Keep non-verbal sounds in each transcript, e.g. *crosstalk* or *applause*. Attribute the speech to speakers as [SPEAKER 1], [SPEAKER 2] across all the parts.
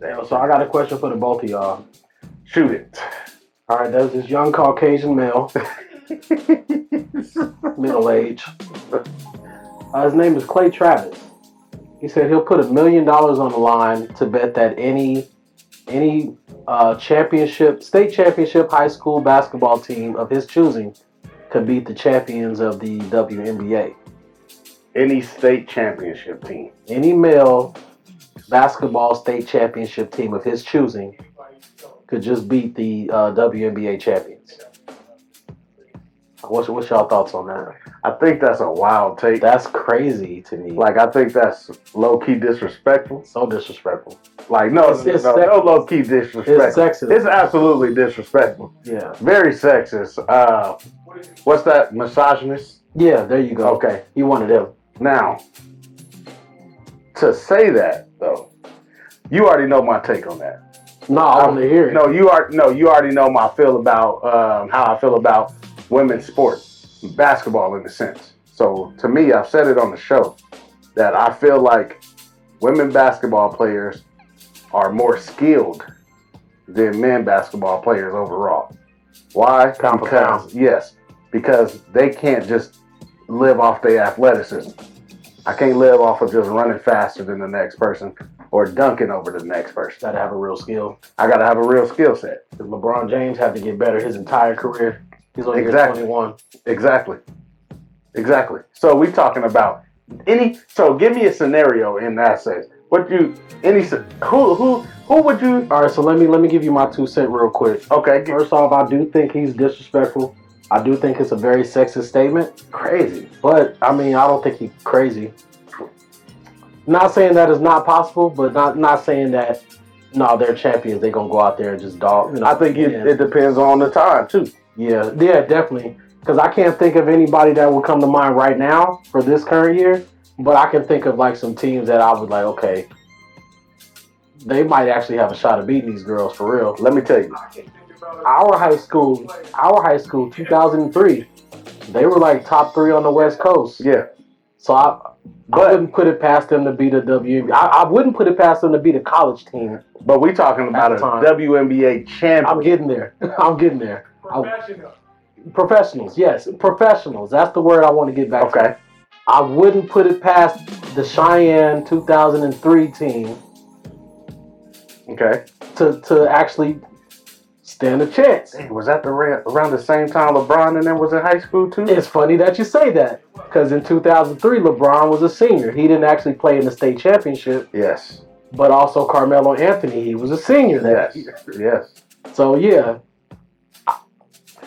[SPEAKER 1] Damn, so I got a question for the both of y'all. Shoot it. All right, there's this young Caucasian male, middle age. Uh, his name is Clay Travis. He said he'll put a million dollars on the line to bet that any any uh, championship, state championship, high school basketball team of his choosing could beat the champions of the WNBA.
[SPEAKER 2] Any state championship team.
[SPEAKER 1] Any male basketball state championship team of his choosing could just beat the uh, WNBA champions. What's, what's y'all thoughts on that?
[SPEAKER 2] I think that's a wild take.
[SPEAKER 1] That's crazy to me.
[SPEAKER 2] Like I think that's low key disrespectful.
[SPEAKER 1] so disrespectful.
[SPEAKER 2] Like no,
[SPEAKER 1] It's- it's
[SPEAKER 2] no,
[SPEAKER 1] sexist.
[SPEAKER 2] no low key
[SPEAKER 1] It's
[SPEAKER 2] disrespectful.
[SPEAKER 1] sexist.
[SPEAKER 2] It's absolutely disrespectful.
[SPEAKER 1] yeah.
[SPEAKER 2] Very sexist. Uh, what's that? Misogynist.
[SPEAKER 1] Yeah, there you go.
[SPEAKER 2] Okay.
[SPEAKER 1] You wanted him.
[SPEAKER 2] Now, to say that though, you already know my take on that.
[SPEAKER 1] No, I want to hear it.
[SPEAKER 2] No, you are no, you already know my feel about um, how I feel about women's sports, basketball in a sense. So to me, I've said it on the show that I feel like women basketball players are more skilled than men basketball players overall. Why?
[SPEAKER 1] Pound for pound.
[SPEAKER 2] Because yes, because they can't just live off their athleticism. I can't live off of just running faster than the next person or dunking over the next person.
[SPEAKER 1] Gotta have a real skill.
[SPEAKER 2] I gotta have a real skill set.
[SPEAKER 1] 'Cause LeBron James had to get better his entire career. He's only
[SPEAKER 2] Exactly.
[SPEAKER 1] 21.
[SPEAKER 2] Exactly. Exactly. So we talking about any. So give me a scenario in that sense. What you any s- who who who would you?
[SPEAKER 1] All right, so let me let me give you my two cent real quick.
[SPEAKER 2] Okay, get
[SPEAKER 1] First off, I do think he's disrespectful. I do think it's a very sexist statement,
[SPEAKER 2] crazy.
[SPEAKER 1] but I mean, I don't think he's crazy. Not saying that is not possible, but not not saying that no, they're champions. They gonna go out there and just dog. You know,
[SPEAKER 2] I think it,
[SPEAKER 1] yeah.
[SPEAKER 2] it depends on the time too.
[SPEAKER 1] yeah, yeah, definitely. Because I can't think of anybody that would come to mind right now for this current year, but I can think of like some teams that I would like. Okay, they might actually have a shot of beating these girls for real.
[SPEAKER 2] Let me tell you.
[SPEAKER 1] our high school, our high school, 2003, they were like top three on the West Coast.
[SPEAKER 2] Yeah,
[SPEAKER 1] So I, I
[SPEAKER 2] But-
[SPEAKER 1] wouldn't put it past them to beat a WNBA. I, I wouldn't put it past them to beat a college team.
[SPEAKER 2] but we talking about a
[SPEAKER 1] At the time.
[SPEAKER 2] WNBA champion.
[SPEAKER 1] I'm getting there. *laughs* I'm getting there.
[SPEAKER 3] Professional.
[SPEAKER 1] Professionals, yes, professionals. That's the word I want to get back to.
[SPEAKER 2] Okay,
[SPEAKER 1] I wouldn't put it past the Cheyenne 2003 team
[SPEAKER 2] okay.
[SPEAKER 1] to, to actually stand a chance.
[SPEAKER 2] Dang, was that the ra- around the same time LeBron and then was in high school too?
[SPEAKER 1] It's funny that you say that because in 2003, LeBron was a senior. He didn't actually play in the state championship,
[SPEAKER 2] Yes.
[SPEAKER 1] but also Carmelo Anthony, he was a senior that
[SPEAKER 2] Yes.
[SPEAKER 1] year.
[SPEAKER 2] Yes.
[SPEAKER 1] So yeah,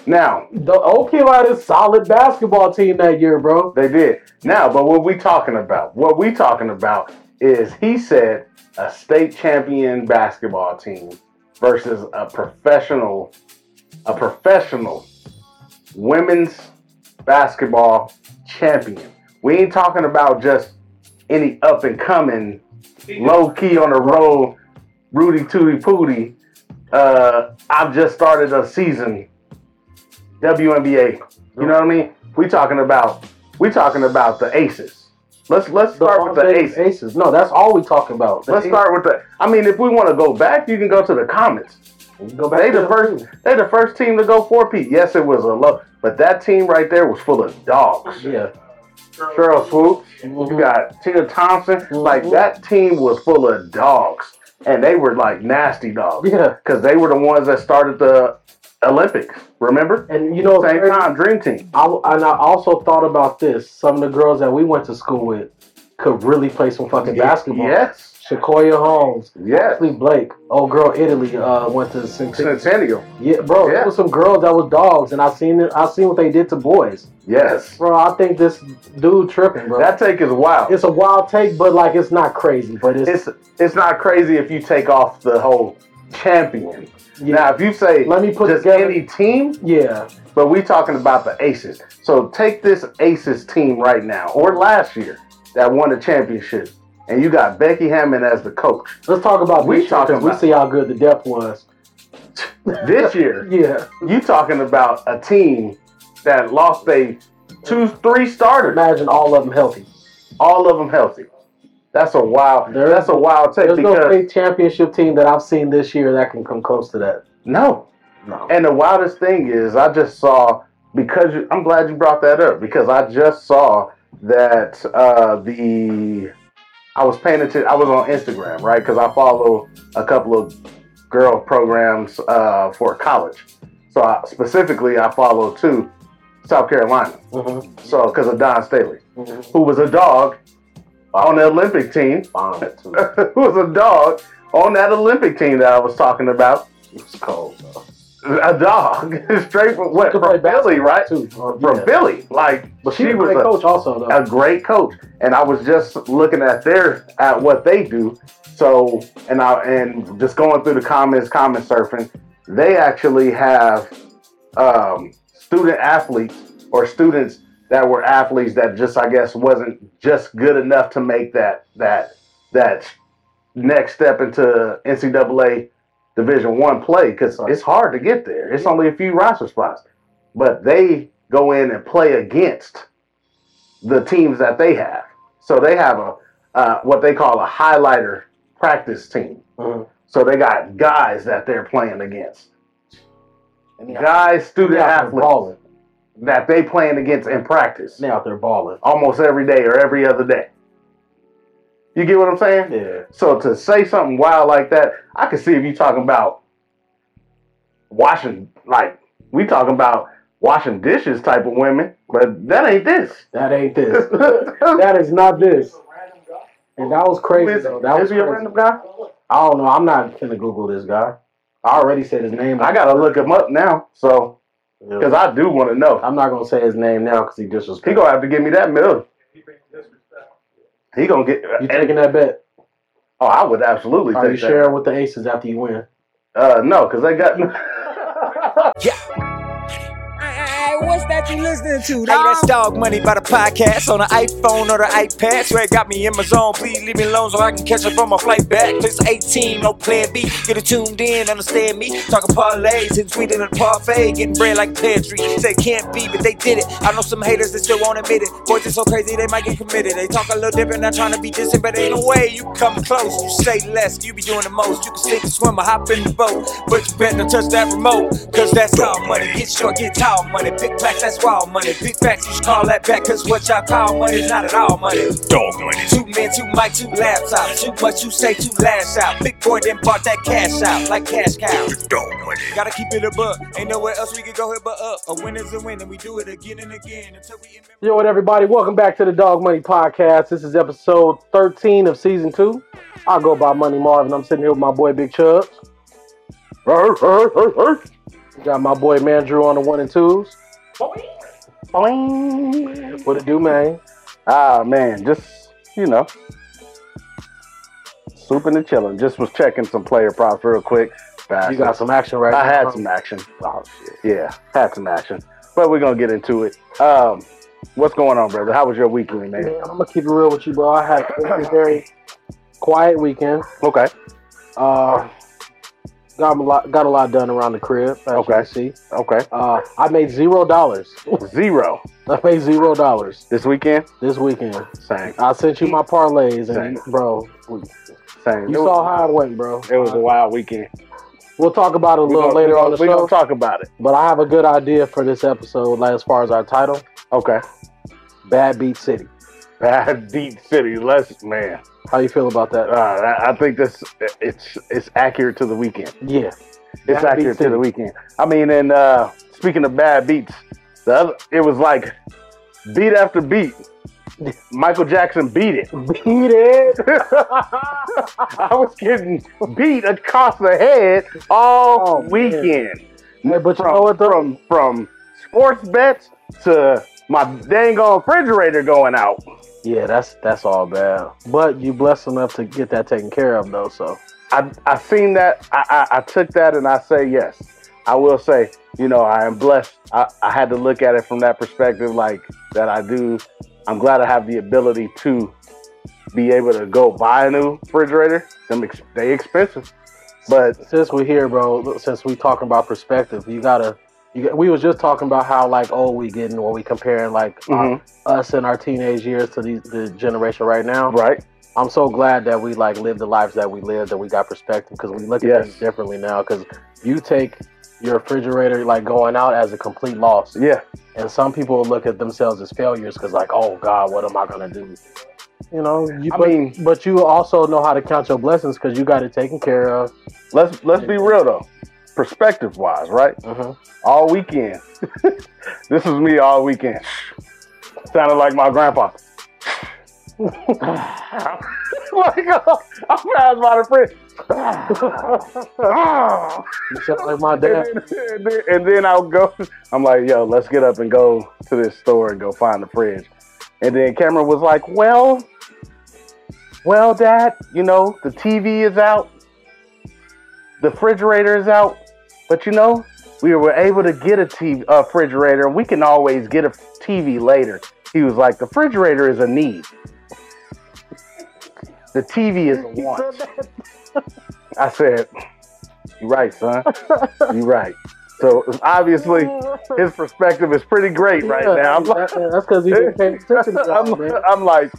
[SPEAKER 2] Now
[SPEAKER 1] the Oakland had a solid basketball team that year, bro.
[SPEAKER 2] They did. Now, but what we talking about? What we talking about is he said a state champion basketball team versus a professional, a professional women's basketball champion. We ain't talking about just any up and coming, low key on the road, Rudy Tooty Pooty. Uh, I've just started a season, WNBA. You know what I mean? We talking about we talking about the aces. Let's let's start with the
[SPEAKER 1] Las
[SPEAKER 2] aces.
[SPEAKER 1] Vegas No, that's all we talking about. The
[SPEAKER 2] Let's
[SPEAKER 1] Aces.
[SPEAKER 2] start with the. I mean, if we want to go back, you can go to the comments.
[SPEAKER 1] Go back
[SPEAKER 2] They
[SPEAKER 1] to
[SPEAKER 2] the first. They the first team to go four P. Yes, it was a low, but that team right there was full of dogs.
[SPEAKER 1] Yeah.
[SPEAKER 2] Cheryl Swoop.
[SPEAKER 1] Mhm.
[SPEAKER 2] You got Tina Thompson.
[SPEAKER 1] Mm-hmm.
[SPEAKER 2] Like that team was full of dogs, and they were like nasty dogs.
[SPEAKER 1] Yeah.
[SPEAKER 2] because they were the ones that started the Olympics. Remember?
[SPEAKER 1] And you know,
[SPEAKER 2] Same
[SPEAKER 1] Craig,
[SPEAKER 2] time, Dream Team.
[SPEAKER 1] I, and I also thought about this. Some of the girls that we went to school with could really play some fucking basketball.
[SPEAKER 2] Yes.
[SPEAKER 1] Sequoia Holmes,
[SPEAKER 2] Yes.
[SPEAKER 1] Ashley Blake, old girl Italy, uh, went to Cincinnati.
[SPEAKER 2] Centennial.
[SPEAKER 1] Yeah, bro,
[SPEAKER 2] Yeah.
[SPEAKER 1] it was some girls that was dogs, and I seen it. I seen what they did to boys,
[SPEAKER 2] Yes.
[SPEAKER 1] bro. I think this dude tripping, bro.
[SPEAKER 2] That take is wild.
[SPEAKER 1] it's a wild take, but like it's not crazy, but it's,
[SPEAKER 2] it's it's not crazy if you take off the whole champion.
[SPEAKER 1] Yeah.
[SPEAKER 2] Now, if you say
[SPEAKER 1] Let me put
[SPEAKER 2] just
[SPEAKER 1] together-
[SPEAKER 2] any team,
[SPEAKER 1] yeah,
[SPEAKER 2] but we talking about the Aces. So take this Aces team right now or last year that won the championship, and you got Becky Hammond as the coach.
[SPEAKER 1] Let's talk about
[SPEAKER 2] We
[SPEAKER 1] this shit, 'cause
[SPEAKER 2] talking
[SPEAKER 1] we
[SPEAKER 2] about-
[SPEAKER 1] see how good the depth was. *laughs*
[SPEAKER 2] This year,
[SPEAKER 1] Yeah,
[SPEAKER 2] you talking about a team that lost they two, three starters,
[SPEAKER 1] imagine all of them healthy.
[SPEAKER 2] all of them healthy. That's a wild.
[SPEAKER 1] There-
[SPEAKER 2] that's a wild take
[SPEAKER 1] There's no
[SPEAKER 2] because
[SPEAKER 1] state championship team that I've seen this year that can come close to that.
[SPEAKER 2] no,
[SPEAKER 1] No.
[SPEAKER 2] And the wildest thing is, I just saw because you, I'm glad you brought that up because I just saw that uh, the I was paying attention. I was on Instagram, right? Because I follow a couple of girl programs uh, for college. So I, specifically, I follow two South Carolina.
[SPEAKER 1] Mhm.
[SPEAKER 2] So because of Don Staley,
[SPEAKER 1] Mhm.
[SPEAKER 2] who was a dog on the Olympic team, *laughs*
[SPEAKER 1] Bomb it, too.
[SPEAKER 2] who was a dog on that Olympic team that I was talking about
[SPEAKER 1] It was cold. though.
[SPEAKER 2] a dog *laughs* straight from what
[SPEAKER 1] Could play
[SPEAKER 2] from Philly, right?
[SPEAKER 1] Too. Oh,
[SPEAKER 2] From
[SPEAKER 1] yeah.
[SPEAKER 2] Philly, like
[SPEAKER 1] But she, was "Oh, a great coach also though.
[SPEAKER 2] a, great coach, and I was just looking at their at what they do. So, and I and just going through the comments, comment surfing, they actually have um, student athletes or students that were athletes that just I guess wasn't just good enough to make that that that next step into NCAA Division One play because it's hard to get there. It's only a few roster spots, but they go in and play against the teams that they have. So they have a uh, what they call a highlighter practice team.
[SPEAKER 1] Mhm.
[SPEAKER 2] So they got guys that they're playing against,
[SPEAKER 1] And they out-
[SPEAKER 2] guys,
[SPEAKER 1] they
[SPEAKER 2] student
[SPEAKER 1] out there
[SPEAKER 2] athletes
[SPEAKER 1] balling.
[SPEAKER 2] that they playing against in practice
[SPEAKER 1] They out there balling.
[SPEAKER 2] almost every day or every other day. You get what I'm saying?
[SPEAKER 1] Yeah.
[SPEAKER 2] So to say something wild like that, I could see if you talking about washing like we talking about washing dishes type of women, but that ain't this. *laughs*
[SPEAKER 1] That ain't this. that is not this. And that was crazy though. That was
[SPEAKER 2] Is he a
[SPEAKER 1] crazy.
[SPEAKER 2] random guy?
[SPEAKER 1] I don't know. I'm not gonna Google this guy. I already said his name.
[SPEAKER 2] I gotta look him up now, so because I do want to know.
[SPEAKER 1] I'm not gonna say his name now because he
[SPEAKER 2] He
[SPEAKER 1] disrespected.
[SPEAKER 2] gonna have to give me that mill. He gonna get.
[SPEAKER 1] You taking that bet?
[SPEAKER 2] oh, I would absolutely
[SPEAKER 1] Are you
[SPEAKER 2] take that.
[SPEAKER 1] sharing with the aces after you win?
[SPEAKER 2] Uh, no, because they got.
[SPEAKER 3] Hey, what's that you listening to?
[SPEAKER 4] Hey,
[SPEAKER 3] dawg?
[SPEAKER 4] that's Dog Money by the podcast on the iPhone or the iPad. Swear it got me in my zone. Please leave me alone so I can catch up on my flight back. It's 18, no plan B. Get it tuned in, understand me. Talking parlays, hitting sweet in a parfait, getting bread like pantry. Say can't be, but they did it. I know some haters that still won't admit it. Boys, it's so crazy they might get committed. They talk a little different, not trying to be distant, but ain't no way you come close. You say less, you be doing the most. You can sink or swim or hop in the boat, but you better not touch that remote, cause that's dog money. Get short, get tall money. Big packs, that's wild money. Big facts, you should call that back, cause what y'all call money is not at all money. Dog money. Two men, two mic, two laptops. Too much you say, too last out. Big boy then bought that cash out, like cash cow. Dog money. Gotta keep it above. Ain't nowhere else we can go here but up. A win is a win, and we do it again and again until we remember.
[SPEAKER 1] Yo, what everybody? Welcome back to the Dog Money Podcast. This is episode 13 of season two. I go by Money Marvin. I'm sitting here with my boy Big Chubbs. Got my boy Man Drew on the one and twos. *laughs* What it do, man?
[SPEAKER 2] ah man, just you know, souping and chilling. Just was checking some player props real quick.
[SPEAKER 1] You got some action right
[SPEAKER 2] I
[SPEAKER 1] now.
[SPEAKER 2] had some action.
[SPEAKER 1] Oh, shit.
[SPEAKER 2] Yeah, had some action. But we're gonna get into it. Um, what's going on, brother? How was your weekend, man?
[SPEAKER 1] Man, I'm gonna keep it real with you, bro. I had a very quiet weekend.
[SPEAKER 2] Okay.
[SPEAKER 1] Uh, got a lot, got a lot done around the crib. As
[SPEAKER 2] Okay.
[SPEAKER 1] okay. see,
[SPEAKER 2] Okay.
[SPEAKER 1] uh, I made zero dollars. *laughs*
[SPEAKER 2] Zero
[SPEAKER 1] I made zero dollars
[SPEAKER 2] this weekend.
[SPEAKER 1] this weekend.
[SPEAKER 2] Same.
[SPEAKER 1] I sent you my parlays, and bro,
[SPEAKER 2] Same.
[SPEAKER 1] you
[SPEAKER 2] It was-
[SPEAKER 1] saw how it went, bro. Uh,
[SPEAKER 2] It was a wild weekend.
[SPEAKER 1] We'll talk about it a
[SPEAKER 2] We're
[SPEAKER 1] little
[SPEAKER 2] gonna-
[SPEAKER 1] later
[SPEAKER 2] we're
[SPEAKER 1] on the
[SPEAKER 2] gonna- We're
[SPEAKER 1] show,
[SPEAKER 2] gonna talk about it.
[SPEAKER 1] but I have a good idea for this episode, like as far as our title,
[SPEAKER 2] Okay.
[SPEAKER 1] "Bad Beat City."
[SPEAKER 2] Bad deep city. Let's man.
[SPEAKER 1] How you feel about
[SPEAKER 2] Uh,
[SPEAKER 1] that?
[SPEAKER 2] I, I think this it's it's accurate to the weekend.
[SPEAKER 1] Yeah,
[SPEAKER 2] It's
[SPEAKER 1] Bad
[SPEAKER 2] accurate
[SPEAKER 1] Beat
[SPEAKER 2] to the weekend. I mean, and uh, speaking of bad beats, the other, it was like beat after beat. Michael Jackson *laughs* beat it. *laughs*
[SPEAKER 1] beat it.
[SPEAKER 2] I was getting beat across the head all
[SPEAKER 1] Oh, man.
[SPEAKER 2] weekend.
[SPEAKER 1] Hey, but you
[SPEAKER 2] from,
[SPEAKER 1] know what though?
[SPEAKER 2] from from sports bets to my dang old refrigerator going out.
[SPEAKER 1] Yeah, that's that's all bad. But you blessed enough to get that taken care of though, so
[SPEAKER 2] I I seen that. I, I I took that and I say yes. I will say, you know, I am blessed. I, I had to look at it from that perspective, like that I do. I'm glad I have the ability to be able to go buy a new refrigerator. Them ex- they expensive, but
[SPEAKER 1] since we're here, bro, look, since we talking about perspective, you gotta. You got, we was just talking about how like old we getting when we comparing like our-
[SPEAKER 2] mhm,
[SPEAKER 1] us in our teenage years to the, the generation right now.
[SPEAKER 2] right,
[SPEAKER 1] I'm so glad that we like lived the lives that we lived, that we got perspective because we look at
[SPEAKER 2] Yes.
[SPEAKER 1] things differently now. Because you take your refrigerator like going out as a complete loss,
[SPEAKER 2] Yeah.
[SPEAKER 1] and some people look at themselves as failures because like, oh God, what am I gonna do? You know, you,
[SPEAKER 2] I
[SPEAKER 1] but,
[SPEAKER 2] mean-
[SPEAKER 1] but you also know how to count your blessings because you got it taken care of.
[SPEAKER 2] Let's let's be real though. Perspective wise, right?
[SPEAKER 1] Mhm.
[SPEAKER 2] All weekend. *laughs* this was me all weekend. Sounded like my grandpa. *laughs* like uh, I passed by the fridge.
[SPEAKER 1] You sound like my
[SPEAKER 2] and,
[SPEAKER 1] dad.
[SPEAKER 2] then, and, then, and then I'll go. I'm like, yo, let's get up and go to this store and go find the fridge. And then Cameron was like, well, well, Dad, you know, the TV is out, the refrigerator is out, but you know, we were able to get a TV, a refrigerator, and we can always get a TV later. He was like, the refrigerator is a need. The
[SPEAKER 1] *laughs*
[SPEAKER 2] TV is a want. I said, you right, son. You're right. So obviously,
[SPEAKER 1] *laughs*
[SPEAKER 2] his perspective is pretty great right
[SPEAKER 1] Yeah,
[SPEAKER 2] now. I'm like,
[SPEAKER 1] that- that's because he didn't pay attention to
[SPEAKER 2] I'm,
[SPEAKER 1] y'all, man.
[SPEAKER 2] I'm like,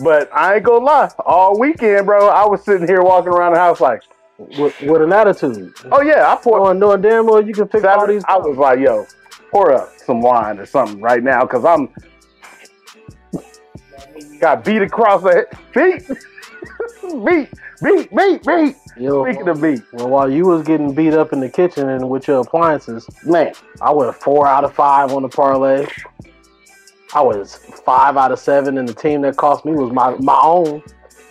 [SPEAKER 2] but I ain't gonna lie. All weekend, bro, I was sitting here walking around the house like,
[SPEAKER 1] with, with an attitude.
[SPEAKER 2] oh yeah, I poured.
[SPEAKER 1] Knowing, knowing damn well you can fix all
[SPEAKER 2] Saturday,
[SPEAKER 1] these.
[SPEAKER 2] I was like, yo, pour up some wine or something right now, cause I'm got beat across the head. beat, beat, *laughs* beat, beat, beat.
[SPEAKER 1] Yo,
[SPEAKER 2] Speaking of beat,
[SPEAKER 1] Well, while you was getting beat up in the kitchen and with your appliances,
[SPEAKER 2] man,
[SPEAKER 1] I went four out of five on the parlay. I was five out of seven, and the team that cost me was my my own.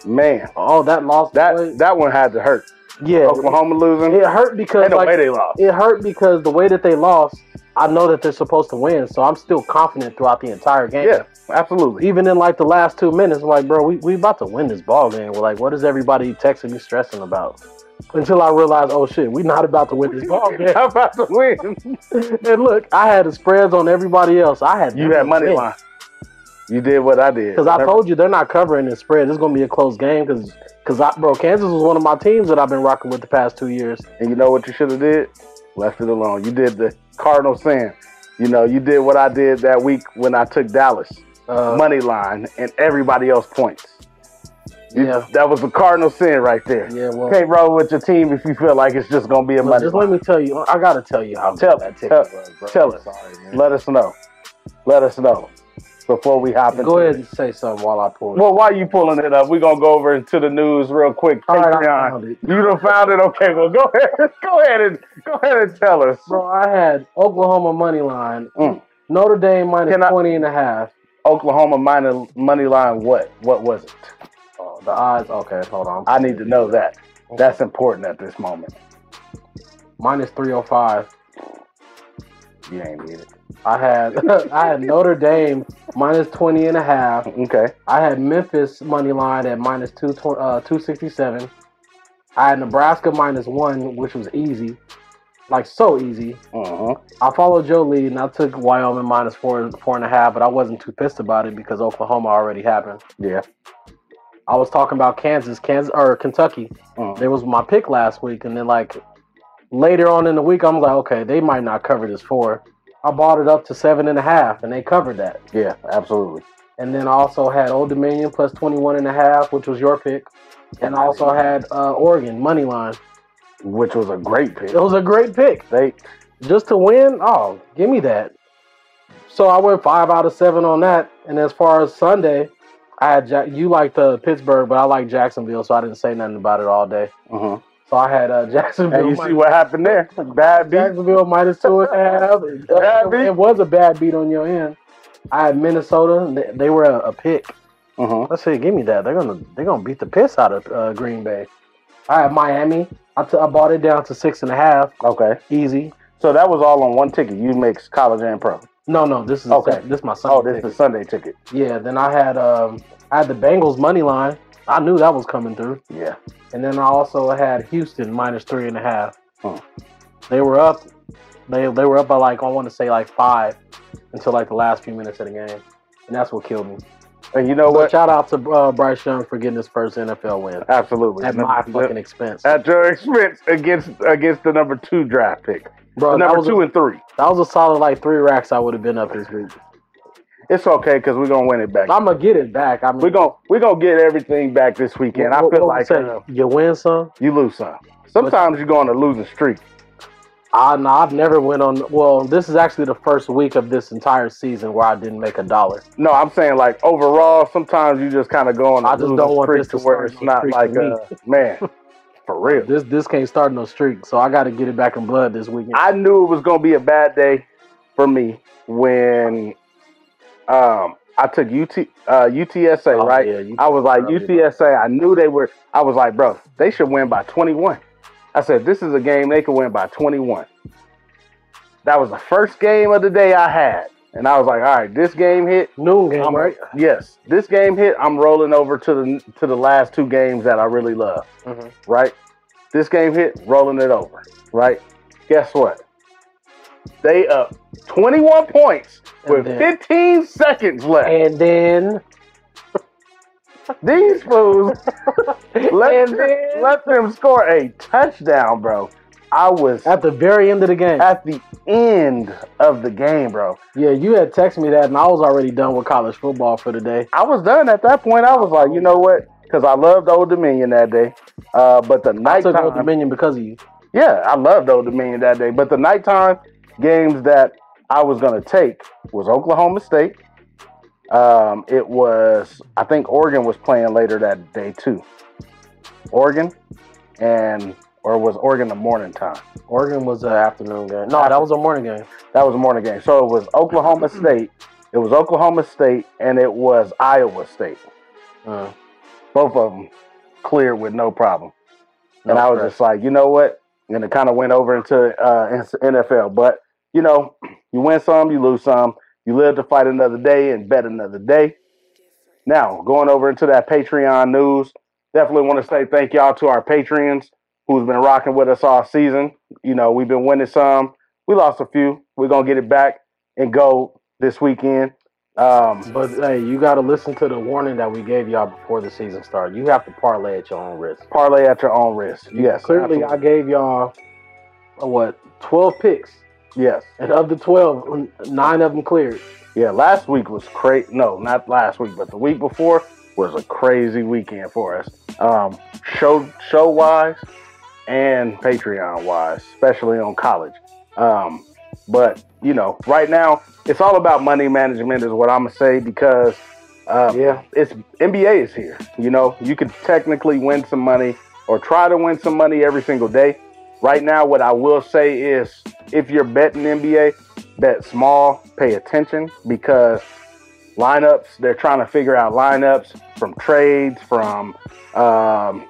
[SPEAKER 2] man,
[SPEAKER 1] Oh, that lost
[SPEAKER 2] that that one had to hurt.
[SPEAKER 1] yeah,
[SPEAKER 2] Oklahoma losing.
[SPEAKER 1] it hurt because
[SPEAKER 2] Ain't no
[SPEAKER 1] like,
[SPEAKER 2] way they lost.
[SPEAKER 1] it hurt because the way that they lost, I know that they're supposed to win, so I'm still confident throughout the entire game.
[SPEAKER 2] Yeah, absolutely.
[SPEAKER 1] Even in like the last two minutes, I'm like, bro, we, we about to win this ball game. We're like, what is everybody texting me stressing about? Until I realized, oh shit, we not about to win this ball game. *laughs*
[SPEAKER 2] *laughs* How about to win?
[SPEAKER 1] and look, I had the spreads on everybody else. I had
[SPEAKER 2] You had money line. You did what I did.
[SPEAKER 1] because I told you they're not covering the spread. This is gonna be a close game because because I bro, Kansas was one of my teams that I've been rocking with the past two years.
[SPEAKER 2] And you know what you should have did? Left it alone. You did the cardinal sin. You know, you did what I did that week when I took Dallas
[SPEAKER 1] Uh,
[SPEAKER 2] money line and everybody else points. You-
[SPEAKER 1] Yeah.
[SPEAKER 2] that was the cardinal sin right there.
[SPEAKER 1] Yeah, well-
[SPEAKER 2] can't roll with your team if you feel like it's just gonna be a
[SPEAKER 1] Look,
[SPEAKER 2] money.
[SPEAKER 1] just
[SPEAKER 2] line.
[SPEAKER 1] let me tell you, I gotta tell you how good
[SPEAKER 2] Tell-
[SPEAKER 1] that ticket
[SPEAKER 2] tell-
[SPEAKER 1] was, bro.
[SPEAKER 2] tell us. Let us know. Let us know before we hop into
[SPEAKER 1] Go ahead
[SPEAKER 2] it.
[SPEAKER 1] and say something while I pull. it.
[SPEAKER 2] Well, why you pulling it up? We're gonna go over into the news real quick.
[SPEAKER 1] All right, I
[SPEAKER 2] Patreon.
[SPEAKER 1] found it.
[SPEAKER 2] You done found it? Okay, well go ahead. *laughs* Go ahead and go ahead and tell us.
[SPEAKER 1] bro, I had Oklahoma money line,
[SPEAKER 2] Mm.
[SPEAKER 1] Notre Dame minus
[SPEAKER 2] Can I-
[SPEAKER 1] 20 and a half.
[SPEAKER 2] Oklahoma minor money line what? What was it?
[SPEAKER 1] Oh, the odds. Okay, hold on.
[SPEAKER 2] I need to know that. That's important at this moment.
[SPEAKER 1] minus 305.
[SPEAKER 2] You ain't need it.
[SPEAKER 1] I had *laughs* I had Notre Dame minus 20 and a half.
[SPEAKER 2] Okay.
[SPEAKER 1] I had Memphis money line at minus two tw- uh, 267. I had Nebraska minus one, which was easy, like so easy.
[SPEAKER 2] Uh-huh.
[SPEAKER 1] I followed Joe lead and I took Wyoming minus four four and a half, but I wasn't too pissed about it because Oklahoma already happened.
[SPEAKER 2] Yeah.
[SPEAKER 1] I was talking about Kansas, Kansas or Kentucky.
[SPEAKER 2] Uh-huh.
[SPEAKER 1] There was my pick last week, and then like later on in the week, I'm like, okay, they might not cover this four. I bought it up to seven and a half, and they covered that.
[SPEAKER 2] Yeah, absolutely.
[SPEAKER 1] And then I also had Old Dominion plus 21 and a half, which was your pick. And I also had uh, Oregon money line.
[SPEAKER 2] Which was a great pick.
[SPEAKER 1] It was a great pick.
[SPEAKER 2] They
[SPEAKER 1] Just to win, oh, give me that. So I went five out of seven on that. And as far as Sunday, I had Jack- you liked uh, Pittsburgh, but I like Jacksonville, so I didn't say nothing about it all day.
[SPEAKER 2] uh-huh.
[SPEAKER 1] So I had uh, *laughs* Jacksonville.
[SPEAKER 2] And you
[SPEAKER 1] minus-
[SPEAKER 2] see what happened there. Bad beat.
[SPEAKER 1] Jacksonville minus two and a
[SPEAKER 2] *laughs*
[SPEAKER 1] half.
[SPEAKER 2] Bad
[SPEAKER 1] It-
[SPEAKER 2] beat.
[SPEAKER 1] It was a bad beat on your end. I had Minnesota. and They, they were a, a pick.
[SPEAKER 2] Uh-huh.
[SPEAKER 1] Let's see, give me that. They're gonna they're gonna beat the piss out of uh, Green Bay. I had Miami. I, t- I bought it down to six and a half,
[SPEAKER 2] Okay.
[SPEAKER 1] easy.
[SPEAKER 2] So that was all on one ticket. You mix college and pro.
[SPEAKER 1] No, no, this is
[SPEAKER 2] Okay.
[SPEAKER 1] okay. This is my son.
[SPEAKER 2] Oh, this is Sunday ticket.
[SPEAKER 1] yeah. Then I had um I had the Bengals money line. I knew that was coming through.
[SPEAKER 2] Yeah.
[SPEAKER 1] And then I also had Houston minus three and a half.
[SPEAKER 2] Hmm.
[SPEAKER 1] They were up. They they were up by like I want to say like five until like the last few minutes of the game, and that's what killed me.
[SPEAKER 2] And you know
[SPEAKER 1] But
[SPEAKER 2] what?
[SPEAKER 1] shout out to uh, Bryce Young for getting his first NFL win
[SPEAKER 2] Absolutely.
[SPEAKER 1] at my fucking expense,
[SPEAKER 2] at your expense against against the number two draft pick.
[SPEAKER 1] bro. That
[SPEAKER 2] number
[SPEAKER 1] was,
[SPEAKER 2] two
[SPEAKER 1] a,
[SPEAKER 2] and three.
[SPEAKER 1] that was a solid like three racks I would have been up this week.
[SPEAKER 2] It's okay because we're gonna win it back.
[SPEAKER 1] I'm gonna get it back. I mean,
[SPEAKER 2] We're gonna we're gonna get everything back this weekend. I
[SPEAKER 1] what-
[SPEAKER 2] feel
[SPEAKER 1] what we
[SPEAKER 2] like
[SPEAKER 1] say?
[SPEAKER 2] uh,
[SPEAKER 1] you win some.
[SPEAKER 2] you lose some. Sometimes you go on a losing streak.
[SPEAKER 1] I, no, I've never went on. Well, this is actually the first week of this entire season where I didn't make a dollar.
[SPEAKER 2] No, I'm saying like overall, sometimes you just kind of go on a
[SPEAKER 1] I just
[SPEAKER 2] losing
[SPEAKER 1] don't want
[SPEAKER 2] streak
[SPEAKER 1] this to
[SPEAKER 2] where
[SPEAKER 1] start
[SPEAKER 2] it's
[SPEAKER 1] no
[SPEAKER 2] not
[SPEAKER 1] streak
[SPEAKER 2] like
[SPEAKER 1] for me.
[SPEAKER 2] uh, man
[SPEAKER 1] *laughs*
[SPEAKER 2] for real.
[SPEAKER 1] This this can't start no streak, so I got to get it back in blood this weekend.
[SPEAKER 2] I knew it was gonna be a bad day for me when um I took UT uh, UTSA
[SPEAKER 1] Oh,
[SPEAKER 2] right.
[SPEAKER 1] yeah, you-
[SPEAKER 2] I was like
[SPEAKER 1] early,
[SPEAKER 2] UTSA. I knew they were. I was like, bro, they should win by 21. I said, this is a game they can win by 21. That was the first game of the day I had, and I was like, all right, this game hit.
[SPEAKER 1] Noon game,
[SPEAKER 2] I'm-
[SPEAKER 1] right?
[SPEAKER 2] Yes, this game hit. I'm rolling over to the to the last two games that I really love.
[SPEAKER 1] Mhm.
[SPEAKER 2] Right, this game hit, rolling it over. Right, guess what? They up 21 points
[SPEAKER 1] And
[SPEAKER 2] with
[SPEAKER 1] then-
[SPEAKER 2] 15 seconds left.
[SPEAKER 1] And *laughs* then
[SPEAKER 2] These
[SPEAKER 1] *laughs*
[SPEAKER 2] fools let,
[SPEAKER 1] And then-
[SPEAKER 2] let them score a touchdown, bro. I was
[SPEAKER 1] at the very end of the game,
[SPEAKER 2] at the end of the game, bro.
[SPEAKER 1] yeah, you had texted me that, and I was already done with college football for the day.
[SPEAKER 2] I was done at that point. I was like, you know what? Because I loved Old Dominion that day. Uh, but the
[SPEAKER 1] I took
[SPEAKER 2] nighttime,
[SPEAKER 1] Old Dominion because of you.
[SPEAKER 2] yeah, I loved Old Dominion that day. But the nighttime games that I was gonna take was Oklahoma State. Um, it was I think Oregon was playing later that day too. Oregon, and or was Oregon the morning time?
[SPEAKER 1] Oregon was an afternoon game. No, that was a morning game.
[SPEAKER 2] That was a morning game. So it was Oklahoma State. It was Oklahoma State, and it was Iowa State.
[SPEAKER 1] Uh,
[SPEAKER 2] both of them cleared with no problem. and
[SPEAKER 1] No
[SPEAKER 2] I was
[SPEAKER 1] pressure.
[SPEAKER 2] just like, you know what? And it kind of went over into uh, ins- NFL. But, you know, you win some, you lose some. You live to fight another day and bet another day. Now, going over into that Patreon news, definitely want to say thank y'all to our Patreons who's been rocking with us all season. You know, we've been winning some. We lost a few. We're going to get it back and go this weekend. Um,
[SPEAKER 1] but hey, you got to listen to the warning that we gave y'all before the season started. You have to parlay at your own risk.
[SPEAKER 2] parlay at your own risk. Yes.
[SPEAKER 1] Clearly,
[SPEAKER 2] absolutely.
[SPEAKER 1] I gave y'all uh, what twelve picks,
[SPEAKER 2] Yes.
[SPEAKER 1] and of the 12, n- nine of them cleared.
[SPEAKER 2] Yeah, last week was crazy. No, not last week, but the week before was a crazy weekend for us. Um, show show wise and Patreon wise, especially on college. Um, but you know, right now it's all about money management, is what I'm gonna say because uh,
[SPEAKER 1] Yeah.
[SPEAKER 2] it's NBA is here. You know, you could technically win some money or try to win some money every single day. Right now, what I will say is if you're betting NBA, bet small, pay attention because lineups, they're trying to figure out lineups from trades, from um,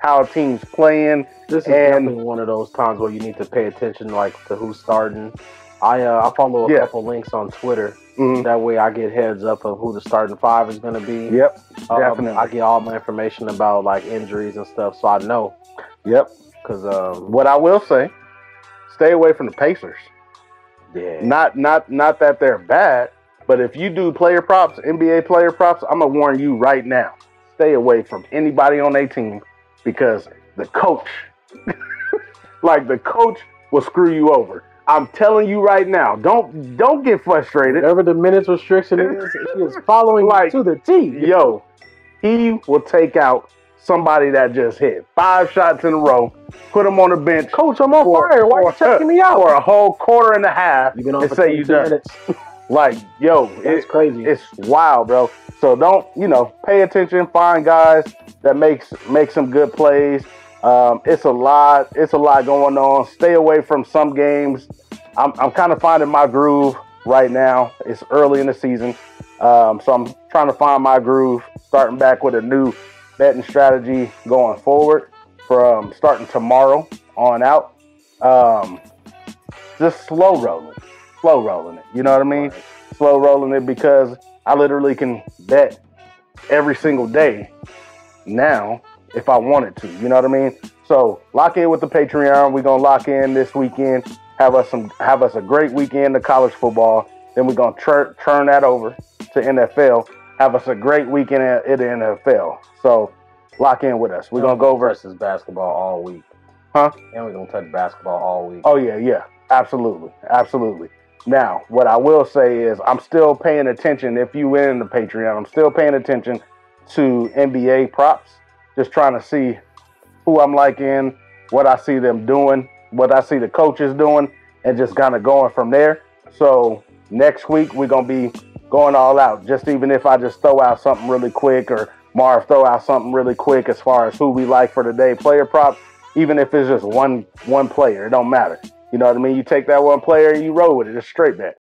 [SPEAKER 2] how teams playing.
[SPEAKER 1] This is
[SPEAKER 2] And-
[SPEAKER 1] definitely one of those times where you need to pay attention, like to who's starting. I uh, I follow a
[SPEAKER 2] Yeah.
[SPEAKER 1] couple links on Twitter.
[SPEAKER 2] Mhm.
[SPEAKER 1] That way, I get heads up of who the starting five is going to be.
[SPEAKER 2] Yep,
[SPEAKER 1] Um,
[SPEAKER 2] definitely.
[SPEAKER 1] I get all my information about like injuries and stuff, so I know.
[SPEAKER 2] yep. uh,
[SPEAKER 1] Cause um,
[SPEAKER 2] What I will say, stay away from the Pacers.
[SPEAKER 1] yeah,
[SPEAKER 2] Not not not that they're bad, but if you do player props, NBA player props, I'm gonna warn you right now. Stay away from anybody on their team because the coach, *laughs* like the coach, will screw you over. I'm telling you right now. Don't don't get frustrated.
[SPEAKER 1] whatever the minutes restriction is,
[SPEAKER 2] *laughs*
[SPEAKER 1] he is following you
[SPEAKER 2] Like-
[SPEAKER 1] to the T.
[SPEAKER 2] Yo, he will take out somebody that just hit five shots in a row, put him on the bench.
[SPEAKER 1] Coach, I'm on fire. Why you
[SPEAKER 2] for-
[SPEAKER 1] checking me out?
[SPEAKER 2] for a whole quarter and a half
[SPEAKER 1] You've been on
[SPEAKER 2] and
[SPEAKER 1] for
[SPEAKER 2] say you
[SPEAKER 1] 22
[SPEAKER 2] done.
[SPEAKER 1] minutes. *laughs*
[SPEAKER 2] Like, yo,
[SPEAKER 1] That's
[SPEAKER 2] it,
[SPEAKER 1] crazy.
[SPEAKER 2] it's wild, bro. So don't, you know, pay attention, find guys that makes make some good plays. Um, it's a lot, it's a lot going on. Stay away from some games. I'm, I'm kind of finding my groove right now. It's early in the season. Um, so I'm trying to find my groove, starting back with a new betting strategy going forward from starting tomorrow on out. Um, just slow rolling, slow rolling it. You know what I mean? Slow rolling it because I literally can bet every single day now if I wanted to. You know what I mean? So lock in with the Patreon. We're gonna lock in this weekend. Have us some have us a great weekend of college football. Then we're gonna tur- turn that over to NFL. Have us a great weekend at, at the NFL. So lock in with us. We're gonna go over.
[SPEAKER 1] versus basketball all week.
[SPEAKER 2] Huh?
[SPEAKER 1] And we're gonna touch basketball all week.
[SPEAKER 2] Oh yeah, yeah, absolutely, absolutely. Now, what I will say is I'm still paying attention. If you in the Patreon, I'm still paying attention to NBA props, just trying to see who I'm liking, what I see them doing, what I see the coaches doing, and just kind of going from there. So next week we're gonna be going all out. Just even if I just throw out something really quick or Marv throw out something really quick as far as who we like for today player prop, even if it's just one one player, it don't matter. You know what I mean? You take that one player and you roll with it. It's straight bet.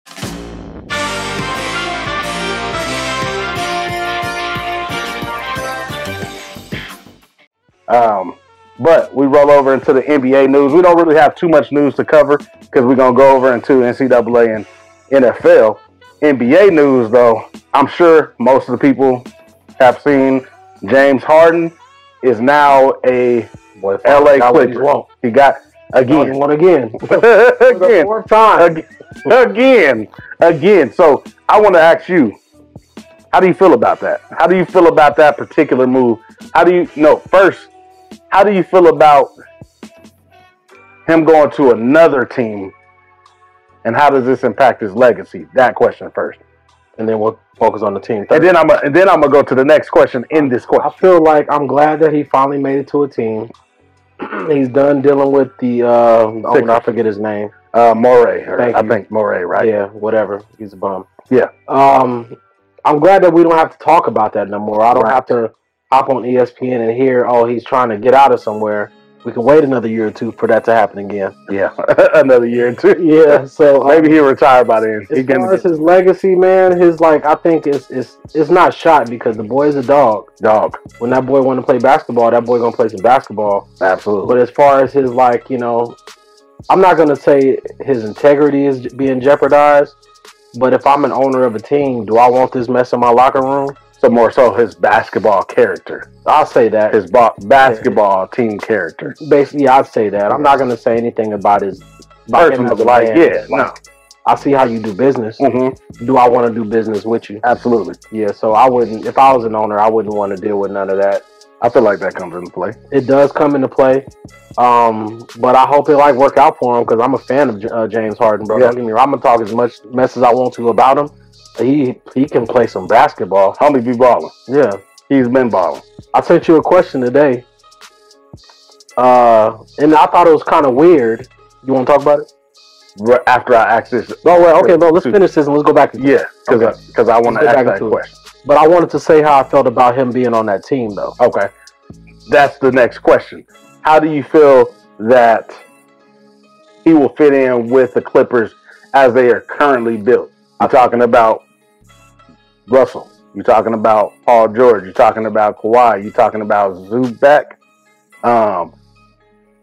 [SPEAKER 2] Um, but we roll over into the NBA news. We don't really have too much news to cover because we're gonna go over into NCAA and NFL. NBA news, though, I'm sure most of the people have seen James Harden is now a
[SPEAKER 1] Boy, if I
[SPEAKER 2] LA
[SPEAKER 1] got what he
[SPEAKER 2] Clipper.
[SPEAKER 1] want.
[SPEAKER 2] He got
[SPEAKER 1] Harden
[SPEAKER 2] again, *laughs*
[SPEAKER 1] won again. For the
[SPEAKER 2] again,
[SPEAKER 1] fourth time.
[SPEAKER 2] Ag- again, again. So I want to ask you, how do you feel about that? How do you feel about that particular move? How do you no first? How do you feel about him going to another team? And how does this impact his legacy? That question first,
[SPEAKER 1] And then we'll focus on the team.
[SPEAKER 2] and then I'm a, and then I'm gonna go to the next question in this
[SPEAKER 1] I
[SPEAKER 2] question.
[SPEAKER 1] feel like I'm glad that he finally made it to a team. *clears throat* He's done dealing with the uh, owner. I
[SPEAKER 2] Sixers.
[SPEAKER 1] forget his name.
[SPEAKER 2] Uh, Moray, or
[SPEAKER 1] Thank
[SPEAKER 2] I
[SPEAKER 1] you.
[SPEAKER 2] think Moray, right?
[SPEAKER 1] Yeah, whatever. He's a bum.
[SPEAKER 2] Yeah.
[SPEAKER 1] Um, I'm glad that we don't have to talk about that no more. I don't
[SPEAKER 2] Right.
[SPEAKER 1] have to hop on E ESPN and hear, oh, he's trying to get out of somewhere. We can wait another year or two for that to happen again.
[SPEAKER 2] Yeah, *laughs* another year or two.
[SPEAKER 1] *laughs* Yeah. So um,
[SPEAKER 2] Maybe he'll retire by then. He
[SPEAKER 1] as
[SPEAKER 2] can
[SPEAKER 1] far as his legacy, man, his like, I think it's it's it's not shot because the boy is a dog.
[SPEAKER 2] dog.
[SPEAKER 1] When that boy want to play basketball, that boy gonna play some basketball.
[SPEAKER 2] Absolutely.
[SPEAKER 1] But as far as his like, you know, I'm not gonna say his integrity is being jeopardized. But if I'm an owner of a team, do I want this mess in my locker room?
[SPEAKER 2] So more so his basketball character,
[SPEAKER 1] I'll say that.
[SPEAKER 2] his ba- basketball team character.
[SPEAKER 1] Basically, I'd say that. I'm not gonna say anything about his about him
[SPEAKER 2] Personal,
[SPEAKER 1] as a
[SPEAKER 2] like
[SPEAKER 1] man.
[SPEAKER 2] yeah, no,
[SPEAKER 1] I see how you do business.
[SPEAKER 2] mm-hmm.
[SPEAKER 1] Do I want to do business with you?
[SPEAKER 2] absolutely.
[SPEAKER 1] Yeah. So I wouldn't. If I was an owner, I wouldn't want to deal with none of that.
[SPEAKER 2] I feel like that comes into play.
[SPEAKER 1] It does come into play. Um, but I hope it like work out for him because I'm a fan of J- uh, James Harden, bro.
[SPEAKER 2] Yeah.
[SPEAKER 1] Don't get me wrong. I'm gonna talk as much mess as I want to about him. He he can play some basketball.
[SPEAKER 2] Homie be balling.
[SPEAKER 1] Yeah.
[SPEAKER 2] He's been balling.
[SPEAKER 1] I sent you a question today. Uh, and I thought it was kind of weird. You want to talk about it?
[SPEAKER 2] Right after I asked this,
[SPEAKER 1] No, well, okay, no, let's
[SPEAKER 2] Two.
[SPEAKER 1] finish this and let's go back. To
[SPEAKER 2] yeah, because I, want
[SPEAKER 1] Let's get
[SPEAKER 2] to ask
[SPEAKER 1] back
[SPEAKER 2] that
[SPEAKER 1] into it.
[SPEAKER 2] question.
[SPEAKER 1] But I wanted to say how I felt about him being on that team, though.
[SPEAKER 2] Okay, that's the next question. How do you feel that he will fit in with the Clippers as they are currently built? I'm talking about Russell. You're talking about Paul George. You're talking about Kawhi. You're talking about Zubac. Um,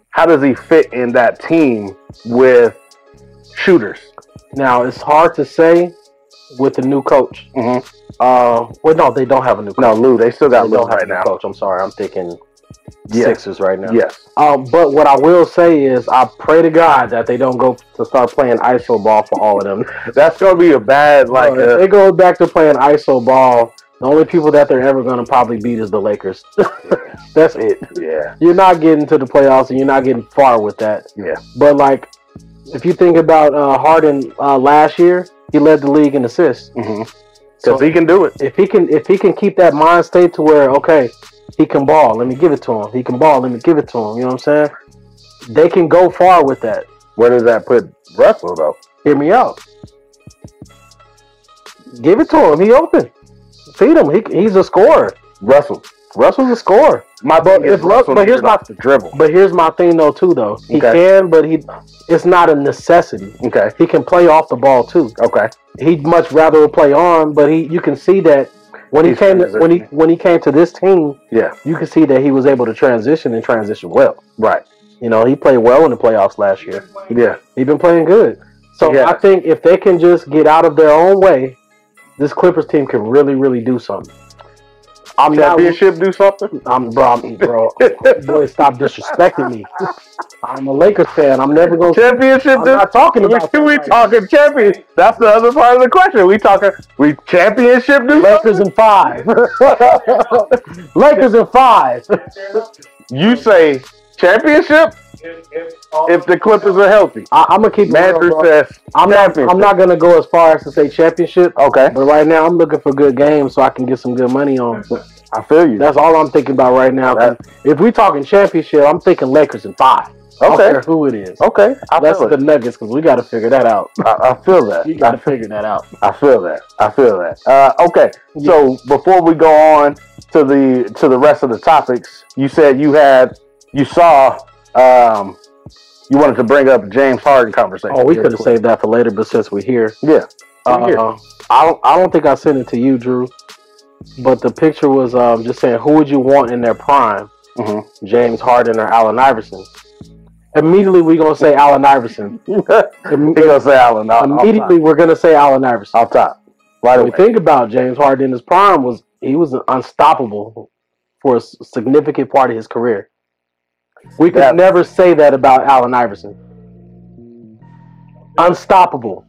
[SPEAKER 2] how does he fit in that team with shooters?
[SPEAKER 1] Now it's hard to say with the new coach.
[SPEAKER 2] Mhm.
[SPEAKER 1] Uh, well, no, they don't have a new coach.
[SPEAKER 2] No, Lou. They still got
[SPEAKER 1] they
[SPEAKER 2] Lou
[SPEAKER 1] don't have
[SPEAKER 2] right
[SPEAKER 1] a new
[SPEAKER 2] now.
[SPEAKER 1] coach. I'm sorry, I'm thinking
[SPEAKER 2] Yes.
[SPEAKER 1] Sixers right now.
[SPEAKER 2] Yes.
[SPEAKER 1] Um, but what I will say is, I pray to God that they don't go to start playing iso ball for all of *laughs* them.
[SPEAKER 2] That's gonna be a bad like.
[SPEAKER 1] Bro, if
[SPEAKER 2] Uh,
[SPEAKER 1] they go back to playing ISO ball, the only people that they're ever gonna probably beat is the Lakers. *laughs* That's it.
[SPEAKER 2] yeah.
[SPEAKER 1] You're not getting to the playoffs, and you're not getting far with that.
[SPEAKER 2] Yeah.
[SPEAKER 1] But like, if you think about uh, Harden uh, last year, he led the league in assists.
[SPEAKER 2] Because
[SPEAKER 1] So
[SPEAKER 2] he can do it.
[SPEAKER 1] if he can, if he can keep that mind state to where okay, he can ball. Let me give it to him. He can ball. Let me give it to him. You know what I'm saying? They can go far with that.
[SPEAKER 2] Where does that put Russell though?
[SPEAKER 1] Hear me out. Give it to him. He open. Feed him. He, he's a scorer.
[SPEAKER 2] Russell.
[SPEAKER 1] Russell's a scorer.
[SPEAKER 2] My
[SPEAKER 1] But
[SPEAKER 2] book
[SPEAKER 1] if Russell, but here's my
[SPEAKER 2] the dribble.
[SPEAKER 1] but here's my thing though too though. He
[SPEAKER 2] Okay.
[SPEAKER 1] can, but he it's not a necessity.
[SPEAKER 2] Okay.
[SPEAKER 1] He can play off the ball too.
[SPEAKER 2] Okay.
[SPEAKER 1] He'd much rather play on, but he you can see that when he
[SPEAKER 2] He's
[SPEAKER 1] came to,
[SPEAKER 2] transitioning.
[SPEAKER 1] when he when he came to this team,
[SPEAKER 2] Yeah.
[SPEAKER 1] you can see that he was able to transition and transition well.
[SPEAKER 2] Right.
[SPEAKER 1] You know, he played well in the playoffs last year.
[SPEAKER 2] Yeah.
[SPEAKER 1] He's been playing good. So
[SPEAKER 2] Yeah.
[SPEAKER 1] I think if they can just get out of their own way, this Clippers team can really, really do something. I'm not,
[SPEAKER 2] Championship do something.
[SPEAKER 1] I'm bro, I'm, bro, *laughs* boy, stop disrespecting me. I'm a Lakers fan. I'm never gonna.
[SPEAKER 2] Championship
[SPEAKER 1] I'm
[SPEAKER 2] do.
[SPEAKER 1] not talking
[SPEAKER 2] We,
[SPEAKER 1] about. that
[SPEAKER 2] *laughs* we
[SPEAKER 1] right now.
[SPEAKER 2] talking champion. That's the other part of the question. We talking. We championship do
[SPEAKER 1] Lakers in five. *laughs*
[SPEAKER 2] something.
[SPEAKER 1] Lakers in five.
[SPEAKER 2] you say championship.
[SPEAKER 5] if, if, all-
[SPEAKER 2] if the Clippers are healthy.
[SPEAKER 1] I, I'm gonna keep. it real,
[SPEAKER 2] Manfred
[SPEAKER 1] bro.
[SPEAKER 2] says,
[SPEAKER 1] I'm not.
[SPEAKER 2] championship.
[SPEAKER 1] I'm not gonna go as far as to say championship.
[SPEAKER 2] Okay,
[SPEAKER 1] But right now, I'm looking for good games so I can get some good money on. So
[SPEAKER 2] I feel you.
[SPEAKER 1] that's all I'm thinking about right now. 'Cause If we talking championship, I'm thinking Lakers in five. I don't
[SPEAKER 2] Okay.
[SPEAKER 1] care who it is.
[SPEAKER 2] Okay, I
[SPEAKER 1] That's
[SPEAKER 2] feel
[SPEAKER 1] the
[SPEAKER 2] it.
[SPEAKER 1] Nuggets because we got to figure that *laughs* out.
[SPEAKER 2] I, I feel that.
[SPEAKER 1] We got to figure that out.
[SPEAKER 2] I feel that. I feel that. Uh, okay, so before we go on to the to the rest of the topics, you said you had you saw um, you wanted to bring up James Harden conversation.
[SPEAKER 1] *laughs* Oh, we
[SPEAKER 2] real
[SPEAKER 1] could have
[SPEAKER 2] quick.
[SPEAKER 1] saved that for later, but since we're here,
[SPEAKER 2] Yeah, Uh-huh.
[SPEAKER 1] uh,
[SPEAKER 2] We're here.
[SPEAKER 1] I don't. I don't think I sent it to you, Drew. But the picture was um, just saying, who would you want in their prime?
[SPEAKER 2] Mhm.
[SPEAKER 1] James Harden or Allen Iverson? Immediately, we gonna say Allen *laughs* Iverson.
[SPEAKER 2] *laughs* he gonna say Allen off- off
[SPEAKER 1] Immediately, we're gonna say Allen Iverson.
[SPEAKER 2] top. off top. Right
[SPEAKER 1] When we
[SPEAKER 2] away.
[SPEAKER 1] think about James Harden in his prime was he was unstoppable for a s- significant part of his career. We could
[SPEAKER 2] Yeah.
[SPEAKER 1] never say that about Allen Iverson. Unstoppable.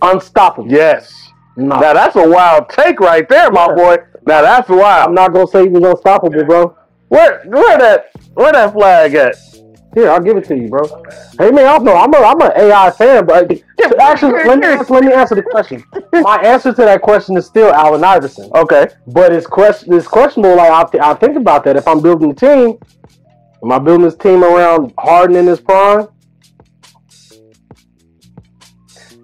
[SPEAKER 1] Unstoppable.
[SPEAKER 2] Yes.
[SPEAKER 1] No.
[SPEAKER 2] Now that's a wild take right there, my boy. Now that's
[SPEAKER 1] I'm
[SPEAKER 2] wild.
[SPEAKER 1] not gonna say he was unstoppable, bro.
[SPEAKER 2] Where where that where that flag at?
[SPEAKER 1] Here, I'll give it to you, bro. Hey man, I don't know. I'm a I'm an AI fan, but so actually, let me ask- let me answer the question. My answer to that question is still Allen Iverson.
[SPEAKER 2] Okay.
[SPEAKER 1] But it's question it's questionable. Like I, th- I think about that. If I'm building a team, am I building this team around Harden in his prime?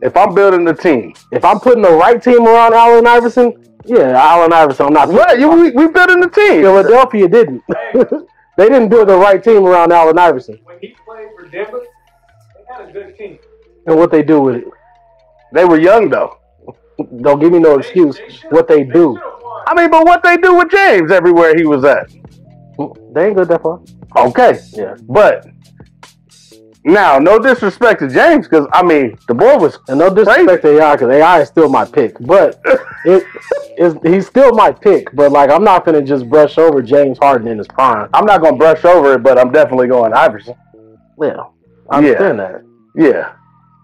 [SPEAKER 2] If I'm building the team,
[SPEAKER 1] If I'm putting the right team around Allen Iverson, yeah, Allen Iverson. I'm not. *laughs*
[SPEAKER 2] what you we, we building the team?
[SPEAKER 1] Philadelphia didn't. they didn't build the right team around Allen Iverson,
[SPEAKER 5] *laughs* when he played for Denver, they had a good team.
[SPEAKER 1] and what they do with it.
[SPEAKER 2] They were young though.
[SPEAKER 1] Don't give me no
[SPEAKER 5] They-
[SPEAKER 1] excuse.
[SPEAKER 5] they should've-
[SPEAKER 1] what they do,
[SPEAKER 5] should've won.
[SPEAKER 2] I mean, but what they do with James everywhere he was at?
[SPEAKER 1] they ain't good that far.
[SPEAKER 2] Okay,
[SPEAKER 1] Yeah,
[SPEAKER 2] but now no disrespect to James because I mean the boy was
[SPEAKER 1] and no disrespect to AI because AI is still my pick, but it is he's still my pick. But like, I'm not gonna just brush over James Harden in his prime.
[SPEAKER 2] I'm not gonna brush over it, but I'm definitely going Iverson.
[SPEAKER 1] Yeah, I
[SPEAKER 2] Yeah.
[SPEAKER 1] understand that.
[SPEAKER 2] Yeah.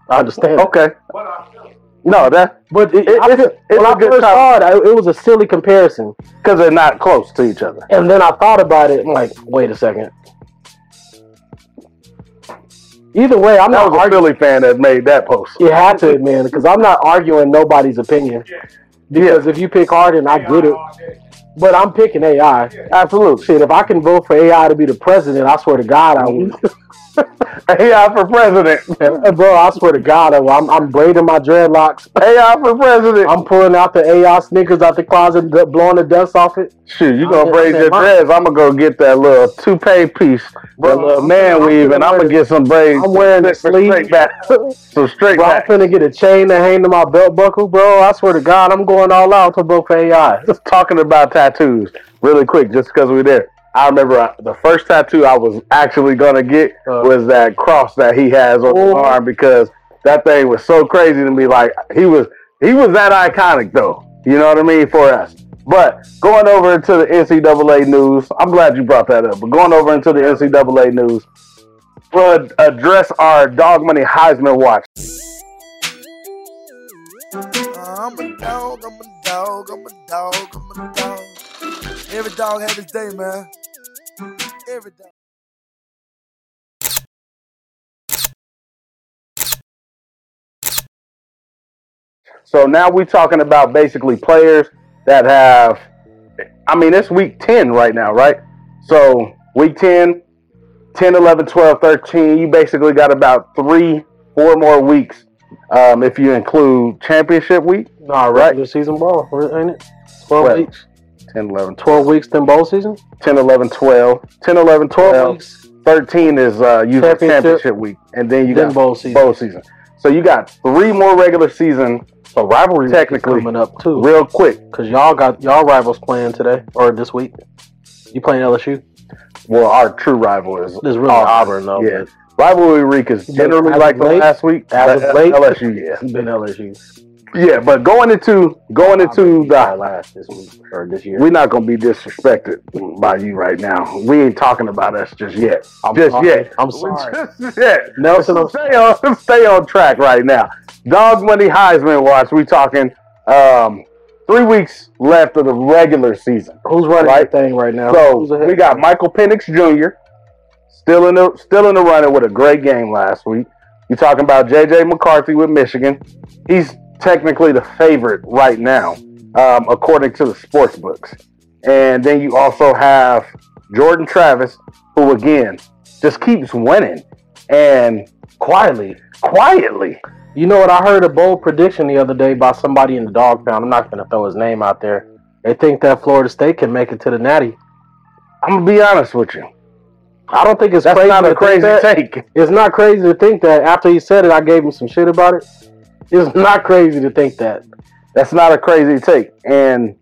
[SPEAKER 1] I understand.
[SPEAKER 2] Okay.
[SPEAKER 5] But I feel
[SPEAKER 2] No, that
[SPEAKER 1] But it,
[SPEAKER 2] It-
[SPEAKER 1] I
[SPEAKER 2] it's-
[SPEAKER 1] feel-
[SPEAKER 2] it's
[SPEAKER 1] when
[SPEAKER 2] a
[SPEAKER 1] I
[SPEAKER 2] good
[SPEAKER 1] first
[SPEAKER 2] comp-
[SPEAKER 1] saw it, I, it was a silly comparison.
[SPEAKER 2] because they're not close to each other.
[SPEAKER 1] And then I thought about it, and like, wait a second. Either way, I'm
[SPEAKER 2] That
[SPEAKER 1] not.
[SPEAKER 2] was a Philly fan that made that post. *laughs*
[SPEAKER 1] You had to, man, because I'm not arguing nobody's opinion. Because if you pick Harden, I get it. But I'm picking AI. Absolutely. Shit, if I can vote for AI to be the president, I swear to God I would.
[SPEAKER 2] AI
[SPEAKER 1] *laughs*
[SPEAKER 2] for president.
[SPEAKER 1] Bro, I swear to God I would. I'm, I'm braiding my dreadlocks. *laughs*
[SPEAKER 2] AI for president.
[SPEAKER 1] I'm pulling out the AI sneakers out the closet, d- blowing the dust off it.
[SPEAKER 2] Shoot, you gonna
[SPEAKER 1] I'm
[SPEAKER 2] braid
[SPEAKER 1] just-
[SPEAKER 2] your
[SPEAKER 1] I'm-
[SPEAKER 2] dreads? I'm gonna go get that little toupee piece, that
[SPEAKER 1] Bro,
[SPEAKER 2] little
[SPEAKER 1] I'm-
[SPEAKER 2] man
[SPEAKER 1] I'm
[SPEAKER 2] weave,
[SPEAKER 1] gonna
[SPEAKER 2] and I'm gonna
[SPEAKER 1] wear-
[SPEAKER 2] get some braids.
[SPEAKER 1] I'm wearing the
[SPEAKER 2] some straight
[SPEAKER 1] sleeves.
[SPEAKER 2] back, *laughs* some straight
[SPEAKER 1] *laughs* Bro, I'm
[SPEAKER 2] back.
[SPEAKER 1] finna get a chain to hang to my belt buckle, bro. I swear to God, I'm going all out to vote for
[SPEAKER 2] *laughs*
[SPEAKER 1] AI.
[SPEAKER 2] talking about tattoos really quick, just because we're there. I remember I, the first tattoo I was actually gonna get
[SPEAKER 1] Uh.
[SPEAKER 2] was that cross that he has on his
[SPEAKER 1] Oh.
[SPEAKER 2] arm because that thing was so crazy to me. Like he was, he was that iconic though. You know what I mean for us. But going over into the NCAA news, I'm glad you brought that up. But going over into the NCAA news, we'll address our Dog Money Heisman watch.
[SPEAKER 6] I'm a dog, I'm a dog, I'm a dog, I'm a dog. Every dog has his day, man. Every dog.
[SPEAKER 2] So now we're talking about basically players that have. I mean, it's week 10 right now, right? So week 10, 10, 11, 12, 13, you basically got about three, four more weeks um, if you include championship week.
[SPEAKER 1] nah, regular season ball, ain't it? 12
[SPEAKER 2] Well,
[SPEAKER 1] weeks.
[SPEAKER 2] 10, 11, 12,
[SPEAKER 1] 12 weeks, then bowl season?
[SPEAKER 2] 10, 11, 12, 10, 11,
[SPEAKER 1] 12
[SPEAKER 2] 12,
[SPEAKER 1] weeks,
[SPEAKER 2] 13 is uh, usually
[SPEAKER 1] Championship.
[SPEAKER 2] championship. week. And then you
[SPEAKER 1] then
[SPEAKER 2] got bowl
[SPEAKER 1] bowl season.
[SPEAKER 2] season. So you got three more regular season,
[SPEAKER 1] So rivalry
[SPEAKER 2] Technically.
[SPEAKER 1] technically coming up too,
[SPEAKER 2] real quick.
[SPEAKER 1] because y'all got y'all rivals playing today or this week. You playing LSU?
[SPEAKER 2] Well, our true rival is
[SPEAKER 1] This is really
[SPEAKER 2] our
[SPEAKER 1] Auburn though.
[SPEAKER 2] Yeah. Rivalry week is generally
[SPEAKER 1] as
[SPEAKER 2] like
[SPEAKER 1] of
[SPEAKER 2] the
[SPEAKER 1] late-
[SPEAKER 2] last week.
[SPEAKER 1] as of late-
[SPEAKER 2] LSU, yeah.
[SPEAKER 1] It's been LSU.
[SPEAKER 2] Yeah, but going into going into
[SPEAKER 1] Our
[SPEAKER 2] the
[SPEAKER 1] last this week or this year.
[SPEAKER 2] we're not gonna be disrespected by you right now. We ain't talking about us just yet.
[SPEAKER 1] I'm
[SPEAKER 2] just
[SPEAKER 1] sorry.
[SPEAKER 2] yet.
[SPEAKER 1] I'm sorry.
[SPEAKER 2] Just yet.
[SPEAKER 1] Nelson, I'm-
[SPEAKER 2] *laughs* stay on stay on track right now. Dog Money Heisman watch. We talking um, three weeks left of the regular season.
[SPEAKER 1] Who's running
[SPEAKER 2] Right.
[SPEAKER 1] the thing right now?
[SPEAKER 2] So
[SPEAKER 1] Who's ahead?
[SPEAKER 2] we got Michael Penix Jr., Still in the still in the running with a great game last week. You're talking about JJ McCarthy with Michigan. He's technically the favorite right now, um, according to the sports books. And then you also have Jordan Travis, who again just keeps winning and quietly, quietly.
[SPEAKER 1] You know what? I heard a bold prediction the other day by somebody in the dog pound. I'm not going to throw his name out there. They think that Florida State can make it to the Natty.
[SPEAKER 2] I'm gonna be honest with you.
[SPEAKER 1] I don't think it's
[SPEAKER 2] That's
[SPEAKER 1] crazy.
[SPEAKER 2] not
[SPEAKER 1] to
[SPEAKER 2] a
[SPEAKER 1] think
[SPEAKER 2] crazy
[SPEAKER 1] that.
[SPEAKER 2] take. *laughs*
[SPEAKER 1] It's not crazy to think that. After he said it, I gave him some shit about it. It's not crazy to think that.
[SPEAKER 2] That's not a crazy take. And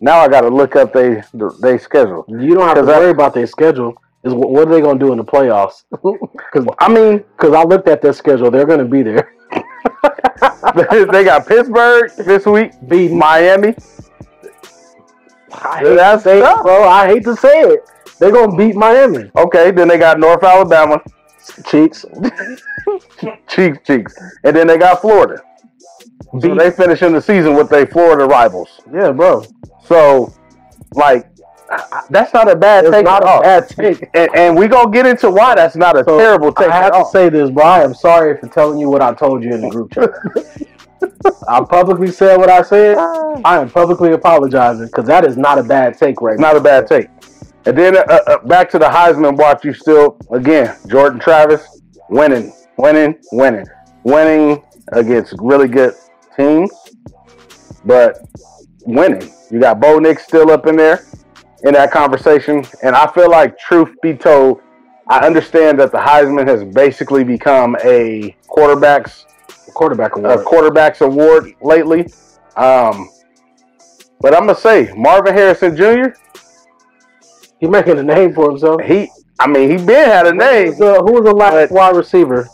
[SPEAKER 2] now I gotta look up they they schedule. *laughs*
[SPEAKER 1] You don't have to
[SPEAKER 2] 'Cause I-
[SPEAKER 1] worry about their schedule. Is what, what are they going to do in the playoffs? *laughs* Because
[SPEAKER 2] I mean,
[SPEAKER 1] I looked at their schedule, they're going to be there. *laughs*
[SPEAKER 2] they got Pittsburgh this week,
[SPEAKER 1] Beating
[SPEAKER 2] Miami.
[SPEAKER 1] I hate to
[SPEAKER 2] That's
[SPEAKER 1] say it,
[SPEAKER 2] tough.
[SPEAKER 1] bro. I hate to say it. They're gonna beat Miami.
[SPEAKER 2] Okay, then they got North Alabama,
[SPEAKER 1] Cheeks.
[SPEAKER 2] cheeks, cheeks, and then they got Florida. So
[SPEAKER 1] Beat-
[SPEAKER 2] they finishing the season with their Florida rivals.
[SPEAKER 1] Yeah, bro.
[SPEAKER 2] So, like, I- I- that's not a bad
[SPEAKER 1] It's
[SPEAKER 2] take.
[SPEAKER 1] not
[SPEAKER 2] at
[SPEAKER 1] a
[SPEAKER 2] all.
[SPEAKER 1] bad take.
[SPEAKER 2] And, and we gonna get into why that's not a
[SPEAKER 1] So,
[SPEAKER 2] terrible take.
[SPEAKER 1] I have
[SPEAKER 2] at
[SPEAKER 1] to
[SPEAKER 2] all.
[SPEAKER 1] say this, bro. I am sorry for telling you what I told you in the group *laughs* chat. I publicly said what I said. I am publicly apologizing because that is not a bad take right
[SPEAKER 2] not a bad take. And then uh, uh, back to the Heisman watch. You still again, Jordan Travis winning, winning, winning, winning against really good teams, but winning. You got Bo Nick still up in there in that conversation, and I feel like truth be told, I understand that the Heisman has basically become a quarterbacks
[SPEAKER 1] now. Quarterback
[SPEAKER 2] a
[SPEAKER 1] award.
[SPEAKER 2] quarterbacks award lately. Um, but I'm gonna say Marvin Harrison Jr.
[SPEAKER 1] He's making a name for himself.
[SPEAKER 2] He, I mean, he been had a
[SPEAKER 1] Who
[SPEAKER 2] name.
[SPEAKER 1] was, uh, who was the last
[SPEAKER 2] But-
[SPEAKER 1] wide receiver?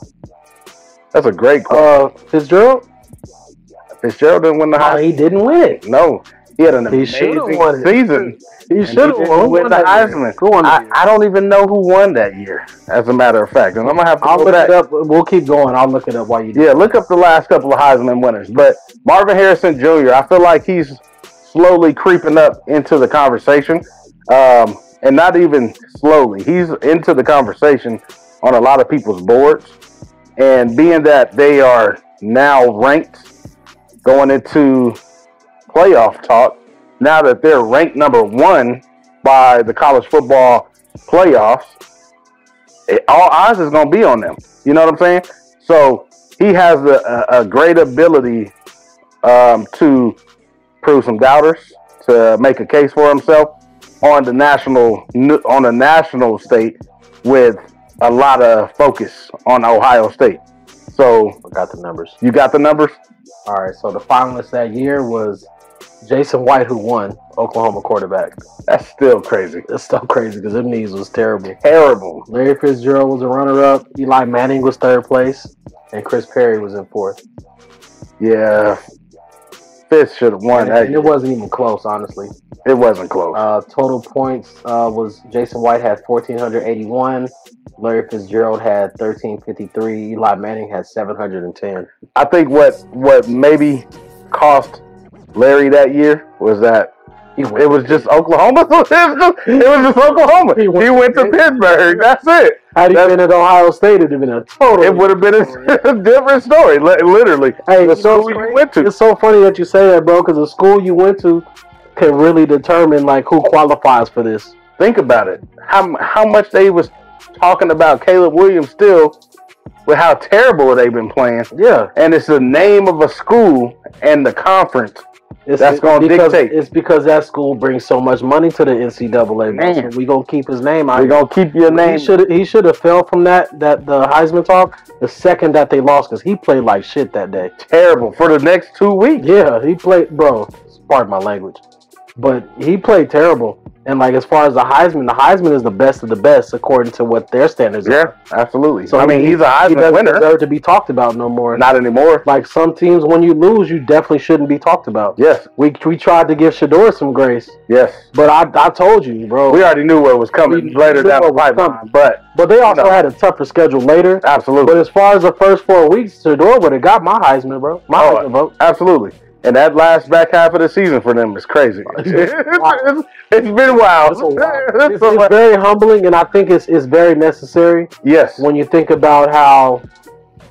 [SPEAKER 2] That's a great question.
[SPEAKER 1] Uh, Fitzgerald.
[SPEAKER 2] Fitzgerald didn't win the
[SPEAKER 1] Oh,
[SPEAKER 2] Heisman.
[SPEAKER 1] he didn't win it.
[SPEAKER 2] No, he had an
[SPEAKER 1] He
[SPEAKER 2] amazing
[SPEAKER 1] should've won it.
[SPEAKER 2] season.
[SPEAKER 1] He
[SPEAKER 2] and
[SPEAKER 1] should have
[SPEAKER 2] he didn't
[SPEAKER 1] won. Who
[SPEAKER 2] win
[SPEAKER 1] won
[SPEAKER 2] the
[SPEAKER 1] that year?
[SPEAKER 2] Heisman.
[SPEAKER 1] Who won that
[SPEAKER 2] I,
[SPEAKER 1] year?
[SPEAKER 2] I don't even know who won that year. As a matter of fact, and I'm gonna have to
[SPEAKER 1] I'll
[SPEAKER 2] go
[SPEAKER 1] look
[SPEAKER 2] back.
[SPEAKER 1] it up. We'll keep going. I'll look it up while you do.
[SPEAKER 2] Yeah, look up the last couple of Heisman winners. But Marvin Harrison Jr., I feel like he's slowly creeping up into the conversation. Um, and not even slowly, he's into the conversation on a lot of people's boards. And being that they are now ranked going into playoff talk, now that they're ranked number one by the college football playoffs, it, all eyes is going to be on them. You know what I'm saying? So he has a, a, a great ability um, to prove some doubters, to make a case for himself on the national on the national state with a lot of focus on Ohio State. So
[SPEAKER 1] Forgot the numbers.
[SPEAKER 2] you got the numbers.
[SPEAKER 1] All right, so the finalist that year was Jason White, who won Oklahoma quarterback.
[SPEAKER 2] That's still crazy.
[SPEAKER 1] It's so crazy because them knees was terrible.
[SPEAKER 2] Terrible.
[SPEAKER 1] Larry Fitzgerald was a runner-up. Eli Manning was third place, and Chris Perry was in fourth.
[SPEAKER 2] Yeah. Fitz should have won
[SPEAKER 1] And,
[SPEAKER 2] that.
[SPEAKER 1] and it
[SPEAKER 2] year.
[SPEAKER 1] wasn't even close, honestly.
[SPEAKER 2] It wasn't close.
[SPEAKER 1] Uh, total points uh, was Jason White had fourteen hundred eighty-one. Larry Fitzgerald had thirteen fifty-three. Eli Manning had seven hundred and ten.
[SPEAKER 2] I think what what maybe cost Larry that year was that
[SPEAKER 1] He
[SPEAKER 2] it was just Oklahoma. *laughs* it, was just, it was just Oklahoma.
[SPEAKER 1] He
[SPEAKER 2] He
[SPEAKER 1] went
[SPEAKER 2] went,
[SPEAKER 1] to
[SPEAKER 2] to Pittsburgh. That's it.
[SPEAKER 1] Had he
[SPEAKER 2] That's-
[SPEAKER 1] been at Ohio State, it'd have been a total.
[SPEAKER 2] It would have been a *laughs* different story, li- literally.
[SPEAKER 1] Hey,
[SPEAKER 2] the
[SPEAKER 1] it's so
[SPEAKER 2] school
[SPEAKER 1] crazy-
[SPEAKER 2] you went to.
[SPEAKER 1] It's so funny that you say that, bro, because the school you went to can really determine like who qualifies for this.
[SPEAKER 2] Think about it. How m- how much they was talking about Caleb Williams still, with how terrible they've been playing,
[SPEAKER 1] Yeah,
[SPEAKER 2] and it's the name of a school and the conference.
[SPEAKER 1] it's,
[SPEAKER 2] That's
[SPEAKER 1] it's
[SPEAKER 2] gonna
[SPEAKER 1] because-
[SPEAKER 2] dictate.
[SPEAKER 1] It's because that school brings so much money to the NCAA. bro,
[SPEAKER 2] Man.
[SPEAKER 1] so we gonna keep his name out.
[SPEAKER 2] We're
[SPEAKER 1] here.
[SPEAKER 2] gonna keep your name.
[SPEAKER 1] He should he should have fell from that that the Heisman talk the second that they lost because he played like shit that day.
[SPEAKER 2] terrible for the next two weeks.
[SPEAKER 1] Yeah, he played, bro. Pardon my language, but he played terrible. And like as far as the Heisman, the Heisman is the best of the best according to what their standards are.
[SPEAKER 2] Yeah, absolutely.
[SPEAKER 1] So
[SPEAKER 2] I mean,
[SPEAKER 1] he-
[SPEAKER 2] he's a
[SPEAKER 1] he
[SPEAKER 2] Heisman
[SPEAKER 1] doesn't
[SPEAKER 2] winner.
[SPEAKER 1] deserve to be talked about no more.
[SPEAKER 2] Not anymore.
[SPEAKER 1] like some teams, when you lose, you definitely shouldn't be talked about.
[SPEAKER 2] Yes,
[SPEAKER 1] We we tried to give Shador some grace,
[SPEAKER 2] yes.
[SPEAKER 1] but I I told you, bro.
[SPEAKER 2] We already knew what was coming
[SPEAKER 1] We
[SPEAKER 2] later
[SPEAKER 1] knew
[SPEAKER 2] down the
[SPEAKER 1] what was
[SPEAKER 2] pipeline,
[SPEAKER 1] coming.
[SPEAKER 2] but
[SPEAKER 1] but they also
[SPEAKER 2] No.
[SPEAKER 1] had a tougher schedule later.
[SPEAKER 2] absolutely,
[SPEAKER 1] But as far as the first four weeks, Shador would have got my Heisman, bro. My
[SPEAKER 2] Oh,
[SPEAKER 1] Heisman vote.
[SPEAKER 2] absolutely. And that last back half of the season for them is
[SPEAKER 1] *laughs*
[SPEAKER 2] crazy. it's, *laughs* it's- it's been wild.
[SPEAKER 1] It's a wild-
[SPEAKER 2] It's *laughs*
[SPEAKER 1] It's,
[SPEAKER 2] a
[SPEAKER 1] it's
[SPEAKER 2] wild-
[SPEAKER 1] very humbling, and I think it's it's very necessary
[SPEAKER 2] yes.
[SPEAKER 1] when you think about how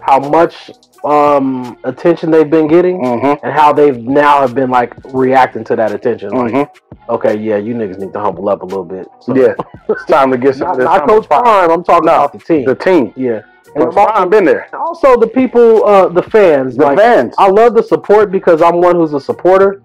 [SPEAKER 1] how much um, attention they've been getting
[SPEAKER 2] Mm-hmm.
[SPEAKER 1] and how they've now have been like reacting to that attention. Like,
[SPEAKER 2] Mm-hmm.
[SPEAKER 1] okay, yeah, you niggas need to humble up a little bit. So- *laughs*
[SPEAKER 2] Yeah. It's time to get some.
[SPEAKER 1] not,
[SPEAKER 2] it's
[SPEAKER 1] not
[SPEAKER 2] time
[SPEAKER 1] Coach
[SPEAKER 2] to pop.
[SPEAKER 1] Prime. I'm talking
[SPEAKER 2] No.
[SPEAKER 1] about the team.
[SPEAKER 2] The team.
[SPEAKER 1] yeah, and
[SPEAKER 2] Coach
[SPEAKER 1] I'm also,
[SPEAKER 2] Prime been there.
[SPEAKER 1] also the people, uh, the fans.
[SPEAKER 2] The
[SPEAKER 1] like,
[SPEAKER 2] fans.
[SPEAKER 1] I love the support because I'm one who's a supporter.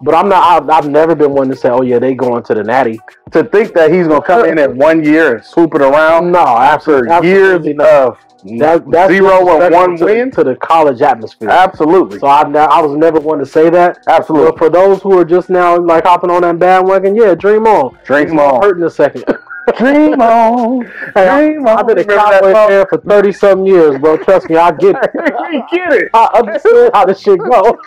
[SPEAKER 1] But I'm not. I've, I've never been one to say, "Oh yeah, they going to the Natty."
[SPEAKER 2] to think that he's gonna come
[SPEAKER 1] *laughs*
[SPEAKER 2] in at one year and swoop it around
[SPEAKER 1] No, after
[SPEAKER 2] after years of
[SPEAKER 1] That, that's
[SPEAKER 2] zero and
[SPEAKER 1] disrespectful
[SPEAKER 2] one
[SPEAKER 1] to,
[SPEAKER 2] win.
[SPEAKER 1] to the college atmosphere.
[SPEAKER 2] Absolutely,
[SPEAKER 1] so I, ne- I was never one to say that.
[SPEAKER 2] absolutely.
[SPEAKER 1] But for those who are just now like hopping on that bandwagon, yeah, dream on.
[SPEAKER 2] Dream
[SPEAKER 1] It's gonna
[SPEAKER 2] on.
[SPEAKER 1] Hurt in a second. *laughs*
[SPEAKER 2] Dream on,
[SPEAKER 1] Hey, I-
[SPEAKER 2] dream on.
[SPEAKER 1] I've been a
[SPEAKER 2] Remember that
[SPEAKER 1] Cowboy
[SPEAKER 2] song?
[SPEAKER 1] fan
[SPEAKER 2] *laughs*
[SPEAKER 1] for thirty something years, bro. Trust me, I get it.
[SPEAKER 2] you get it.
[SPEAKER 1] I understand how this shit go.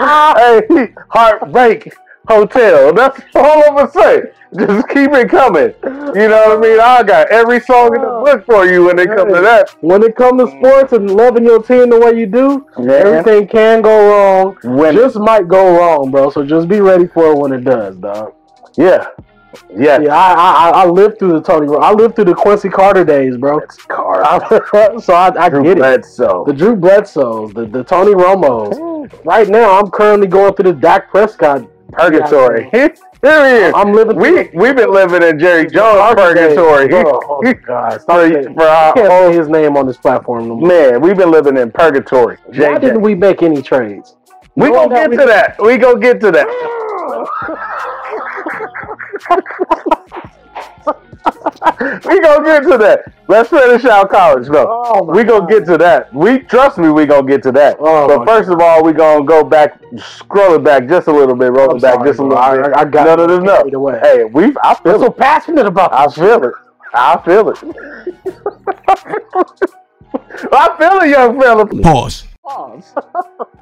[SPEAKER 1] Ah.
[SPEAKER 2] hey, heartbreak hotel. That's all I'm gonna say. Just keep it coming. You know what I mean? I got every song in the
[SPEAKER 1] Oh.
[SPEAKER 2] book for you when it comes to that.
[SPEAKER 1] When it comes to sports and loving your team the way you do, everything can go wrong.
[SPEAKER 2] When-
[SPEAKER 1] Just might go wrong, bro. So just be ready for it when it does, dog.
[SPEAKER 2] yeah, yeah.
[SPEAKER 1] Yeah, I I, I- I lived through the Tony. Ro- I lived through the Quincy Carter days, bro. *laughs* I- so I, I
[SPEAKER 2] Drew
[SPEAKER 1] get it.
[SPEAKER 2] Bledsoe.
[SPEAKER 1] The Drew Bledsoes, the, the Tony Romos. Right now, I'm currently going through the Dak Prescott.
[SPEAKER 2] purgatory. *laughs* Here he is.
[SPEAKER 1] I'm living.
[SPEAKER 2] We we've been living in Jerry Jones purgatory.
[SPEAKER 1] Bro, oh my God, stop
[SPEAKER 2] For-
[SPEAKER 1] saying-
[SPEAKER 2] for
[SPEAKER 1] I
[SPEAKER 2] our
[SPEAKER 1] can't
[SPEAKER 2] whole-
[SPEAKER 1] say uh, his name on this platform. No more.
[SPEAKER 2] *laughs* man, we've been living in purgatory.
[SPEAKER 1] Why
[SPEAKER 2] JJ.
[SPEAKER 1] didn't
[SPEAKER 2] We,
[SPEAKER 1] we make any trades? knowing
[SPEAKER 2] gonna
[SPEAKER 1] that
[SPEAKER 2] get
[SPEAKER 1] we-
[SPEAKER 2] to that. We gonna get to that. *laughs* We gonna get to that. Let's finish out college though.
[SPEAKER 1] Oh my
[SPEAKER 2] we gonna get to that. We trust me. We gonna get to that.
[SPEAKER 1] Oh my
[SPEAKER 2] but first of all, we gonna go back, scroll it back just a little bit, roll
[SPEAKER 1] I'm
[SPEAKER 2] it back
[SPEAKER 1] sorry,
[SPEAKER 2] just a
[SPEAKER 1] bro.
[SPEAKER 2] little
[SPEAKER 1] I-
[SPEAKER 2] bit.
[SPEAKER 1] I- I got
[SPEAKER 2] no, no, no,
[SPEAKER 1] carried
[SPEAKER 2] no.
[SPEAKER 1] away.
[SPEAKER 2] Hey, we. I feel it.
[SPEAKER 1] passionate about
[SPEAKER 2] I feel it. I feel it. *laughs* I feel it, young fella.
[SPEAKER 7] Pause.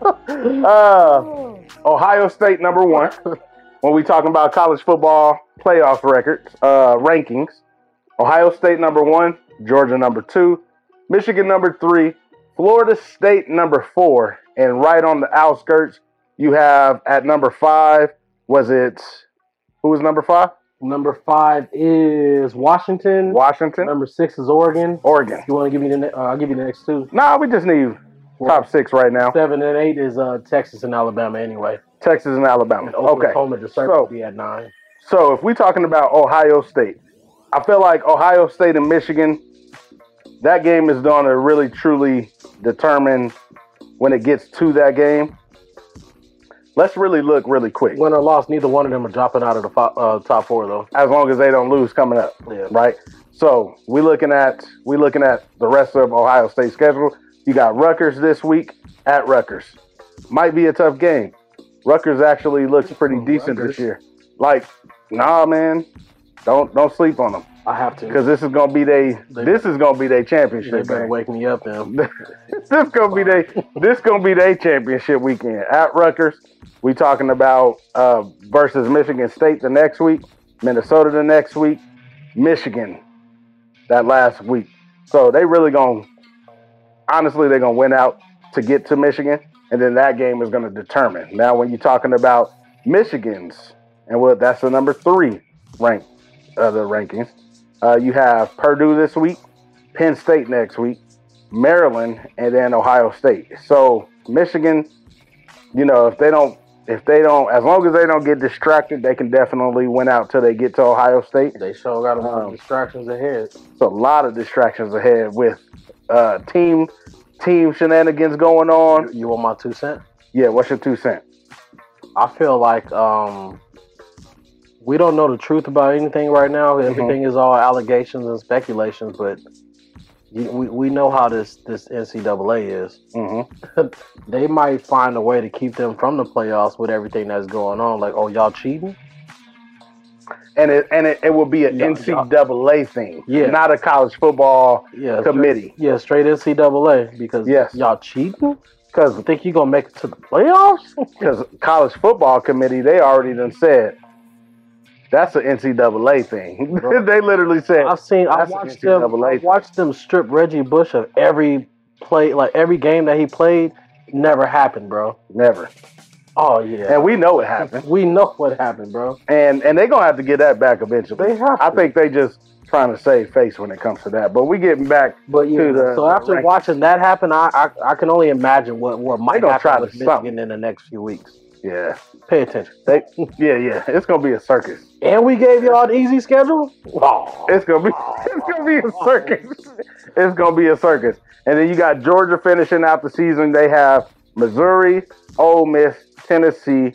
[SPEAKER 2] Uh, Ohio State number one. *laughs* When we talking about college football playoff records, uh, rankings, Ohio State number one, Georgia number two, Michigan number three, Florida State number four, and right on the outskirts, you have at number five. Was it who was number five?
[SPEAKER 1] *laughs* Number five is Washington.
[SPEAKER 2] Washington,
[SPEAKER 1] Number six is Oregon.
[SPEAKER 2] Oregon.
[SPEAKER 1] If you want to give me the, ne- uh, I'll give you the next two.
[SPEAKER 2] Nah, we just need top six right now.
[SPEAKER 1] Seven and eight is uh, Texas and Alabama anyway.
[SPEAKER 2] Texas and Alabama.
[SPEAKER 1] And
[SPEAKER 2] Okay.
[SPEAKER 1] Oklahoma deserves
[SPEAKER 2] So-
[SPEAKER 1] to be at nine.
[SPEAKER 2] So if we're talking about Ohio State, I feel like Ohio State and Michigan, that game is going to really truly determine when it gets to that game. Let's really look really quick.
[SPEAKER 1] Win or loss, neither one of them are dropping out of the fo- uh, top four though.
[SPEAKER 2] As long as they don't lose coming up,
[SPEAKER 1] Yeah.
[SPEAKER 2] right? So we looking at we looking at the rest of Ohio State's schedule. You got Rutgers this week at Rutgers. Might be a tough game. Rutgers actually looks pretty decent
[SPEAKER 1] Rutgers.
[SPEAKER 2] this year. Like, nah, man, don't don't sleep on them.
[SPEAKER 1] I have to.
[SPEAKER 2] Because this is gonna be they,
[SPEAKER 1] They-
[SPEAKER 2] this is gonna be their
[SPEAKER 1] they
[SPEAKER 2] championship.
[SPEAKER 1] better
[SPEAKER 2] game.
[SPEAKER 1] wake me up then.
[SPEAKER 2] this gonna
[SPEAKER 1] *laughs*
[SPEAKER 2] be they, this gonna be their championship weekend at Rutgers. We talking about uh, versus Michigan State the next week, Minnesota the next week, Michigan that last week. So they really gonna, honestly, they're gonna win out to get to Michigan, and then that game is gonna determine. Now, when you're talking about Michigan's, and well, that's the number three rank of the rankings. Uh, you have Purdue this week, Penn State next week, Maryland, and then Ohio State. So Michigan, you know, if they don't, if they don't, as long as they don't get distracted, they can definitely win out till they get to Ohio State.
[SPEAKER 1] They sure got a lot
[SPEAKER 2] Um,
[SPEAKER 1] of distractions ahead.
[SPEAKER 2] It's a lot of distractions ahead with uh, team team shenanigans going
[SPEAKER 1] You-
[SPEAKER 2] on.
[SPEAKER 1] You want my two cent?
[SPEAKER 2] Yeah, what's your two cent?
[SPEAKER 1] I feel like um, we don't know the truth about anything right now.
[SPEAKER 2] Mm-hmm.
[SPEAKER 1] Everything is all allegations and speculations, but you, we, we know how this, this NCAA is.
[SPEAKER 2] Mm-hmm.
[SPEAKER 1] They might find a way to keep them from the playoffs with everything that's going on. Like, oh, y'all cheating?
[SPEAKER 2] And it and it, it will be an
[SPEAKER 1] Yeah, yeah.
[SPEAKER 2] NCAA thing,
[SPEAKER 1] Yeah.
[SPEAKER 2] not a college football
[SPEAKER 1] Yeah,
[SPEAKER 2] committee.
[SPEAKER 1] straight, yeah, straight NCAA because
[SPEAKER 2] Yes.
[SPEAKER 1] y'all cheating.
[SPEAKER 2] Because
[SPEAKER 1] Think you gonna make it to the playoffs?
[SPEAKER 2] because college football committee they already done said that's an NCAA thing. *laughs*
[SPEAKER 1] Right.
[SPEAKER 2] they literally said
[SPEAKER 1] I've seen. I
[SPEAKER 2] That's
[SPEAKER 1] watched
[SPEAKER 2] an
[SPEAKER 1] them.
[SPEAKER 2] NCAA
[SPEAKER 1] I watched them strip Reggie Bush of every play, like every game that he played. never happened, bro.
[SPEAKER 2] Never.
[SPEAKER 1] Oh yeah,
[SPEAKER 2] And we know it happened.
[SPEAKER 1] we know what happened, bro.
[SPEAKER 2] And and they're gonna have to get that back eventually.
[SPEAKER 1] They have
[SPEAKER 2] I
[SPEAKER 1] to.
[SPEAKER 2] think they just trying to save face when it comes to that. But we getting back
[SPEAKER 1] But yeah,
[SPEAKER 2] to the
[SPEAKER 1] so after
[SPEAKER 2] rank-
[SPEAKER 1] watching that happen, I, I I can only imagine what what might
[SPEAKER 2] gonna
[SPEAKER 1] happen
[SPEAKER 2] try to
[SPEAKER 1] with
[SPEAKER 2] stop.
[SPEAKER 1] Michigan in the next few weeks.
[SPEAKER 2] Yeah.
[SPEAKER 1] Pay attention.
[SPEAKER 2] They yeah, yeah. It's gonna be a circus.
[SPEAKER 1] *laughs* And we gave y'all an easy schedule.
[SPEAKER 2] It's gonna be *laughs* it's gonna be a circus. *laughs* It's gonna be a circus. And then you got Georgia finishing out the season. They have Missouri, Ole Miss, Tennessee,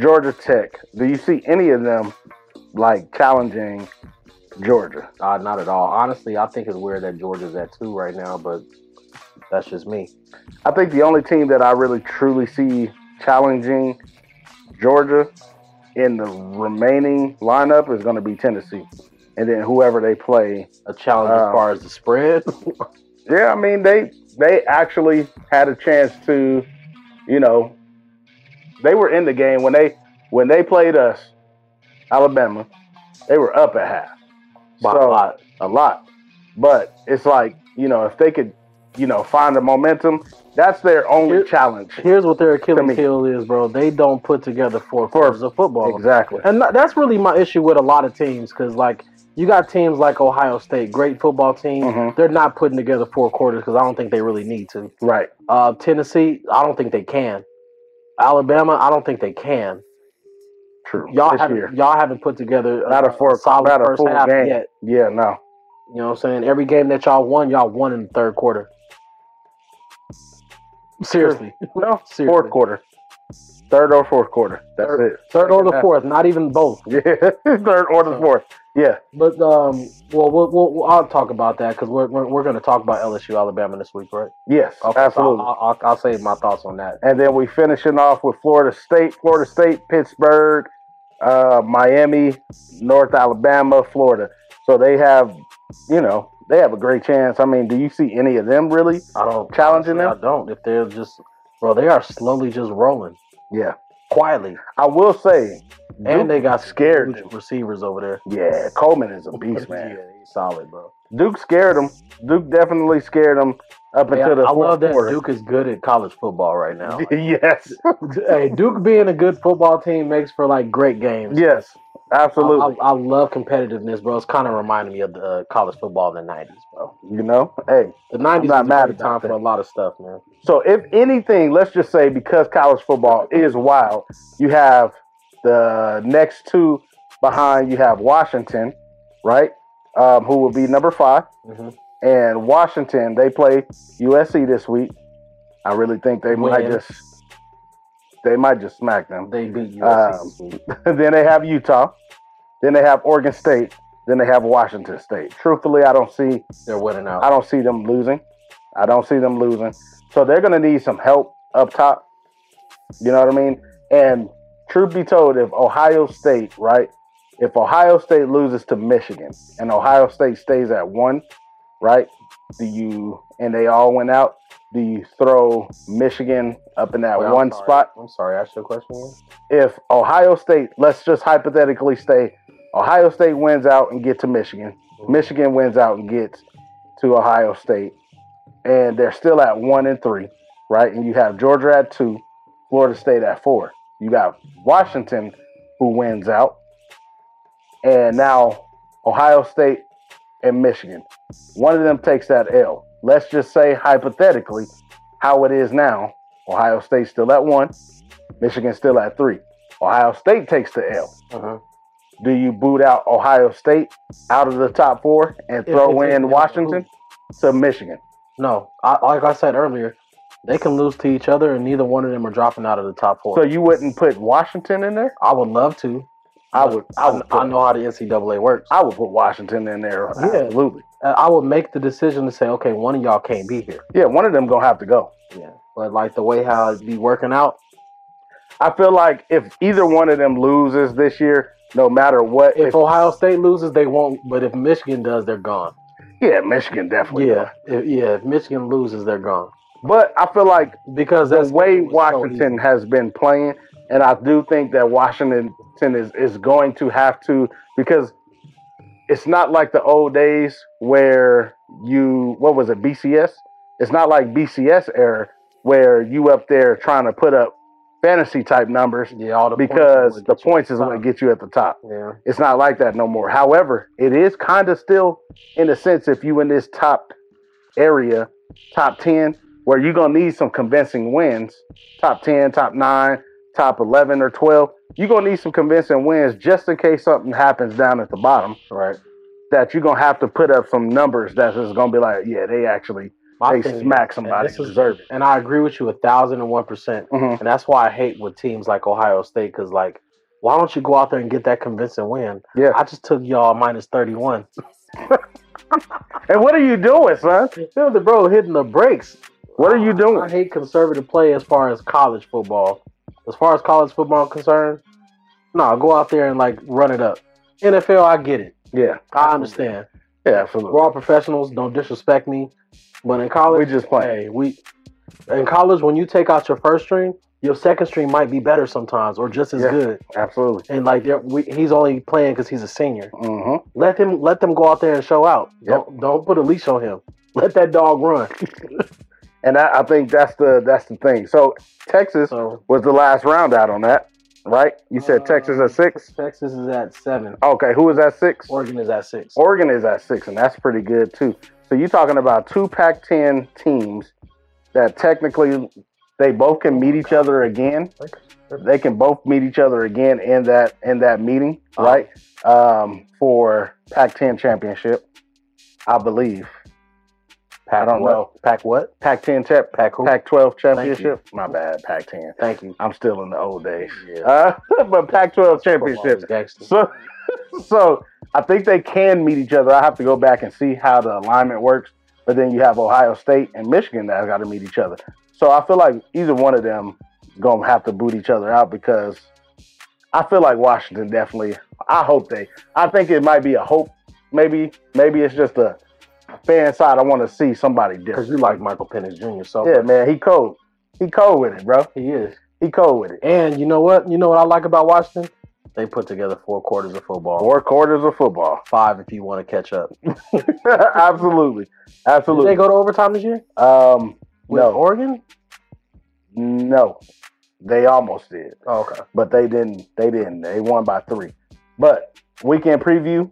[SPEAKER 2] Georgia Tech. Do you see any of them like challenging Georgia?
[SPEAKER 1] Uh, not at all. Honestly, I think it's weird that Georgia's at two right now, but that's just me.
[SPEAKER 2] I think the only team that I really truly see challenging Georgia in the remaining lineup is gonna be Tennessee. And then whoever they play
[SPEAKER 1] A challenge as
[SPEAKER 2] Wow.
[SPEAKER 1] far as the spread.
[SPEAKER 2] Yeah, I mean they they actually had a chance to, you know, they were in the game when they when they played us, Alabama, they were up at half.
[SPEAKER 1] By
[SPEAKER 2] So,
[SPEAKER 1] a lot.
[SPEAKER 2] a lot. But it's like, you know, if they could, you know, find the momentum, that's their only
[SPEAKER 1] Here-
[SPEAKER 2] challenge.
[SPEAKER 1] *laughs* Here's what their
[SPEAKER 2] me.
[SPEAKER 1] Achilles heel is, bro. They don't put together four quarters of football.
[SPEAKER 2] Exactly.
[SPEAKER 1] And tha- that's really my issue with a lot of teams because, like, you got teams like Ohio State, great football team.
[SPEAKER 2] Mhm.
[SPEAKER 1] They're not putting together four quarters because I don't think they really need to.
[SPEAKER 2] Right.
[SPEAKER 1] Uh, Tennessee, I don't think they can. Alabama, I don't think they can.
[SPEAKER 2] True.
[SPEAKER 1] Y'all
[SPEAKER 2] this
[SPEAKER 1] haven't
[SPEAKER 2] year.
[SPEAKER 1] y'all haven't put together
[SPEAKER 2] Not a four
[SPEAKER 1] solid
[SPEAKER 2] not a
[SPEAKER 1] first
[SPEAKER 2] full
[SPEAKER 1] half
[SPEAKER 2] game.
[SPEAKER 1] yet.
[SPEAKER 2] Yeah, no.
[SPEAKER 1] You know what I'm saying? Every game that y'all won, y'all won in the third quarter. Seriously,
[SPEAKER 2] No.
[SPEAKER 1] Seriously.
[SPEAKER 2] Fourth quarter. Third or fourth quarter. That's
[SPEAKER 1] Third-
[SPEAKER 2] it. *laughs*
[SPEAKER 1] third or the
[SPEAKER 2] half.
[SPEAKER 1] fourth, not even both.
[SPEAKER 2] Yeah. Third or the fourth. Yeah.
[SPEAKER 1] But um, well, we'll, we'll I'll talk about that because we're, we're we're going to talk about LSU Alabama this week, right?
[SPEAKER 2] Yes,
[SPEAKER 1] Okay, so
[SPEAKER 2] absolutely.
[SPEAKER 1] I'll, I'll, I'll save my thoughts on that.
[SPEAKER 2] and then we finishing off with Florida State, Florida State, Pittsburgh, uh, Miami, North Alabama, Florida. So they have, you know, they have a great chance. I mean, do you see any of them really uh,
[SPEAKER 1] I don't
[SPEAKER 2] challenging
[SPEAKER 1] I
[SPEAKER 2] them?
[SPEAKER 1] don't. If they're just bro, they are slowly just rolling
[SPEAKER 2] Yeah,
[SPEAKER 1] quietly,
[SPEAKER 2] I will say, Duke-
[SPEAKER 1] and they got
[SPEAKER 2] scared
[SPEAKER 1] huge receivers over there.
[SPEAKER 2] yeah, Coleman is a beast,
[SPEAKER 1] Yeah,
[SPEAKER 2] man.
[SPEAKER 1] he's solid, bro.
[SPEAKER 2] Duke scared them. Duke definitely scared them up
[SPEAKER 1] Hey, I,
[SPEAKER 2] until the
[SPEAKER 1] I
[SPEAKER 2] fourth
[SPEAKER 1] love that
[SPEAKER 2] quarter.
[SPEAKER 1] Duke is good at college football right now.
[SPEAKER 2] *laughs* yes,
[SPEAKER 1] hey, Duke being a good football team makes for like great games.
[SPEAKER 2] yes,
[SPEAKER 1] I,
[SPEAKER 2] absolutely.
[SPEAKER 1] I, I love competitiveness, bro. It's kind of reminding me of the uh, college football in the '90s, bro.
[SPEAKER 2] you know, hey,
[SPEAKER 1] The '90s
[SPEAKER 2] not
[SPEAKER 1] was a
[SPEAKER 2] mad
[SPEAKER 1] great
[SPEAKER 2] about
[SPEAKER 1] time
[SPEAKER 2] that.
[SPEAKER 1] for a lot of stuff, man.
[SPEAKER 2] So, if anything, let's just say because college football is wild, you have the next two behind. You have Washington, right? Um, who will be number five,
[SPEAKER 1] Mhm.
[SPEAKER 2] and Washington they play USC this week. I really think they might
[SPEAKER 1] Win.
[SPEAKER 2] just they might just smack them.
[SPEAKER 1] They beat you.
[SPEAKER 2] Um, *laughs* then they have Utah, then they have Oregon State, then they have Washington State. Truthfully, I don't see
[SPEAKER 1] They're winning out.
[SPEAKER 2] I don't see them losing. I don't see them losing. So they're going to need some help up top. You know what I mean? And truth be told, if Ohio State, right? If Ohio State loses to Michigan and Ohio State stays at one, right? Do you and they all went out? Do you throw Michigan up in that
[SPEAKER 1] Wait, I'm
[SPEAKER 2] one
[SPEAKER 1] sorry.
[SPEAKER 2] spot?
[SPEAKER 1] I'm sorry. Ask your question again.
[SPEAKER 2] If Ohio State, let's just hypothetically say Ohio State wins out and get to Michigan. Michigan wins out and gets to Ohio State, and they're still at one and three, right? And you have Georgia at two, Florida State at four. You got Washington who wins out, and now Ohio State and Michigan. One of them takes that L. Let's just say hypothetically how it is now. Ohio State's still at one, Michigan's still at three. Ohio State takes the L.
[SPEAKER 1] Uh-huh.
[SPEAKER 2] Do you boot out Ohio State out of the top four and
[SPEAKER 1] If-
[SPEAKER 2] throw
[SPEAKER 1] if- if-
[SPEAKER 2] in
[SPEAKER 1] if-
[SPEAKER 2] Washington to Michigan?
[SPEAKER 1] No, I, like I said earlier, they can lose to each other, and neither one of them are dropping out of the top four.
[SPEAKER 2] So you wouldn't put Washington in there?
[SPEAKER 1] I would love to.
[SPEAKER 2] I
[SPEAKER 1] but
[SPEAKER 2] would. I would.
[SPEAKER 1] I,
[SPEAKER 2] Put, I,
[SPEAKER 1] know how the NCAA works. I,
[SPEAKER 2] would put Washington in there.
[SPEAKER 1] Yeah.
[SPEAKER 2] Absolutely.
[SPEAKER 1] I would make the decision to say, okay, one of y'all can't be here.
[SPEAKER 2] Yeah, one of them gonna have to go.
[SPEAKER 1] Yeah, but like the way how it be working out,
[SPEAKER 2] I feel like if either one of them loses this year, no matter what,
[SPEAKER 1] if
[SPEAKER 2] if,
[SPEAKER 1] Ohio State loses, they won't. But if Michigan does, they're gone.
[SPEAKER 2] yeah, Michigan definitely.
[SPEAKER 1] Yeah, if, yeah. If Michigan loses, they're gone
[SPEAKER 2] But I feel like
[SPEAKER 1] because
[SPEAKER 2] the
[SPEAKER 1] that's
[SPEAKER 2] way
[SPEAKER 1] it was so
[SPEAKER 2] Washington
[SPEAKER 1] easy.
[SPEAKER 2] has been playing, and I do think that Washington is is going to have to because it's not like the old days where you what was it BCS? It's not like BCS era where you up there trying to put up fantasy type numbers
[SPEAKER 1] Yeah, all the points
[SPEAKER 2] because
[SPEAKER 1] would
[SPEAKER 2] the
[SPEAKER 1] get you
[SPEAKER 2] points
[SPEAKER 1] at
[SPEAKER 2] is
[SPEAKER 1] the
[SPEAKER 2] what
[SPEAKER 1] top.
[SPEAKER 2] get you at the top.
[SPEAKER 1] Yeah.
[SPEAKER 2] It's not like that no more. However, it is kind of still in a sense if you in this top area, top 10, where you're going to need some convincing wins, top 10, top 9, top 11 or 12, you're going to need some convincing wins just in case something happens down at the bottom
[SPEAKER 1] Right.
[SPEAKER 2] that you're going to have to put up some numbers that's just going to be like, yeah, they actually
[SPEAKER 1] My
[SPEAKER 2] they
[SPEAKER 1] thing is-
[SPEAKER 2] smack
[SPEAKER 1] and
[SPEAKER 2] somebody
[SPEAKER 1] this
[SPEAKER 2] and
[SPEAKER 1] is-
[SPEAKER 2] deserve it.
[SPEAKER 1] and I agree with you a thousand and one percent.
[SPEAKER 2] Mhm.
[SPEAKER 1] And that's why I hate with teams like Ohio State because, like, why don't you go out there and get that convincing win?
[SPEAKER 2] Yeah.
[SPEAKER 1] I just took y'all minus thirty one.
[SPEAKER 2] And what are you doing, son?
[SPEAKER 1] Feel the bro hitting the brakes.
[SPEAKER 2] What are you
[SPEAKER 1] I
[SPEAKER 2] doing?
[SPEAKER 1] hate conservative play as far as college football. As far as college football concerned, no, go out there and like run it up. NFL, I get it.
[SPEAKER 2] Yeah.
[SPEAKER 1] I understand.
[SPEAKER 2] Yeah, absolutely.
[SPEAKER 1] We're all professionals. Don't disrespect me. But in
[SPEAKER 2] We
[SPEAKER 1] college,
[SPEAKER 2] just playing.
[SPEAKER 1] hey, we in college when you take out your first string, your second string might be better sometimes or just as
[SPEAKER 2] Yeah.
[SPEAKER 1] good.
[SPEAKER 2] Absolutely.
[SPEAKER 1] And like there- we, he's only playing because he's a senior.
[SPEAKER 2] hmm
[SPEAKER 1] Let him let them go out there and show out.
[SPEAKER 2] Yep.
[SPEAKER 1] Don't don't put a leash on him. *laughs* Let that dog
[SPEAKER 2] *laughs*
[SPEAKER 1] run.
[SPEAKER 2] And I, I think that's the that's the thing. So Texas
[SPEAKER 1] So
[SPEAKER 2] was the last round out on that, right? You said
[SPEAKER 1] Uh,
[SPEAKER 2] Texas at six.
[SPEAKER 1] Texas is at seven.
[SPEAKER 2] Okay, who is at six?
[SPEAKER 1] Oregon is at six.
[SPEAKER 2] Oregon is at six, and that's pretty good too. So you're talking about two Pac-10 teams that technically they both can meet each other again. They can both meet each other again in that in that meeting,
[SPEAKER 1] Uh-huh.
[SPEAKER 2] right? Um, for Pac-10 championship, I believe.
[SPEAKER 1] Pack
[SPEAKER 2] I don't
[SPEAKER 1] what?
[SPEAKER 2] know.
[SPEAKER 1] Pack what?
[SPEAKER 2] Pac-10 chap,
[SPEAKER 1] Pack who?
[SPEAKER 2] Pac-12
[SPEAKER 1] you.
[SPEAKER 2] championship. My bad, Pac-10.
[SPEAKER 1] Thank you.
[SPEAKER 2] I'm still in the old days.
[SPEAKER 1] Yeah.
[SPEAKER 2] Uh, *laughs* but Pac-12
[SPEAKER 1] Football
[SPEAKER 2] championship.
[SPEAKER 1] is gangster.
[SPEAKER 2] So, *laughs* so I think they can meet each other. I have to go back and see how the alignment works. But then you have Ohio State and Michigan that got to meet each other. So I feel like either one of them gonna have to boot each other out because I feel like Washington definitely. I hope they. I think it might be a hope. Maybe maybe it's just a fan side. I want to see somebody
[SPEAKER 1] Because
[SPEAKER 2] different.
[SPEAKER 1] you like Michael Penix Jr. So
[SPEAKER 2] Yeah, man, he cold. He cold with it, bro.
[SPEAKER 1] he is.
[SPEAKER 2] He cold with it.
[SPEAKER 1] And you know what? You know what I like about Washington? They put together four quarters of football.
[SPEAKER 2] Four quarters of football.
[SPEAKER 1] Five if you want to catch up.
[SPEAKER 2] *laughs* absolutely,
[SPEAKER 1] Did they
[SPEAKER 2] absolutely.
[SPEAKER 1] go to overtime this year?
[SPEAKER 2] Um,
[SPEAKER 1] With
[SPEAKER 2] no,
[SPEAKER 1] Oregon?
[SPEAKER 2] no, they almost did,
[SPEAKER 1] Oh, okay.
[SPEAKER 2] but they didn't. They didn't. They won by three. But weekend preview,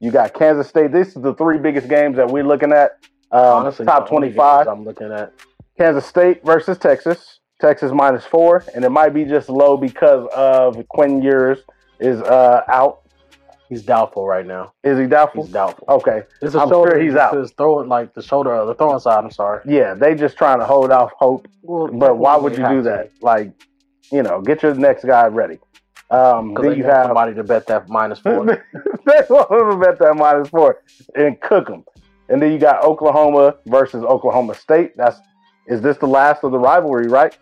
[SPEAKER 2] you got Kansas State. This is the three biggest games that we're looking at. Um, top
[SPEAKER 1] the only
[SPEAKER 2] twenty-five.
[SPEAKER 1] games I'm looking at.
[SPEAKER 2] Kansas State versus Texas. Texas minus four, and it might be just low because of Quinn Years is uh, out.
[SPEAKER 1] He's doubtful right now.
[SPEAKER 2] Is he doubtful?
[SPEAKER 1] He's doubtful.
[SPEAKER 2] okay.
[SPEAKER 1] It's a
[SPEAKER 2] I'm
[SPEAKER 1] shoulder.
[SPEAKER 2] sure he's
[SPEAKER 1] it's
[SPEAKER 2] out.
[SPEAKER 1] His throwing like the shoulder, uh, the throwing side. I'm sorry.
[SPEAKER 2] Yeah, they just trying to hold off hope
[SPEAKER 1] Well,
[SPEAKER 2] But why would you do that? Like, you know, get your next guy ready. Um,
[SPEAKER 1] Because
[SPEAKER 2] then
[SPEAKER 1] you
[SPEAKER 2] you have
[SPEAKER 1] somebody to bet that minus
[SPEAKER 2] *laughs*
[SPEAKER 1] *laughs*
[SPEAKER 2] they
[SPEAKER 1] four.
[SPEAKER 2] want to bet that minus four and cook them. And then you got Oklahoma versus Oklahoma State. That's is this the last of the rivalry, right?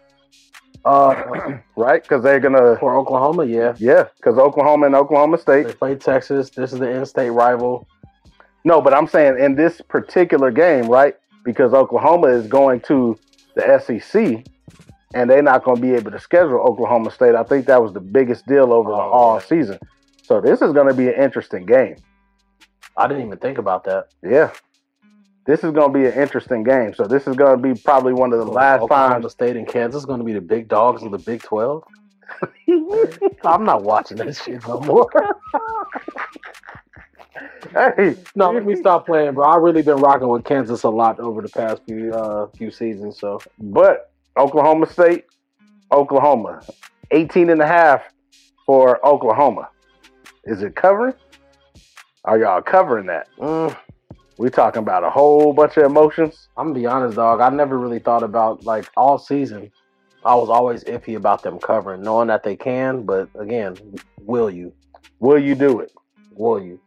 [SPEAKER 1] uh,
[SPEAKER 2] Right, because they're gonna
[SPEAKER 1] for Oklahoma, yeah.
[SPEAKER 2] yeah, because Oklahoma and Oklahoma State.
[SPEAKER 1] They play Texas. This is the in-state rival.
[SPEAKER 2] No, but I'm saying in this particular game, right? Because Oklahoma is going to the SEC, and they're not going to be able to schedule Oklahoma State. I think that was the biggest deal over the
[SPEAKER 1] Oh,
[SPEAKER 2] all
[SPEAKER 1] yeah.
[SPEAKER 2] season. So this is going to be an interesting game.
[SPEAKER 1] I didn't even think about that.
[SPEAKER 2] Yeah, this is going to be an interesting game. So this is going to be probably one of the last
[SPEAKER 1] Oklahoma
[SPEAKER 2] times.
[SPEAKER 1] State and Kansas going to be the big dogs of the Big Twelve. *laughs* I'm not watching that shit no more.
[SPEAKER 2] *laughs* Hey,
[SPEAKER 1] *laughs* no, let me stop playing, bro. I really been rocking with Kansas a lot over the past few uh, few seasons. So
[SPEAKER 2] but Oklahoma State, Oklahoma, 18 and a half for Oklahoma. Is it covering? Are y'all covering that?
[SPEAKER 1] mm,
[SPEAKER 2] We talking about a whole bunch of emotions.
[SPEAKER 1] I'm gonna be honest, dog. I never really thought about like all season. I was always iffy about them covering, knowing that they can, but again, will you?
[SPEAKER 2] Will you do it?
[SPEAKER 1] Will you?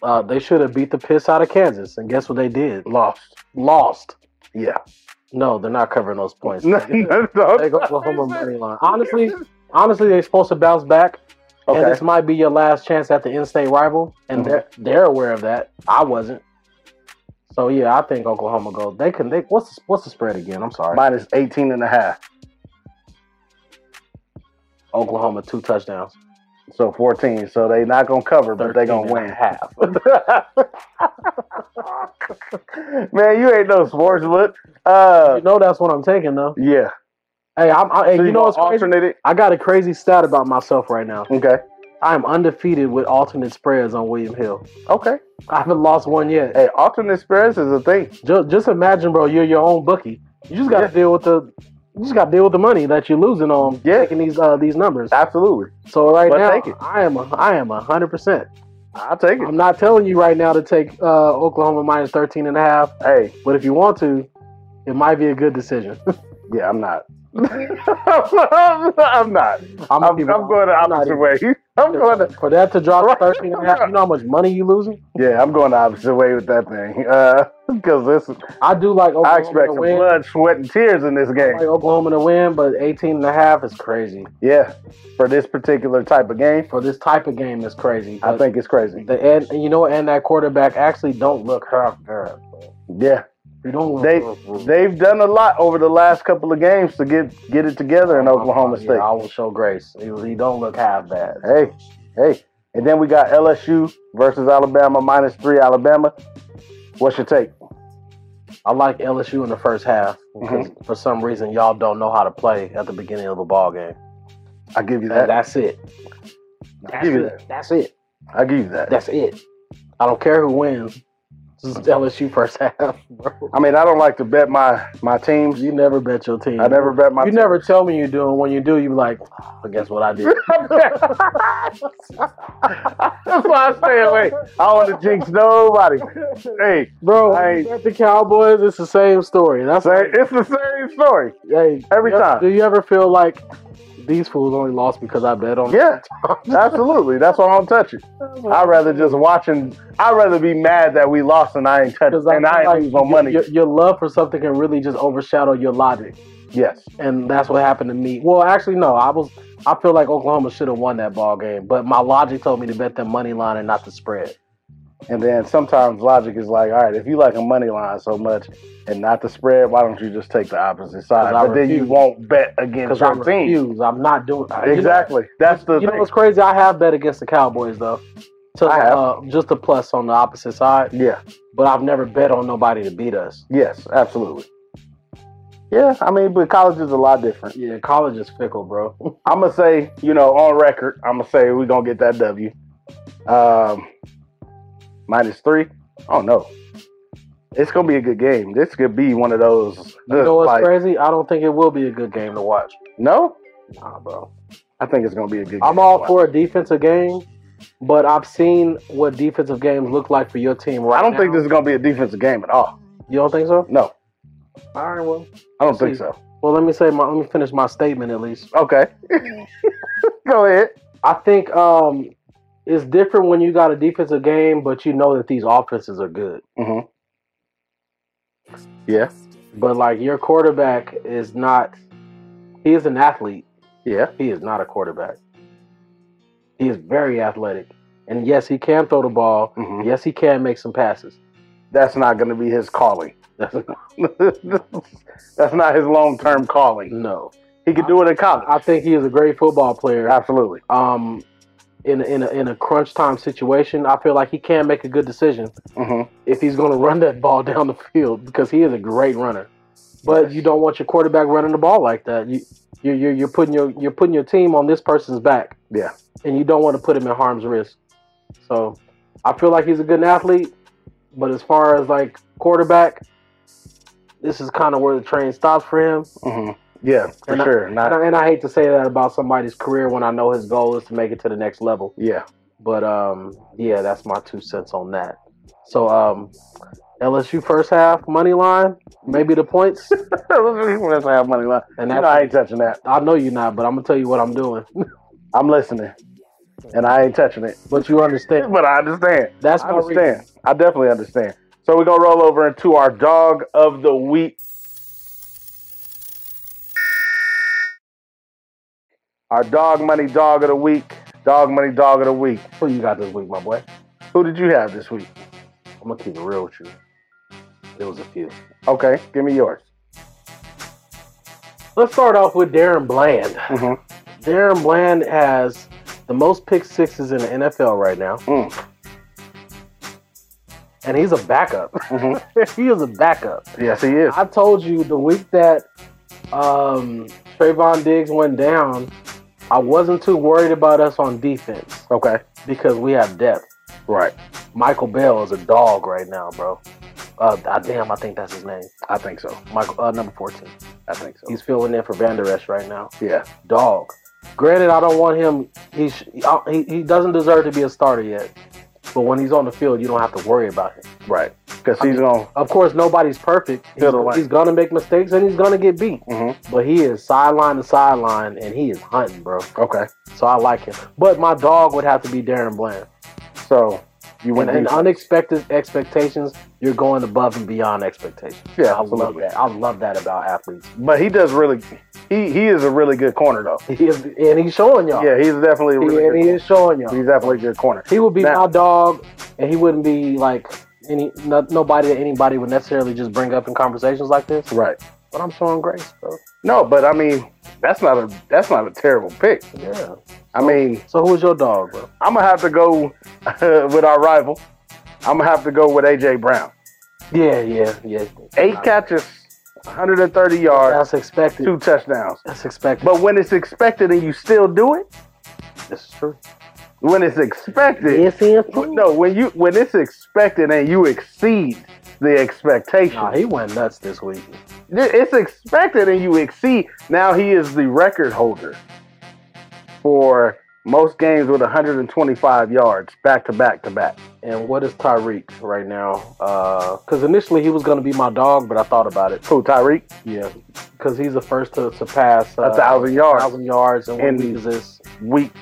[SPEAKER 1] Uh, they should have beat the piss out of Kansas, and guess what they did?
[SPEAKER 2] Lost.
[SPEAKER 1] Lost.
[SPEAKER 2] Yeah. *laughs*
[SPEAKER 1] No, they're not covering those points.
[SPEAKER 2] No, no, no.
[SPEAKER 1] Take Oklahoma money line.
[SPEAKER 2] *laughs*
[SPEAKER 1] Honestly, honestly, they're supposed to bounce back, and
[SPEAKER 2] Okay.
[SPEAKER 1] this might be your last chance at the in-state rival, and
[SPEAKER 2] Mhm.
[SPEAKER 1] they're they're aware of that. I wasn't. So yeah, I think Oklahoma goes. They can. They what's the, what's the spread again? I'm sorry.
[SPEAKER 2] Minus 18 and a half.
[SPEAKER 1] Oklahoma two touchdowns.
[SPEAKER 2] So 14. So they not gonna cover, but they gonna
[SPEAKER 1] 13
[SPEAKER 2] win
[SPEAKER 1] and a half.
[SPEAKER 2] *laughs* Man, you ain't no sports book. Uh,
[SPEAKER 1] You know that's what I'm taking though.
[SPEAKER 2] yeah.
[SPEAKER 1] Hey, I'm, I, hey,
[SPEAKER 2] So
[SPEAKER 1] you know
[SPEAKER 2] gonna
[SPEAKER 1] what's crazy?
[SPEAKER 2] alternate it?
[SPEAKER 1] I got a crazy stat about myself right now.
[SPEAKER 2] Okay.
[SPEAKER 1] I am undefeated with alternate spreads on William Hill.
[SPEAKER 2] Okay.
[SPEAKER 1] I haven't lost one yet.
[SPEAKER 2] Hey, alternate spreads is a thing.
[SPEAKER 1] Just, just imagine, bro. You're your own bookie. You just got to
[SPEAKER 2] Yeah.
[SPEAKER 1] deal with the. You just got to deal with the money that you're losing on
[SPEAKER 2] Yeah.
[SPEAKER 1] taking these uh, these numbers.
[SPEAKER 2] Absolutely.
[SPEAKER 1] So right
[SPEAKER 2] But take it.
[SPEAKER 1] now, I am a, I am a hundred percent.
[SPEAKER 2] I'll take it.
[SPEAKER 1] I'm not telling you right now to take uh, Oklahoma minus 13 and a half,
[SPEAKER 2] Hey,
[SPEAKER 1] but if you want to, it might be a good decision. *laughs*
[SPEAKER 2] yeah, I'm not. *laughs* I'm not.
[SPEAKER 1] I'm,
[SPEAKER 2] I'm, I'm going the
[SPEAKER 1] I'm not
[SPEAKER 2] opposite
[SPEAKER 1] even-
[SPEAKER 2] way. *laughs* I'm going to,
[SPEAKER 1] for that to drop to 13 and a half. You know how much money you losing?
[SPEAKER 2] yeah, I'm going the opposite way with that thing. *laughs* Because this,
[SPEAKER 1] I do like Oklahoma
[SPEAKER 2] I expect
[SPEAKER 1] to
[SPEAKER 2] some
[SPEAKER 1] win.
[SPEAKER 2] blood, sweat, and tears in this
[SPEAKER 1] I like
[SPEAKER 2] game.
[SPEAKER 1] Oklahoma to win, but 18 and a half is crazy.
[SPEAKER 2] Yeah, for this particular type of game,
[SPEAKER 1] For this type of game, it's crazy.
[SPEAKER 2] I think it's crazy.
[SPEAKER 1] the and and you know and that quarterback actually don't look half bad.
[SPEAKER 2] Yeah,
[SPEAKER 1] You don't look
[SPEAKER 2] they they've done a lot over the last couple of games to get get it together in Oklahoma
[SPEAKER 1] Yeah,
[SPEAKER 2] State.
[SPEAKER 1] I will show grace. He, he don't look half bad.
[SPEAKER 2] Hey, hey, and then we got LSU versus Alabama minus three. Alabama, what's your take?
[SPEAKER 1] I like LSU in the first half
[SPEAKER 2] Mm-hmm.
[SPEAKER 1] because for some reason y'all don't know how to play at the beginning of a ball game.
[SPEAKER 2] I give you
[SPEAKER 1] That-
[SPEAKER 2] that.
[SPEAKER 1] that's it.
[SPEAKER 2] I
[SPEAKER 1] That's
[SPEAKER 2] give you
[SPEAKER 1] it.
[SPEAKER 2] that.
[SPEAKER 1] That's it.
[SPEAKER 2] I give you that.
[SPEAKER 1] That's it. I don't care who wins. Just LSU first *laughs* half, bro.
[SPEAKER 2] I mean, I don't like to bet my my teams.
[SPEAKER 1] You never bet your team.
[SPEAKER 2] I never bet my.
[SPEAKER 1] you never tell me you do, and when you do, you be like, oh, guess what I did?
[SPEAKER 2] *laughs* That's why I stay away. I don't want to jinx nobody. Hey,
[SPEAKER 1] Bro,
[SPEAKER 2] I-
[SPEAKER 1] when you bet the Cowboys, it's the same story. That's
[SPEAKER 2] say- it's the same story.
[SPEAKER 1] Hey,
[SPEAKER 2] Every
[SPEAKER 1] do you-
[SPEAKER 2] time.
[SPEAKER 1] Do you ever feel like these fools only lost because I bet on? them?
[SPEAKER 2] Yeah, absolutely. That's why I don't touch it. I'd rather just watch and I'd rather be mad that we lost and I ain't touch
[SPEAKER 1] Because
[SPEAKER 2] and I ain't
[SPEAKER 1] feel like
[SPEAKER 2] lose no
[SPEAKER 1] your-
[SPEAKER 2] money.
[SPEAKER 1] Your, your love for something can really just overshadow your logic,
[SPEAKER 2] yes.
[SPEAKER 1] and that's what happened to me. Well, actually, no. I was. I feel like Oklahoma should have won that ball game, but my logic told me to bet the money line and not the spread.
[SPEAKER 2] And then sometimes logic is like, all right, if you like a money line so much and not the spread, why don't you just take the opposite side?
[SPEAKER 1] 'Cause I
[SPEAKER 2] But then you
[SPEAKER 1] refuse.
[SPEAKER 2] won't bet against
[SPEAKER 1] Because I
[SPEAKER 2] your team.
[SPEAKER 1] refuse. I'm not doing you know-
[SPEAKER 2] Exactly. That's the
[SPEAKER 1] You know
[SPEAKER 2] thing.
[SPEAKER 1] what's crazy? I have bet against the Cowboys though. To,
[SPEAKER 2] I have.
[SPEAKER 1] Uh, just a plus on the opposite side,
[SPEAKER 2] Yeah.
[SPEAKER 1] but I've never bet on nobody to beat us.
[SPEAKER 2] Yes. Absolutely. Yeah. I mean, but college is a lot different.
[SPEAKER 1] Yeah, college is fickle, bro.
[SPEAKER 2] I'm gonna say, you know, on record, I'm gonna say we're gonna get that W. Um, minus three. Oh no, it's gonna be a good game. This could be one of those.
[SPEAKER 1] You
[SPEAKER 2] just
[SPEAKER 1] know what's
[SPEAKER 2] like-
[SPEAKER 1] crazy? I don't think it will be a good game to watch.
[SPEAKER 2] No,
[SPEAKER 1] Nah, bro.
[SPEAKER 2] I think it's gonna be a good.
[SPEAKER 1] I'm
[SPEAKER 2] game.
[SPEAKER 1] all for a defensive game, but I've seen what defensive games look like for your team right
[SPEAKER 2] I don't
[SPEAKER 1] now.
[SPEAKER 2] think this is gonna be a defensive game at all.
[SPEAKER 1] You don't think so?
[SPEAKER 2] No,
[SPEAKER 1] All right, well.
[SPEAKER 2] I don't think
[SPEAKER 1] See.
[SPEAKER 2] so.
[SPEAKER 1] Well, let me say my. Let me finish my statement at least.
[SPEAKER 2] Okay, *laughs* go ahead.
[SPEAKER 1] I think um, it's different when you got a defensive game, but you know that these offenses are good.
[SPEAKER 2] hmm Yeah,
[SPEAKER 1] But like your quarterback is not. He is an athlete.
[SPEAKER 2] yeah,
[SPEAKER 1] He is not a quarterback. He is very athletic, and yes, he can throw the ball.
[SPEAKER 2] hmm
[SPEAKER 1] Yes, he can make some passes.
[SPEAKER 2] That's not gonna be his calling. *laughs* That's not his long term calling.
[SPEAKER 1] No,
[SPEAKER 2] He could do it in college.
[SPEAKER 1] I think he is a great football player.
[SPEAKER 2] Absolutely.
[SPEAKER 1] Um, in in a, in a crunch time situation, I feel like he can make a good decision
[SPEAKER 2] hmm
[SPEAKER 1] if he's going to *laughs* run that ball down the field because he is a great runner. But you don't want your quarterback running the ball like that. You you're, you're, you're putting your you're putting your team on this person's back,
[SPEAKER 2] Yeah.
[SPEAKER 1] and you don't want to put him in harm's risk. So, I feel like he's a good athlete, but as far as like quarterback, this is kind of where the train stops for him.
[SPEAKER 2] hmm Yeah, for
[SPEAKER 1] And I-
[SPEAKER 2] sure. Not,
[SPEAKER 1] And I, and I hate to say that about somebody's career when I know his goal is to make it to the next level.
[SPEAKER 2] *laughs* yeah.
[SPEAKER 1] But um, yeah, that's my two cents on that. So um, LSU first half money line, maybe the points.
[SPEAKER 2] Let's have money line.
[SPEAKER 1] And
[SPEAKER 2] You
[SPEAKER 1] that's-
[SPEAKER 2] know, I ain't touching that.
[SPEAKER 1] I know you're not, but I'm gonna tell you what I'm doing. *laughs*
[SPEAKER 2] I'm listening, and I ain't touching it.
[SPEAKER 1] but you understand?
[SPEAKER 2] *laughs* But I understand.
[SPEAKER 1] That's
[SPEAKER 2] I
[SPEAKER 1] my reason.
[SPEAKER 2] understand. I definitely understand. So we're gonna roll over into our dog of the week. Our dog money dog of the week. Dog money dog of the week.
[SPEAKER 1] Who you got this week, my boy?
[SPEAKER 2] Who did you have this week?
[SPEAKER 1] I'm gonna keep it real with you. It was a few.
[SPEAKER 2] Okay, give me yours.
[SPEAKER 1] Let's start off with Darren Bland.
[SPEAKER 2] Mhm.
[SPEAKER 1] Darren Bland has the most pick sixes in the NFL right now.
[SPEAKER 2] Mm.
[SPEAKER 1] And he's a backup.
[SPEAKER 2] Mhm.
[SPEAKER 1] *laughs* he is a backup.
[SPEAKER 2] Yes, he is.
[SPEAKER 1] I told you the week that um, Trayvon Diggs went down, I wasn't too worried about us on defense
[SPEAKER 2] Okay.
[SPEAKER 1] because we have depth.
[SPEAKER 2] Right.
[SPEAKER 1] Michael Bell is a dog right now, bro. Uh, ah, damn, I think that's his name.
[SPEAKER 2] I think so.
[SPEAKER 1] Michael, uh, number 14.
[SPEAKER 2] I think so.
[SPEAKER 1] He's filling in for Van Der Esch right now.
[SPEAKER 2] yeah.
[SPEAKER 1] Dog. Granted, I don't want him. He, sh- I- he he doesn't deserve to be a starter yet. But when he's on the field, you don't have to worry about him.
[SPEAKER 2] Right. Because he's on.
[SPEAKER 1] Of course, nobody's perfect. He's,
[SPEAKER 2] Middle lane.
[SPEAKER 1] he's gonna make mistakes and he's gonna get beat.
[SPEAKER 2] Mhm.
[SPEAKER 1] But he is sideline to sideline and he is hunting, bro.
[SPEAKER 2] Okay.
[SPEAKER 1] So I like him. But my dog would have to be Darren Bland.
[SPEAKER 2] So you
[SPEAKER 1] When
[SPEAKER 2] went
[SPEAKER 1] in
[SPEAKER 2] defense.
[SPEAKER 1] unexpected expectations, you're going above and beyond expectations.
[SPEAKER 2] Yeah,
[SPEAKER 1] I love
[SPEAKER 2] absolutely.
[SPEAKER 1] that. I love that about athletes.
[SPEAKER 2] But he does really. He he is a really good corner though.
[SPEAKER 1] He is, and he's showing y'all.
[SPEAKER 2] Yeah, he's definitely a
[SPEAKER 1] He-
[SPEAKER 2] really
[SPEAKER 1] and
[SPEAKER 2] good.
[SPEAKER 1] he is showing y'all.
[SPEAKER 2] corner. He's definitely a good corner.
[SPEAKER 1] He would be my
[SPEAKER 2] Now-
[SPEAKER 1] dog, and he wouldn't be like any no, nobody that anybody would necessarily just bring up in conversations like this.
[SPEAKER 2] Right.
[SPEAKER 1] But I'm showing grace, bro.
[SPEAKER 2] No, but I mean that's not a that's not a terrible pick.
[SPEAKER 1] Yeah.
[SPEAKER 2] I mean
[SPEAKER 1] So who's your dog, bro?
[SPEAKER 2] I'm gonna have to go *laughs* with our rival. I'm gonna have to go with AJ Brown.
[SPEAKER 1] Yeah, yeah, yeah.
[SPEAKER 2] Eight catches, 130 yards,
[SPEAKER 1] That's expected.
[SPEAKER 2] two touchdowns.
[SPEAKER 1] That's expected.
[SPEAKER 2] But when it's expected and you still do it,
[SPEAKER 1] this is true.
[SPEAKER 2] when it's expected,
[SPEAKER 1] Yes, he is.
[SPEAKER 2] But No, when you when it's expected and you exceed the expectation,
[SPEAKER 1] Nah, he went nuts this week.
[SPEAKER 2] it's expected and you exceed. Now he is the record holder for most games with 125 yards back to back to back.
[SPEAKER 1] And what is Tyreek right now? Because initially he was going to be my dog, but I thought about it.
[SPEAKER 2] Who Tyreek?
[SPEAKER 1] Yeah, because he's the first to surpass uh,
[SPEAKER 2] a thousand yards.
[SPEAKER 1] thousand yards. And what
[SPEAKER 2] And-
[SPEAKER 1] week is this?
[SPEAKER 2] Week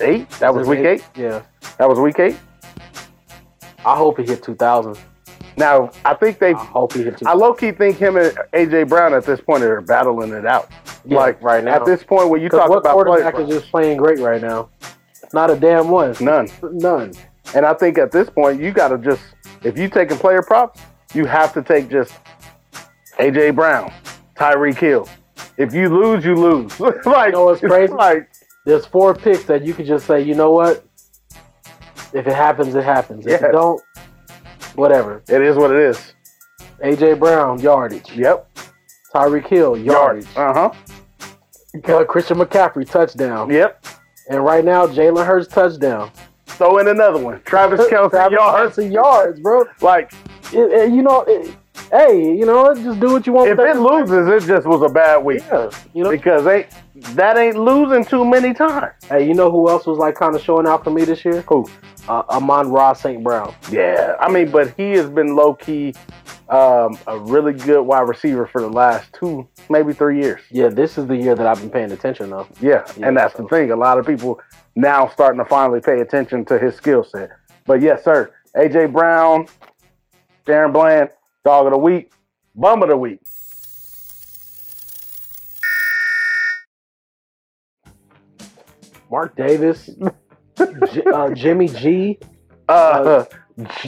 [SPEAKER 2] eight. That was
[SPEAKER 1] Is
[SPEAKER 2] week
[SPEAKER 1] this
[SPEAKER 2] eight.
[SPEAKER 1] Yeah.
[SPEAKER 2] That was week eight.
[SPEAKER 1] I hope he hit 2,000.
[SPEAKER 2] Now I think they.
[SPEAKER 1] I hope he hit 2,000.
[SPEAKER 2] I low key think him and AJ Brown at this point are battling it out.
[SPEAKER 1] Yeah,
[SPEAKER 2] like
[SPEAKER 1] right now.
[SPEAKER 2] At this point, when you
[SPEAKER 1] 'Cause
[SPEAKER 2] talk
[SPEAKER 1] what
[SPEAKER 2] about play,
[SPEAKER 1] quarterback is just playing great right now? Not a damn one.
[SPEAKER 2] none.
[SPEAKER 1] None.
[SPEAKER 2] And I think at this point, you got to just, if you taking player props, you have to take just AJ Brown, Tyreek Hill. If you lose, you lose. *laughs* like,
[SPEAKER 1] know what's
[SPEAKER 2] it's
[SPEAKER 1] crazy?
[SPEAKER 2] *laughs* Like,
[SPEAKER 1] There's four picks that you could just say, you know what? If it happens, it happens. If
[SPEAKER 2] Yes.
[SPEAKER 1] it don't, whatever.
[SPEAKER 2] it is what it is.
[SPEAKER 1] AJ Brown, yardage.
[SPEAKER 2] Yep.
[SPEAKER 1] Tyreek Hill, yardage.
[SPEAKER 2] Uh huh.
[SPEAKER 1] Uh, Christian McCaffrey, touchdown.
[SPEAKER 2] Yep.
[SPEAKER 1] And right now, Jalen Hurts, touchdown.
[SPEAKER 2] Throw in another one.
[SPEAKER 1] *laughs*
[SPEAKER 2] Travis Kelsey
[SPEAKER 1] Travis
[SPEAKER 2] yards.
[SPEAKER 1] Kelce, yards, bro.
[SPEAKER 2] Like,
[SPEAKER 1] It- it- you know, it- hey, you know, what? just do what you want.
[SPEAKER 2] if
[SPEAKER 1] with
[SPEAKER 2] it
[SPEAKER 1] that.
[SPEAKER 2] loses, it just was a bad week
[SPEAKER 1] yeah, you know.
[SPEAKER 2] because they that ain't losing too many times.
[SPEAKER 1] Hey, you know who else was like kind of showing out for me this year?
[SPEAKER 2] Who?
[SPEAKER 1] Uh, Amon Ross St. Brown.
[SPEAKER 2] Yeah, I mean, but he has been low key um, a really good wide receiver for the last two, maybe three years.
[SPEAKER 1] Yeah, this is the year that I've been paying attention though.
[SPEAKER 2] Yeah,
[SPEAKER 1] Yeah,
[SPEAKER 2] and that's
[SPEAKER 1] so-
[SPEAKER 2] the thing. A lot of people now starting to finally pay attention to his skill set. But yes, sir, AJ Brown, Darren Bland, dog of the week, bum of the week.
[SPEAKER 1] Mark Davis, J- uh, Jimmy *laughs* G,
[SPEAKER 2] Uh, J-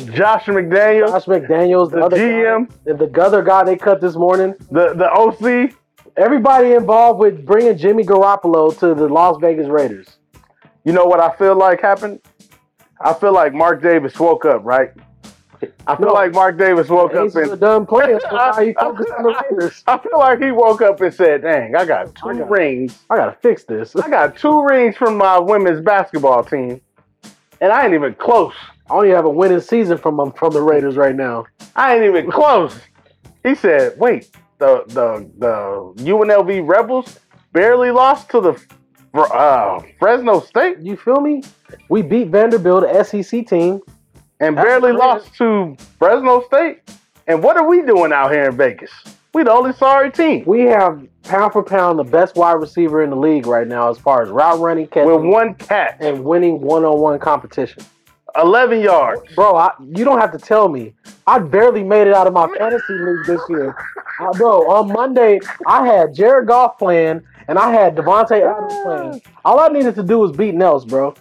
[SPEAKER 2] *laughs* Josh McDaniel,
[SPEAKER 1] Josh McDaniels, the,
[SPEAKER 2] The
[SPEAKER 1] other
[SPEAKER 2] GM.
[SPEAKER 1] guy, the, the other guy they cut this morning.
[SPEAKER 2] the the OC.
[SPEAKER 1] Everybody involved with bringing Jimmy Garoppolo to the Las Vegas Raiders.
[SPEAKER 2] You know what I feel like happened? I feel like Mark Davis woke up, right? I feel
[SPEAKER 1] No.
[SPEAKER 2] like Mark Davis woke
[SPEAKER 1] Aces
[SPEAKER 2] up and
[SPEAKER 1] are done playing. So now *laughs* you focus on the Raiders.
[SPEAKER 2] I feel like he woke up and said, "Dang, I got two
[SPEAKER 1] I got-
[SPEAKER 2] rings.
[SPEAKER 1] I gotta fix this. I
[SPEAKER 2] I got two rings from my women's basketball team, and I ain't even close.
[SPEAKER 1] only have a winning season from um, from the Raiders right now.
[SPEAKER 2] I ain't even close." He said, "Wait, the the the UNLV Rebels barely lost to the uh, Fresno State
[SPEAKER 1] You feel me? We beat Vanderbilt, a SEC team.
[SPEAKER 2] and
[SPEAKER 1] That's
[SPEAKER 2] barely
[SPEAKER 1] crazy.
[SPEAKER 2] lost to Fresno State. And what are we doing out here in Vegas? We the only sorry team
[SPEAKER 1] We have pound for pound the best wide receiver in the league right now as far as route running, catching,
[SPEAKER 2] with one catch,
[SPEAKER 1] and winning one-on-one competition.
[SPEAKER 2] eleven yards."
[SPEAKER 1] Bro, I, you don't have to tell me. I barely made it out of my fantasy league this year. Uh, bro, on Monday, I had Jared Goff playing and I had Devontae Adams playing. All I needed to do was beat Nels, bro.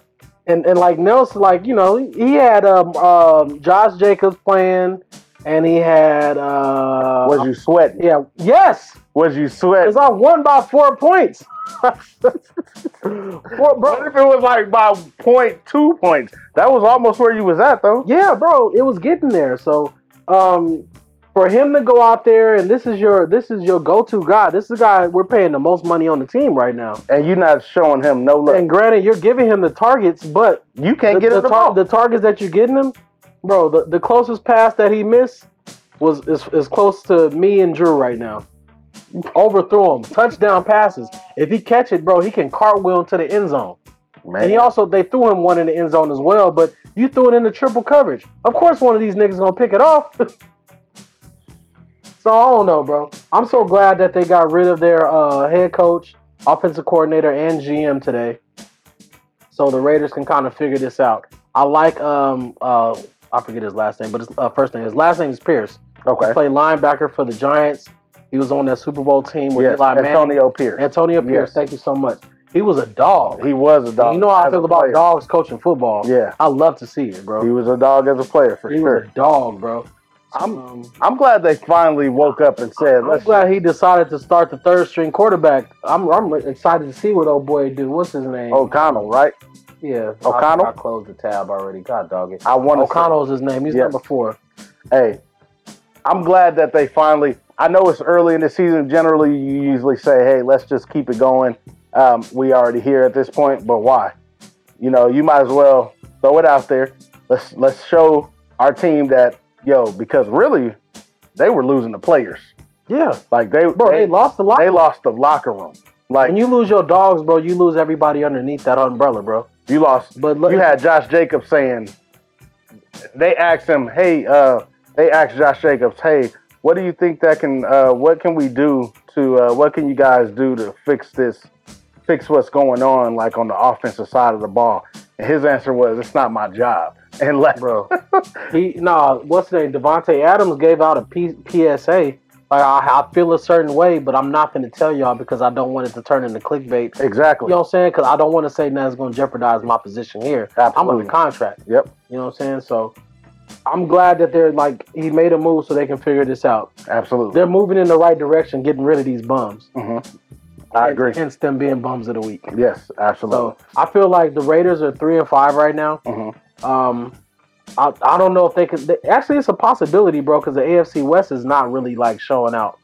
[SPEAKER 1] And and like Nels, like, you know, he had um, um Josh Jacobs playing and he had uh
[SPEAKER 2] Was you sweating?
[SPEAKER 1] yeah, yes.
[SPEAKER 2] Was you sweating?
[SPEAKER 1] Because I won by four points. Well, bro,
[SPEAKER 2] What if it was like by point two points? That was almost where you was at though.
[SPEAKER 1] Yeah, bro, it was getting there. So, um, for him to go out there and this is your this is your go to guy. This is the guy we're paying the most money on the team right now.
[SPEAKER 2] And you're not showing him no love.
[SPEAKER 1] And granted, you're giving him the targets, but
[SPEAKER 2] You can't
[SPEAKER 1] the,
[SPEAKER 2] get
[SPEAKER 1] the,
[SPEAKER 2] it the
[SPEAKER 1] tar-
[SPEAKER 2] ball.
[SPEAKER 1] the targets that you're getting him, bro, the, the closest pass that he missed was is, is close to me and Drew right now. Overthrew him, touchdown passes. If he catch it, bro, he can cartwheel into the end zone. And he
[SPEAKER 2] Man,
[SPEAKER 1] also they threw him one in the end zone as well, but you threw it into triple coverage. Of course one of these niggas gonna pick it off. *laughs* so I don't know, bro. I'm so glad that they got rid of their uh, head coach, offensive coordinator, and GM today. So the Raiders can kind of figure this out. I like um uh I forget his last name, but his uh, first name. His last name is Pierce. He
[SPEAKER 2] okay.
[SPEAKER 1] played linebacker for the Giants. He was on that Super Bowl team with
[SPEAKER 2] Yes,
[SPEAKER 1] Eli Manning. Antonio,
[SPEAKER 2] Antonio Pierce.
[SPEAKER 1] Pierce.
[SPEAKER 2] Yes.
[SPEAKER 1] Thank you so much. He was a dog.
[SPEAKER 2] He was a dog.
[SPEAKER 1] You know how I
[SPEAKER 2] as a
[SPEAKER 1] feel about
[SPEAKER 2] player.
[SPEAKER 1] dogs coaching football.
[SPEAKER 2] Yeah,
[SPEAKER 1] I love to see it,
[SPEAKER 2] he
[SPEAKER 1] bro.
[SPEAKER 2] was a dog as a player for
[SPEAKER 1] he
[SPEAKER 2] sure.
[SPEAKER 1] was a dog, bro.
[SPEAKER 2] I'm-
[SPEAKER 1] Um,
[SPEAKER 2] I'm glad they finally woke up and said,
[SPEAKER 1] I'm
[SPEAKER 2] "Let's."
[SPEAKER 1] glad he decided to start the third string quarterback. I'm, I'm excited to see what old boy do. What's his name?
[SPEAKER 2] O'Connell, right?
[SPEAKER 1] yeah,
[SPEAKER 2] Oh, O'Connell?
[SPEAKER 1] I, I closed the tab already. God dog it.
[SPEAKER 2] I want to.
[SPEAKER 1] O'Connell's his name. He's
[SPEAKER 2] Yes.
[SPEAKER 1] number four.
[SPEAKER 2] Hey, I'm glad that they finally. I know it's early in the season. Generally, you usually say, "Hey, let's just keep it going." Um, we already here at this point, but why? You know, you might as well throw it out there. Let's let's show our team that yo, because really, they were losing the players.
[SPEAKER 1] Yeah,
[SPEAKER 2] Like they,
[SPEAKER 1] bro. They,
[SPEAKER 2] they,
[SPEAKER 1] lost a lot.
[SPEAKER 2] they lost the locker room. Like
[SPEAKER 1] when you lose your dogs, bro, you lose everybody underneath that umbrella, bro.
[SPEAKER 2] you lost
[SPEAKER 1] But look,
[SPEAKER 2] you had Josh Jacobs saying they asked him, "Hey, uh, they asked Josh Jacobs, hey, what do you think that can, uh, what can we do to, uh, what can you guys do to fix this, fix what's going on, like on the offensive side of the ball?" And his answer was, "It's not my job." *laughs* And like,
[SPEAKER 1] bro. he nah, what's his name? Devonte Adams gave out a P- PSA. Like I, I feel a certain way, but I'm not gonna tell y'all because I don't want it to turn into clickbait. You
[SPEAKER 2] exactly.
[SPEAKER 1] know what I'm saying? Because I don't want to say that's gonna jeopardize my position here. I'm
[SPEAKER 2] Absolutely.
[SPEAKER 1] under contract.
[SPEAKER 2] Yep.
[SPEAKER 1] You know what I'm saying? So I'm glad that they're like he made a move so they can figure this out.
[SPEAKER 2] Absolutely.
[SPEAKER 1] They're moving in the right direction, getting rid of these bums.
[SPEAKER 2] I agree.
[SPEAKER 1] Hence them being bums of the week.
[SPEAKER 2] Yes, absolutely.
[SPEAKER 1] So I feel like the Raiders are three and five right now.
[SPEAKER 2] Mhm.
[SPEAKER 1] Um, I, I don't know if they could. They, actually, it's a possibility, bro, because the AFC West is not really like showing out.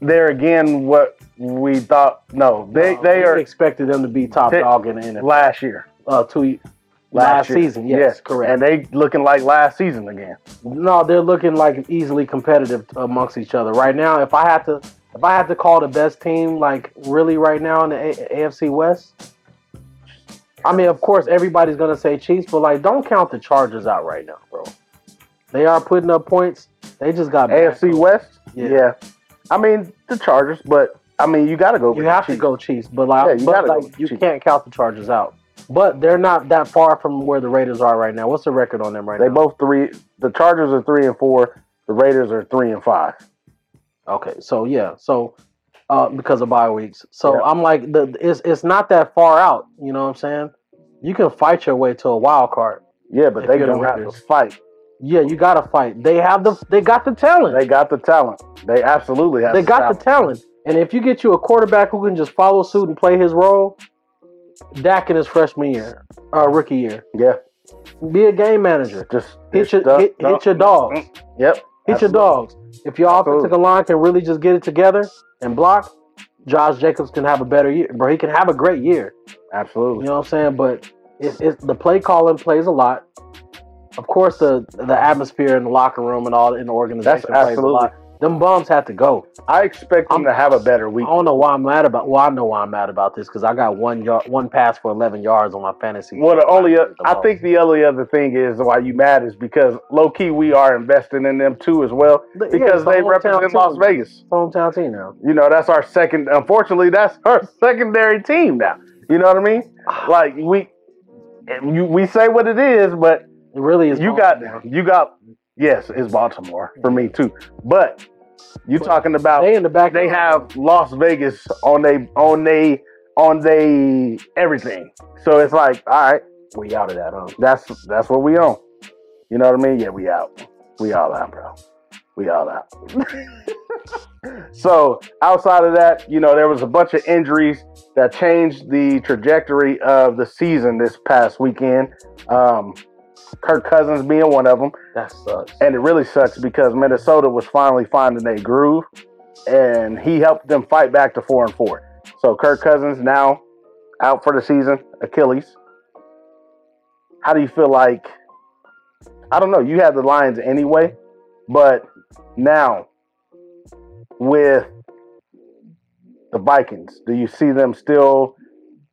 [SPEAKER 2] They're again what we thought. No, they
[SPEAKER 1] Um,
[SPEAKER 2] they
[SPEAKER 1] we
[SPEAKER 2] are
[SPEAKER 1] expected them to be top
[SPEAKER 2] They-
[SPEAKER 1] dog in the NFL,
[SPEAKER 2] last year.
[SPEAKER 1] uh, two last,
[SPEAKER 2] Last year.
[SPEAKER 1] season. Yes, correct.
[SPEAKER 2] And they looking like last season again.
[SPEAKER 1] no, they're looking like easily competitive amongst each other right now. If I had to, if I had to call the best team, like really right now in the A- AFC West. I mean, of course, everybody's gonna say Chiefs, but like, don't count the Chargers out right now, bro. They are putting up points. They just got
[SPEAKER 2] AFC West.
[SPEAKER 1] Yeah.
[SPEAKER 2] Yeah. I mean the Chargers, but I mean you got to go. With
[SPEAKER 1] You
[SPEAKER 2] the
[SPEAKER 1] have to
[SPEAKER 2] Chiefs.
[SPEAKER 1] go Chiefs, but like,
[SPEAKER 2] Yeah, you
[SPEAKER 1] but
[SPEAKER 2] gotta go
[SPEAKER 1] like
[SPEAKER 2] with the
[SPEAKER 1] you
[SPEAKER 2] Chiefs.
[SPEAKER 1] can't count the Chargers out. But they're not that far from where the Raiders are right now. What's the record on them right
[SPEAKER 2] They
[SPEAKER 1] now?
[SPEAKER 2] both three. The Chargers are three and four. The Raiders are three and five.
[SPEAKER 1] Okay, so yeah, so uh, because of bye weeks, so
[SPEAKER 2] Yeah.
[SPEAKER 1] I'm like, the it's it's not that far out. You know what I'm saying? You can fight your way to a wild card.
[SPEAKER 2] Yeah, but
[SPEAKER 1] If
[SPEAKER 2] they
[SPEAKER 1] you're the
[SPEAKER 2] gonna have to
[SPEAKER 1] Raiders.
[SPEAKER 2] fight.
[SPEAKER 1] Yeah, you got to fight. They have the they got the talent.
[SPEAKER 2] They got the talent. They absolutely have.
[SPEAKER 1] They got the talent. And if you get you a quarterback who can just follow suit and play his role, Dak in his freshman year, uh, rookie year,
[SPEAKER 2] talent.
[SPEAKER 1] be a game manager.
[SPEAKER 2] Yeah, just
[SPEAKER 1] Hit your
[SPEAKER 2] just-
[SPEAKER 1] hit, hit your dogs. Hit
[SPEAKER 2] Yep. Mm, Absolutely.
[SPEAKER 1] your dogs. If your offensive
[SPEAKER 2] Absolutely.
[SPEAKER 1] line can really just get it together and block, Josh Jacobs can have a better year, bro. He can have a great year. You
[SPEAKER 2] Absolutely.
[SPEAKER 1] know what I'm saying? But it's, it's the play calling plays a lot. Of course, the the atmosphere in the locker room and all in the organization
[SPEAKER 2] That's
[SPEAKER 1] plays a
[SPEAKER 2] absolutely.
[SPEAKER 1] lot. Them bums have to go.
[SPEAKER 2] I expect them
[SPEAKER 1] I'm-
[SPEAKER 2] to have a better
[SPEAKER 1] I
[SPEAKER 2] week.
[SPEAKER 1] don't know why I'm mad about. Well, I know why I'm mad about this because I got one yard, one pass for 11 yards on my fantasy.
[SPEAKER 2] Well, the only
[SPEAKER 1] At the
[SPEAKER 2] I
[SPEAKER 1] most.
[SPEAKER 2] think the only other thing is why you mad is because low key we are investing in them too as well
[SPEAKER 1] Yeah, it's
[SPEAKER 2] because
[SPEAKER 1] the
[SPEAKER 2] they
[SPEAKER 1] hometown
[SPEAKER 2] represent
[SPEAKER 1] team.
[SPEAKER 2] Las Vegas.
[SPEAKER 1] hometown team now.
[SPEAKER 2] You know, that's our second. Unfortunately, that's our secondary team now. You know what I
[SPEAKER 1] *sighs*
[SPEAKER 2] mean? Like we, you, we say what it is, but
[SPEAKER 1] It really is.
[SPEAKER 2] you got you got yes, it's Baltimore for me too. But you talking about
[SPEAKER 1] they in the back.
[SPEAKER 2] they have Las Vegas on they on they on they everything. So it's like, all right,
[SPEAKER 1] we out of that, huh?
[SPEAKER 2] that's that's what we own. You know what I mean? Yeah, we out. We all out, bro. We all out. *laughs* So outside of that, you know, there was a bunch of injuries that changed the trajectory of the season this past weekend. Um, Kirk Cousins being one of them,
[SPEAKER 1] That sucks.
[SPEAKER 2] and it really sucks because Minnesota was finally finding a groove, and he helped them fight back to four and four. So Kirk Cousins now out for the season, Achilles. How do you feel like? I don't know. You had the Lions anyway, but now with the Vikings, do you see them still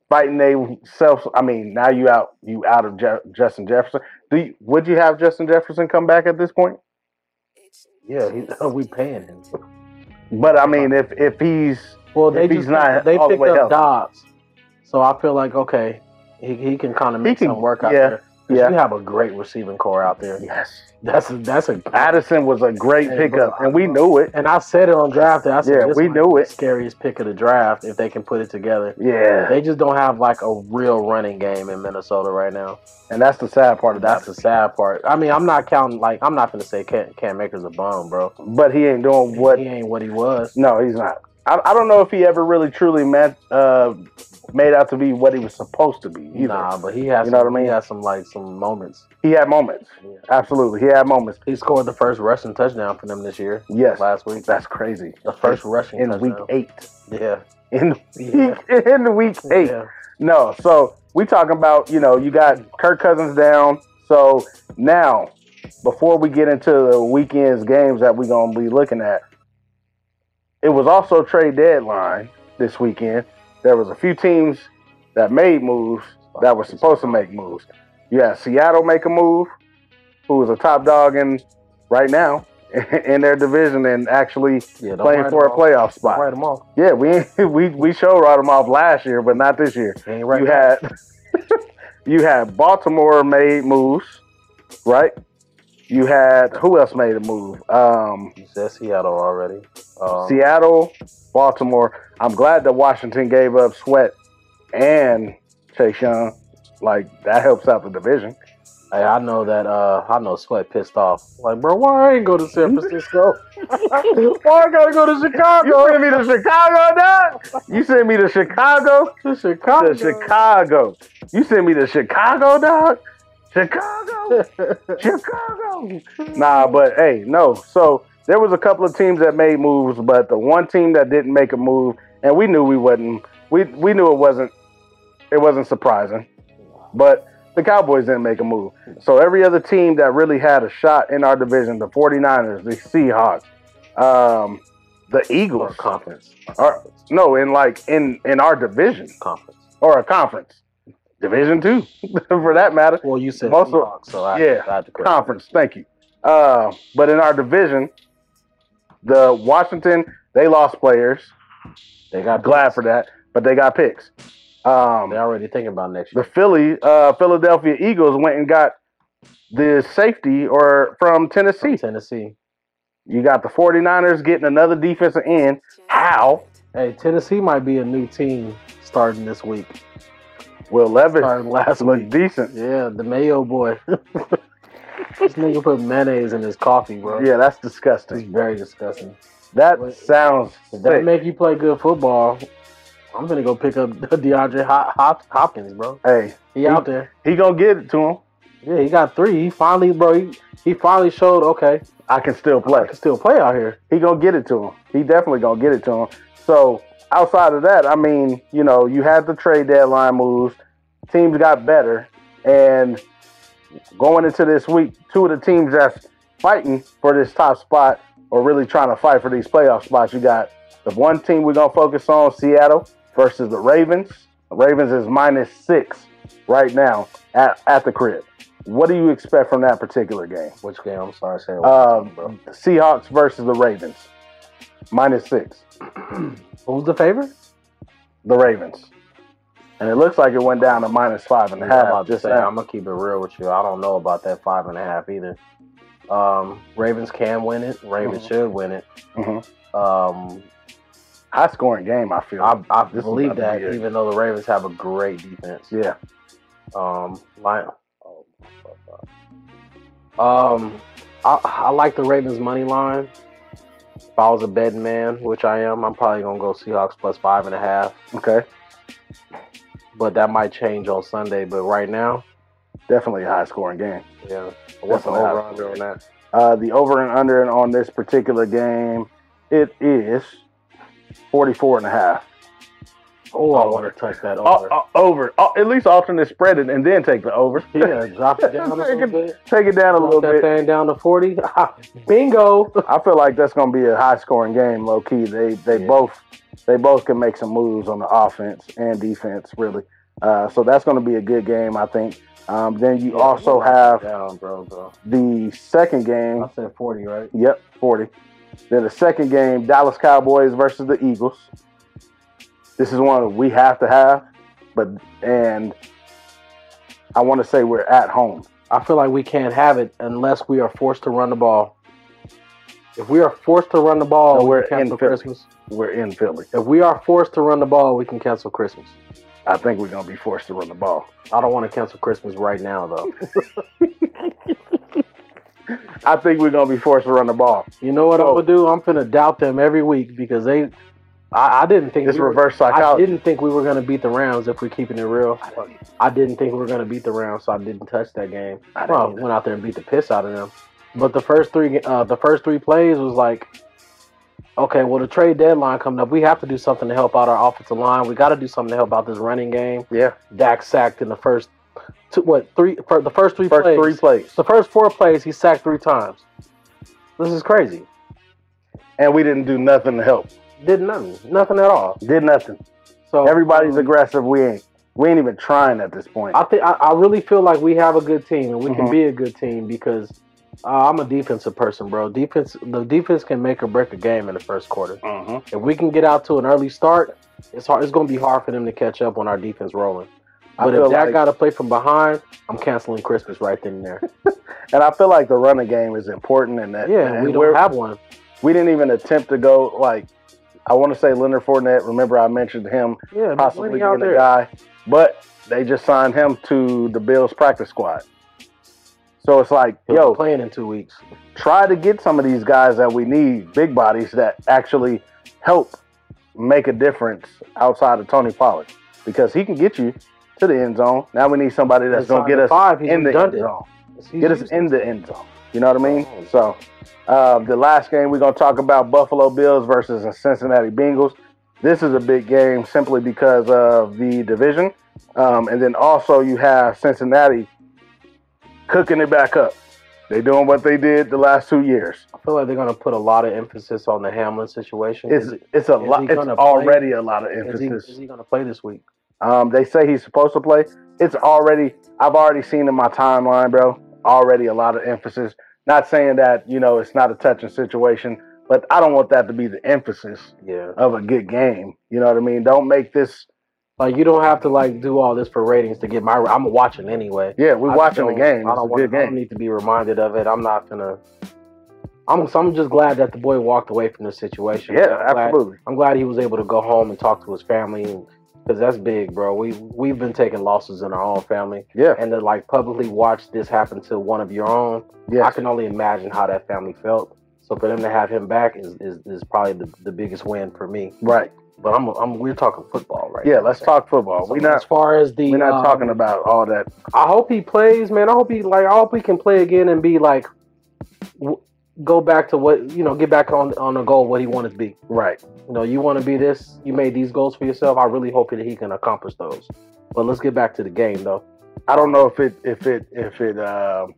[SPEAKER 2] fighting themselves? I mean, now you out, you out of Je- Justin Jefferson. Do you, would you have Justin Jefferson come back at this point?
[SPEAKER 1] Yeah,
[SPEAKER 2] *laughs*
[SPEAKER 1] he, we paying him.
[SPEAKER 2] But I mean, if if he's
[SPEAKER 1] Well, they
[SPEAKER 2] If he's
[SPEAKER 1] just
[SPEAKER 2] not
[SPEAKER 1] they
[SPEAKER 2] all the
[SPEAKER 1] picked
[SPEAKER 2] way
[SPEAKER 1] up
[SPEAKER 2] healthy.
[SPEAKER 1] Dobbs, so I feel like okay, he, he can kind of make
[SPEAKER 2] can-
[SPEAKER 1] some work out
[SPEAKER 2] yeah,
[SPEAKER 1] there. 'Cause
[SPEAKER 2] yeah.
[SPEAKER 1] you have a great receiving core out
[SPEAKER 2] *laughs*
[SPEAKER 1] there.
[SPEAKER 2] yes,
[SPEAKER 1] That's a, that's a
[SPEAKER 2] Addison was a great
[SPEAKER 1] Hey,
[SPEAKER 2] pickup,
[SPEAKER 1] bro.
[SPEAKER 2] and we knew it.
[SPEAKER 1] and I said it on draft. day, I said
[SPEAKER 2] Yeah,
[SPEAKER 1] this
[SPEAKER 2] we
[SPEAKER 1] might be
[SPEAKER 2] knew
[SPEAKER 1] the
[SPEAKER 2] it.
[SPEAKER 1] Scariest pick of the draft if they can put it together.
[SPEAKER 2] Yeah,
[SPEAKER 1] They just don't have like a real running game in Minnesota right now.
[SPEAKER 2] and that's the sad part
[SPEAKER 1] But
[SPEAKER 2] of
[SPEAKER 1] that's
[SPEAKER 2] that.
[SPEAKER 1] the sad part. I mean, I'm not counting like I'm not gonna say Cam, Cam Akers a bum, bro.
[SPEAKER 2] But he ain't doing what
[SPEAKER 1] he ain't what he was.
[SPEAKER 2] No, he's not. I, I don't know if he ever really truly met, uh, made out to be what he was supposed to be. Either.
[SPEAKER 1] Nah, but he has
[SPEAKER 2] You know
[SPEAKER 1] some,
[SPEAKER 2] what I mean?
[SPEAKER 1] he has some like some moments.
[SPEAKER 2] He had moments.
[SPEAKER 1] Yeah.
[SPEAKER 2] Absolutely. He had moments.
[SPEAKER 1] He scored the first rushing touchdown for them this year.
[SPEAKER 2] Yes.
[SPEAKER 1] last week.
[SPEAKER 2] That's crazy.
[SPEAKER 1] The first rushing
[SPEAKER 2] In week
[SPEAKER 1] touchdown.
[SPEAKER 2] eight.
[SPEAKER 1] Yeah.
[SPEAKER 2] In,
[SPEAKER 1] *laughs* Yeah.
[SPEAKER 2] in week *laughs* eight.
[SPEAKER 1] Yeah.
[SPEAKER 2] No, so we talking about, you know, you got Kirk Cousins down. So now, before we get into the weekend's games that we're gonna be looking at, it was also trade deadline this weekend. There was a few teams that made moves that were supposed to make moves. You had Seattle make a move, who is a top dog in right now *laughs* in their division and actually
[SPEAKER 1] Yeah, don't
[SPEAKER 2] playing
[SPEAKER 1] write
[SPEAKER 2] for
[SPEAKER 1] him
[SPEAKER 2] a
[SPEAKER 1] off.
[SPEAKER 2] playoff
[SPEAKER 1] Don't
[SPEAKER 2] spot.
[SPEAKER 1] write him off.
[SPEAKER 2] Yeah, we *laughs* we we showed right them off last year, but not this year
[SPEAKER 1] He ain't right.
[SPEAKER 2] you had *laughs* you had Baltimore made moves, right? You had who else made a move? Um,
[SPEAKER 1] You said Seattle already.
[SPEAKER 2] Uh-huh.
[SPEAKER 1] Um,
[SPEAKER 2] Seattle, Baltimore. I'm glad that Washington gave up Sweat and Chase Young. Like that helps out the *laughs* division.
[SPEAKER 1] Hey, I know that. Uh, I know Sweat pissed off. Like, bro, why I ain't go to San *laughs* Francisco? why I gotta go to
[SPEAKER 2] You
[SPEAKER 1] Chicago?
[SPEAKER 2] send me to Chicago, dog. You send me to Chicago,
[SPEAKER 1] to Chicago.
[SPEAKER 2] to Chicago. You send me to Chicago, dog.
[SPEAKER 1] *laughs*
[SPEAKER 2] Chicago. Chicago. Nah, but hey, no. So there was a couple of teams that made moves, but the one team that didn't make a move, and we knew we wasn't. We we knew it wasn't. It wasn't surprising, but the Cowboys didn't make a move. So every other team that really had a shot in our division, the 49ers, the Seahawks, um, the
[SPEAKER 1] Or
[SPEAKER 2] Eagles,
[SPEAKER 1] conference.
[SPEAKER 2] or, no, in like in in our division
[SPEAKER 1] Conference.
[SPEAKER 2] or a conference, division two, *laughs* for that matter
[SPEAKER 1] Well, you said
[SPEAKER 2] Most of-
[SPEAKER 1] Seahawks, so I,
[SPEAKER 2] yeah,
[SPEAKER 1] I had to correct.
[SPEAKER 2] conference. Thank you. Uh, but in our division, the Washington they lost players.
[SPEAKER 1] They got
[SPEAKER 2] Glad
[SPEAKER 1] picks.
[SPEAKER 2] for that, but they got picks. Um,
[SPEAKER 1] They already thinking about next
[SPEAKER 2] the
[SPEAKER 1] year.
[SPEAKER 2] Philly uh, Philadelphia Eagles went and got the safety or from
[SPEAKER 1] From
[SPEAKER 2] Tennessee.
[SPEAKER 1] Tennessee.
[SPEAKER 2] You got the 49ers getting another defensive end. How
[SPEAKER 1] Hey, Tennessee might be a new team starting this
[SPEAKER 2] *laughs*
[SPEAKER 1] week.
[SPEAKER 2] will Levis
[SPEAKER 1] Starting last week.
[SPEAKER 2] look decent?
[SPEAKER 1] Yeah, the mayo boy. *laughs* this nigga put mayonnaise in his coffee, bro.
[SPEAKER 2] Yeah, that's
[SPEAKER 1] It's
[SPEAKER 2] disgusting.
[SPEAKER 1] very disgusting.
[SPEAKER 2] That sounds
[SPEAKER 1] If that
[SPEAKER 2] sick.
[SPEAKER 1] make you play good football, I'm gonna go pick up *laughs* DeAndre Hop- Hop- Hopkins, bro.
[SPEAKER 2] Hey,
[SPEAKER 1] He out there.
[SPEAKER 2] he gonna get it to him.
[SPEAKER 1] Yeah, he got three. He finally, bro. He, he finally showed. Okay,
[SPEAKER 2] I can still play.
[SPEAKER 1] I can still play out here.
[SPEAKER 2] he gonna get it to him. He definitely gonna get it to him. So outside of that, I mean, you know, you had the trade deadline moves. Teams got better, and going into this week, two of the teams that's fighting for this top spot or really trying to fight for these playoff spots, you got the one team we're gonna focus on, Seattle versus the Ravens. The Ravens is minus six right now at, at the crib. What do you expect from that particular game?
[SPEAKER 1] Which game? I'm sorry, saying.
[SPEAKER 2] Um, Seahawks versus the Ravens. Minus six.
[SPEAKER 1] Who's the favorite?
[SPEAKER 2] The Ravens. And it looks like it went down to minus five and a
[SPEAKER 1] I'm about
[SPEAKER 2] half.
[SPEAKER 1] to
[SPEAKER 2] Just
[SPEAKER 1] say,
[SPEAKER 2] now.
[SPEAKER 1] I'm gonna keep it real with you. I don't know about that five and a half either. Um, Ravens can win it. Ravens
[SPEAKER 2] Mhm.
[SPEAKER 1] should win it.
[SPEAKER 2] Mhm.
[SPEAKER 1] Um,
[SPEAKER 2] High scoring game, I feel.
[SPEAKER 1] I, I
[SPEAKER 2] This is
[SPEAKER 1] believe
[SPEAKER 2] about to
[SPEAKER 1] that
[SPEAKER 2] be it.
[SPEAKER 1] even though the Ravens have a great defense.
[SPEAKER 2] yeah.
[SPEAKER 1] Um, Lion. Oh, fuck up. um, I, I like the Ravens money line. If I was a betting man, which I am, I'm probably gonna go Seahawks plus five and a half.
[SPEAKER 2] Okay,
[SPEAKER 1] But that might change on Sunday. But right now,
[SPEAKER 2] definitely a high scoring game.
[SPEAKER 1] yeah. What's the
[SPEAKER 2] Definitely
[SPEAKER 1] over
[SPEAKER 2] high
[SPEAKER 1] under on that?
[SPEAKER 2] Uh, the over and under on this particular game, it is 44 and a half.
[SPEAKER 1] Oh, I
[SPEAKER 2] Over.
[SPEAKER 1] want to touch that
[SPEAKER 2] Over.
[SPEAKER 1] over.
[SPEAKER 2] over. Uh, at least alternate spread it and then take the over.
[SPEAKER 1] Yeah, drop it *laughs* down a little bit.
[SPEAKER 2] Take it down a little
[SPEAKER 1] Drop that
[SPEAKER 2] bit.
[SPEAKER 1] thing down to *laughs* forty. Bingo.
[SPEAKER 2] I feel like that's going to be a high scoring game, low key. They they
[SPEAKER 1] Yeah.
[SPEAKER 2] both they both can make some moves on the offense and defense, really. Uh, so that's going to be a good game, I think. Um, then you also have
[SPEAKER 1] down, bro, bro.
[SPEAKER 2] the second game.
[SPEAKER 1] I said forty, right?
[SPEAKER 2] Yep, 40. Then the second game, Dallas Cowboys versus the Eagles. This is one we have to have, but and I want to say we're at home.
[SPEAKER 1] I feel like we can't have it unless we are forced to run the ball. If we are forced to run the ball,
[SPEAKER 2] No,
[SPEAKER 1] we
[SPEAKER 2] we're
[SPEAKER 1] can cancel
[SPEAKER 2] in Philly.
[SPEAKER 1] Christmas.
[SPEAKER 2] We're in Philly.
[SPEAKER 1] If we are forced to run the ball, we can cancel Christmas.
[SPEAKER 2] I think we're gonna be forced to run the ball.
[SPEAKER 1] I don't want to cancel Christmas right now, though.
[SPEAKER 2] *laughs* I think we're gonna be forced to run the ball.
[SPEAKER 1] You know what
[SPEAKER 2] Oh.
[SPEAKER 1] I'm gonna do? I'm gonna doubt them every week because they. I, I didn't think
[SPEAKER 2] It's
[SPEAKER 1] we were-
[SPEAKER 2] reverse
[SPEAKER 1] I
[SPEAKER 2] psychology.
[SPEAKER 1] didn't think we were gonna beat the Rams if we're keeping it real. I didn't think we were gonna beat the Rams, so I didn't touch that game.
[SPEAKER 2] I
[SPEAKER 1] Well,
[SPEAKER 2] didn't either.
[SPEAKER 1] went out there and beat the piss out of them. But the first three, uh, the first three plays was like, okay, well the trade deadline coming up, we have to do something to help out our offensive line. We got to do something to help out this running game.
[SPEAKER 2] Yeah,
[SPEAKER 1] Dak sacked in the first, two, what three? For the first three
[SPEAKER 2] first
[SPEAKER 1] plays.
[SPEAKER 2] three plays,
[SPEAKER 1] The first four plays, he sacked three times. This is crazy.
[SPEAKER 2] and we didn't do nothing to help.
[SPEAKER 1] Did nothing, nothing at all.
[SPEAKER 2] Did nothing.
[SPEAKER 1] So
[SPEAKER 2] Everybody's
[SPEAKER 1] um,
[SPEAKER 2] aggressive. We ain't. We ain't even trying at this point.
[SPEAKER 1] I think I, I really feel like we have a good team and we
[SPEAKER 2] Mhm.
[SPEAKER 1] can be a good team because uh, I'm a defensive person, bro. Defense, the defense can make or break a game in the first quarter.
[SPEAKER 2] Mhm.
[SPEAKER 1] If we can get out to an early start, it's hard. It's going to be hard for them to catch up when our defense rolling.
[SPEAKER 2] I
[SPEAKER 1] But
[SPEAKER 2] feel
[SPEAKER 1] if that
[SPEAKER 2] like-
[SPEAKER 1] got to play from behind, I'm canceling Christmas right then and there.
[SPEAKER 2] And I feel like the running game is important in that.
[SPEAKER 1] Yeah,
[SPEAKER 2] *laughs* and
[SPEAKER 1] we
[SPEAKER 2] we're-
[SPEAKER 1] don't have one.
[SPEAKER 2] we didn't even attempt to go like I want to say Leonard Fournette. Remember, I mentioned him
[SPEAKER 1] Yeah, there's
[SPEAKER 2] possibly
[SPEAKER 1] plenty
[SPEAKER 2] being
[SPEAKER 1] out
[SPEAKER 2] a
[SPEAKER 1] there.
[SPEAKER 2] guy, but they just signed him to the Bills practice squad. So it's like,
[SPEAKER 1] Yo,
[SPEAKER 2] yo,
[SPEAKER 1] playing in two weeks.
[SPEAKER 2] try to get some of these guys that we need, big bodies that actually help make a difference outside of Tony Pollard because he can get you to the end zone. Now we need somebody that's going
[SPEAKER 1] Inside
[SPEAKER 2] to get
[SPEAKER 1] the
[SPEAKER 2] us
[SPEAKER 1] five, he's
[SPEAKER 2] in the end
[SPEAKER 1] redundant.
[SPEAKER 2] zone
[SPEAKER 1] He's
[SPEAKER 2] get us
[SPEAKER 1] useless.
[SPEAKER 2] in the end zone. You know what I mean? So, uh, the last game we're gonna talk about Buffalo Bills versus the Cincinnati Bengals. This is a big game simply because of the division, um, and then also you have Cincinnati cooking it back up. They doing what they did the last two years.
[SPEAKER 1] I feel like they're going to put a lot of emphasis on the Hamlin situation.
[SPEAKER 2] It's
[SPEAKER 1] is, it-
[SPEAKER 2] it's a
[SPEAKER 1] is
[SPEAKER 2] lot.
[SPEAKER 1] he
[SPEAKER 2] It's
[SPEAKER 1] gonna
[SPEAKER 2] already a lot of
[SPEAKER 1] is he,
[SPEAKER 2] emphasis.
[SPEAKER 1] is he going to play this week?
[SPEAKER 2] Um, they say he's supposed to play. It's already. I've already seen in my timeline, bro. Already a lot of emphasis. Not saying that you know it's not a touching situation, but I don't want that to be the emphasis
[SPEAKER 1] Yeah.
[SPEAKER 2] of a good game. You know what I mean? Don't make this.
[SPEAKER 1] Like you don't have to like do all this for ratings to get my. I'm watching anyway.
[SPEAKER 2] Yeah, we're
[SPEAKER 1] I
[SPEAKER 2] watching the
[SPEAKER 1] don't-
[SPEAKER 2] game.
[SPEAKER 1] I
[SPEAKER 2] It's a
[SPEAKER 1] don't, want,
[SPEAKER 2] good
[SPEAKER 1] I don't
[SPEAKER 2] game.
[SPEAKER 1] need to be reminded of it. I'm not gonna. I'm. So I'm just glad that the boy walked away from this situation.
[SPEAKER 2] Yeah,
[SPEAKER 1] I'm glad-
[SPEAKER 2] absolutely.
[SPEAKER 1] I'm glad he was able to go home and talk to his family, because that's big, bro. We we've been taking losses in our own family,
[SPEAKER 2] Yeah,
[SPEAKER 1] and to like publicly watch this happen to one of your own, I
[SPEAKER 2] yeah.
[SPEAKER 1] can only imagine how that family felt. So for them to have him back is is, is probably the, the biggest win for me.
[SPEAKER 2] Right.
[SPEAKER 1] But I'm I'm we're talking football right
[SPEAKER 2] Yeah.
[SPEAKER 1] now.
[SPEAKER 2] Let's talk football.
[SPEAKER 1] So
[SPEAKER 2] We're
[SPEAKER 1] as
[SPEAKER 2] not.
[SPEAKER 1] far as the
[SPEAKER 2] We're not
[SPEAKER 1] um,
[SPEAKER 2] talking about all that.
[SPEAKER 1] I hope he plays, man. I hope he like. I hope he can play again and be like, w- go back to what you know, get back on on the goal what he wanted to be.
[SPEAKER 2] Right.
[SPEAKER 1] You know, you want to be this. You made these goals for yourself. I really hope that he can accomplish those. But let's get back to the game though.
[SPEAKER 2] I don't know if it if it if it um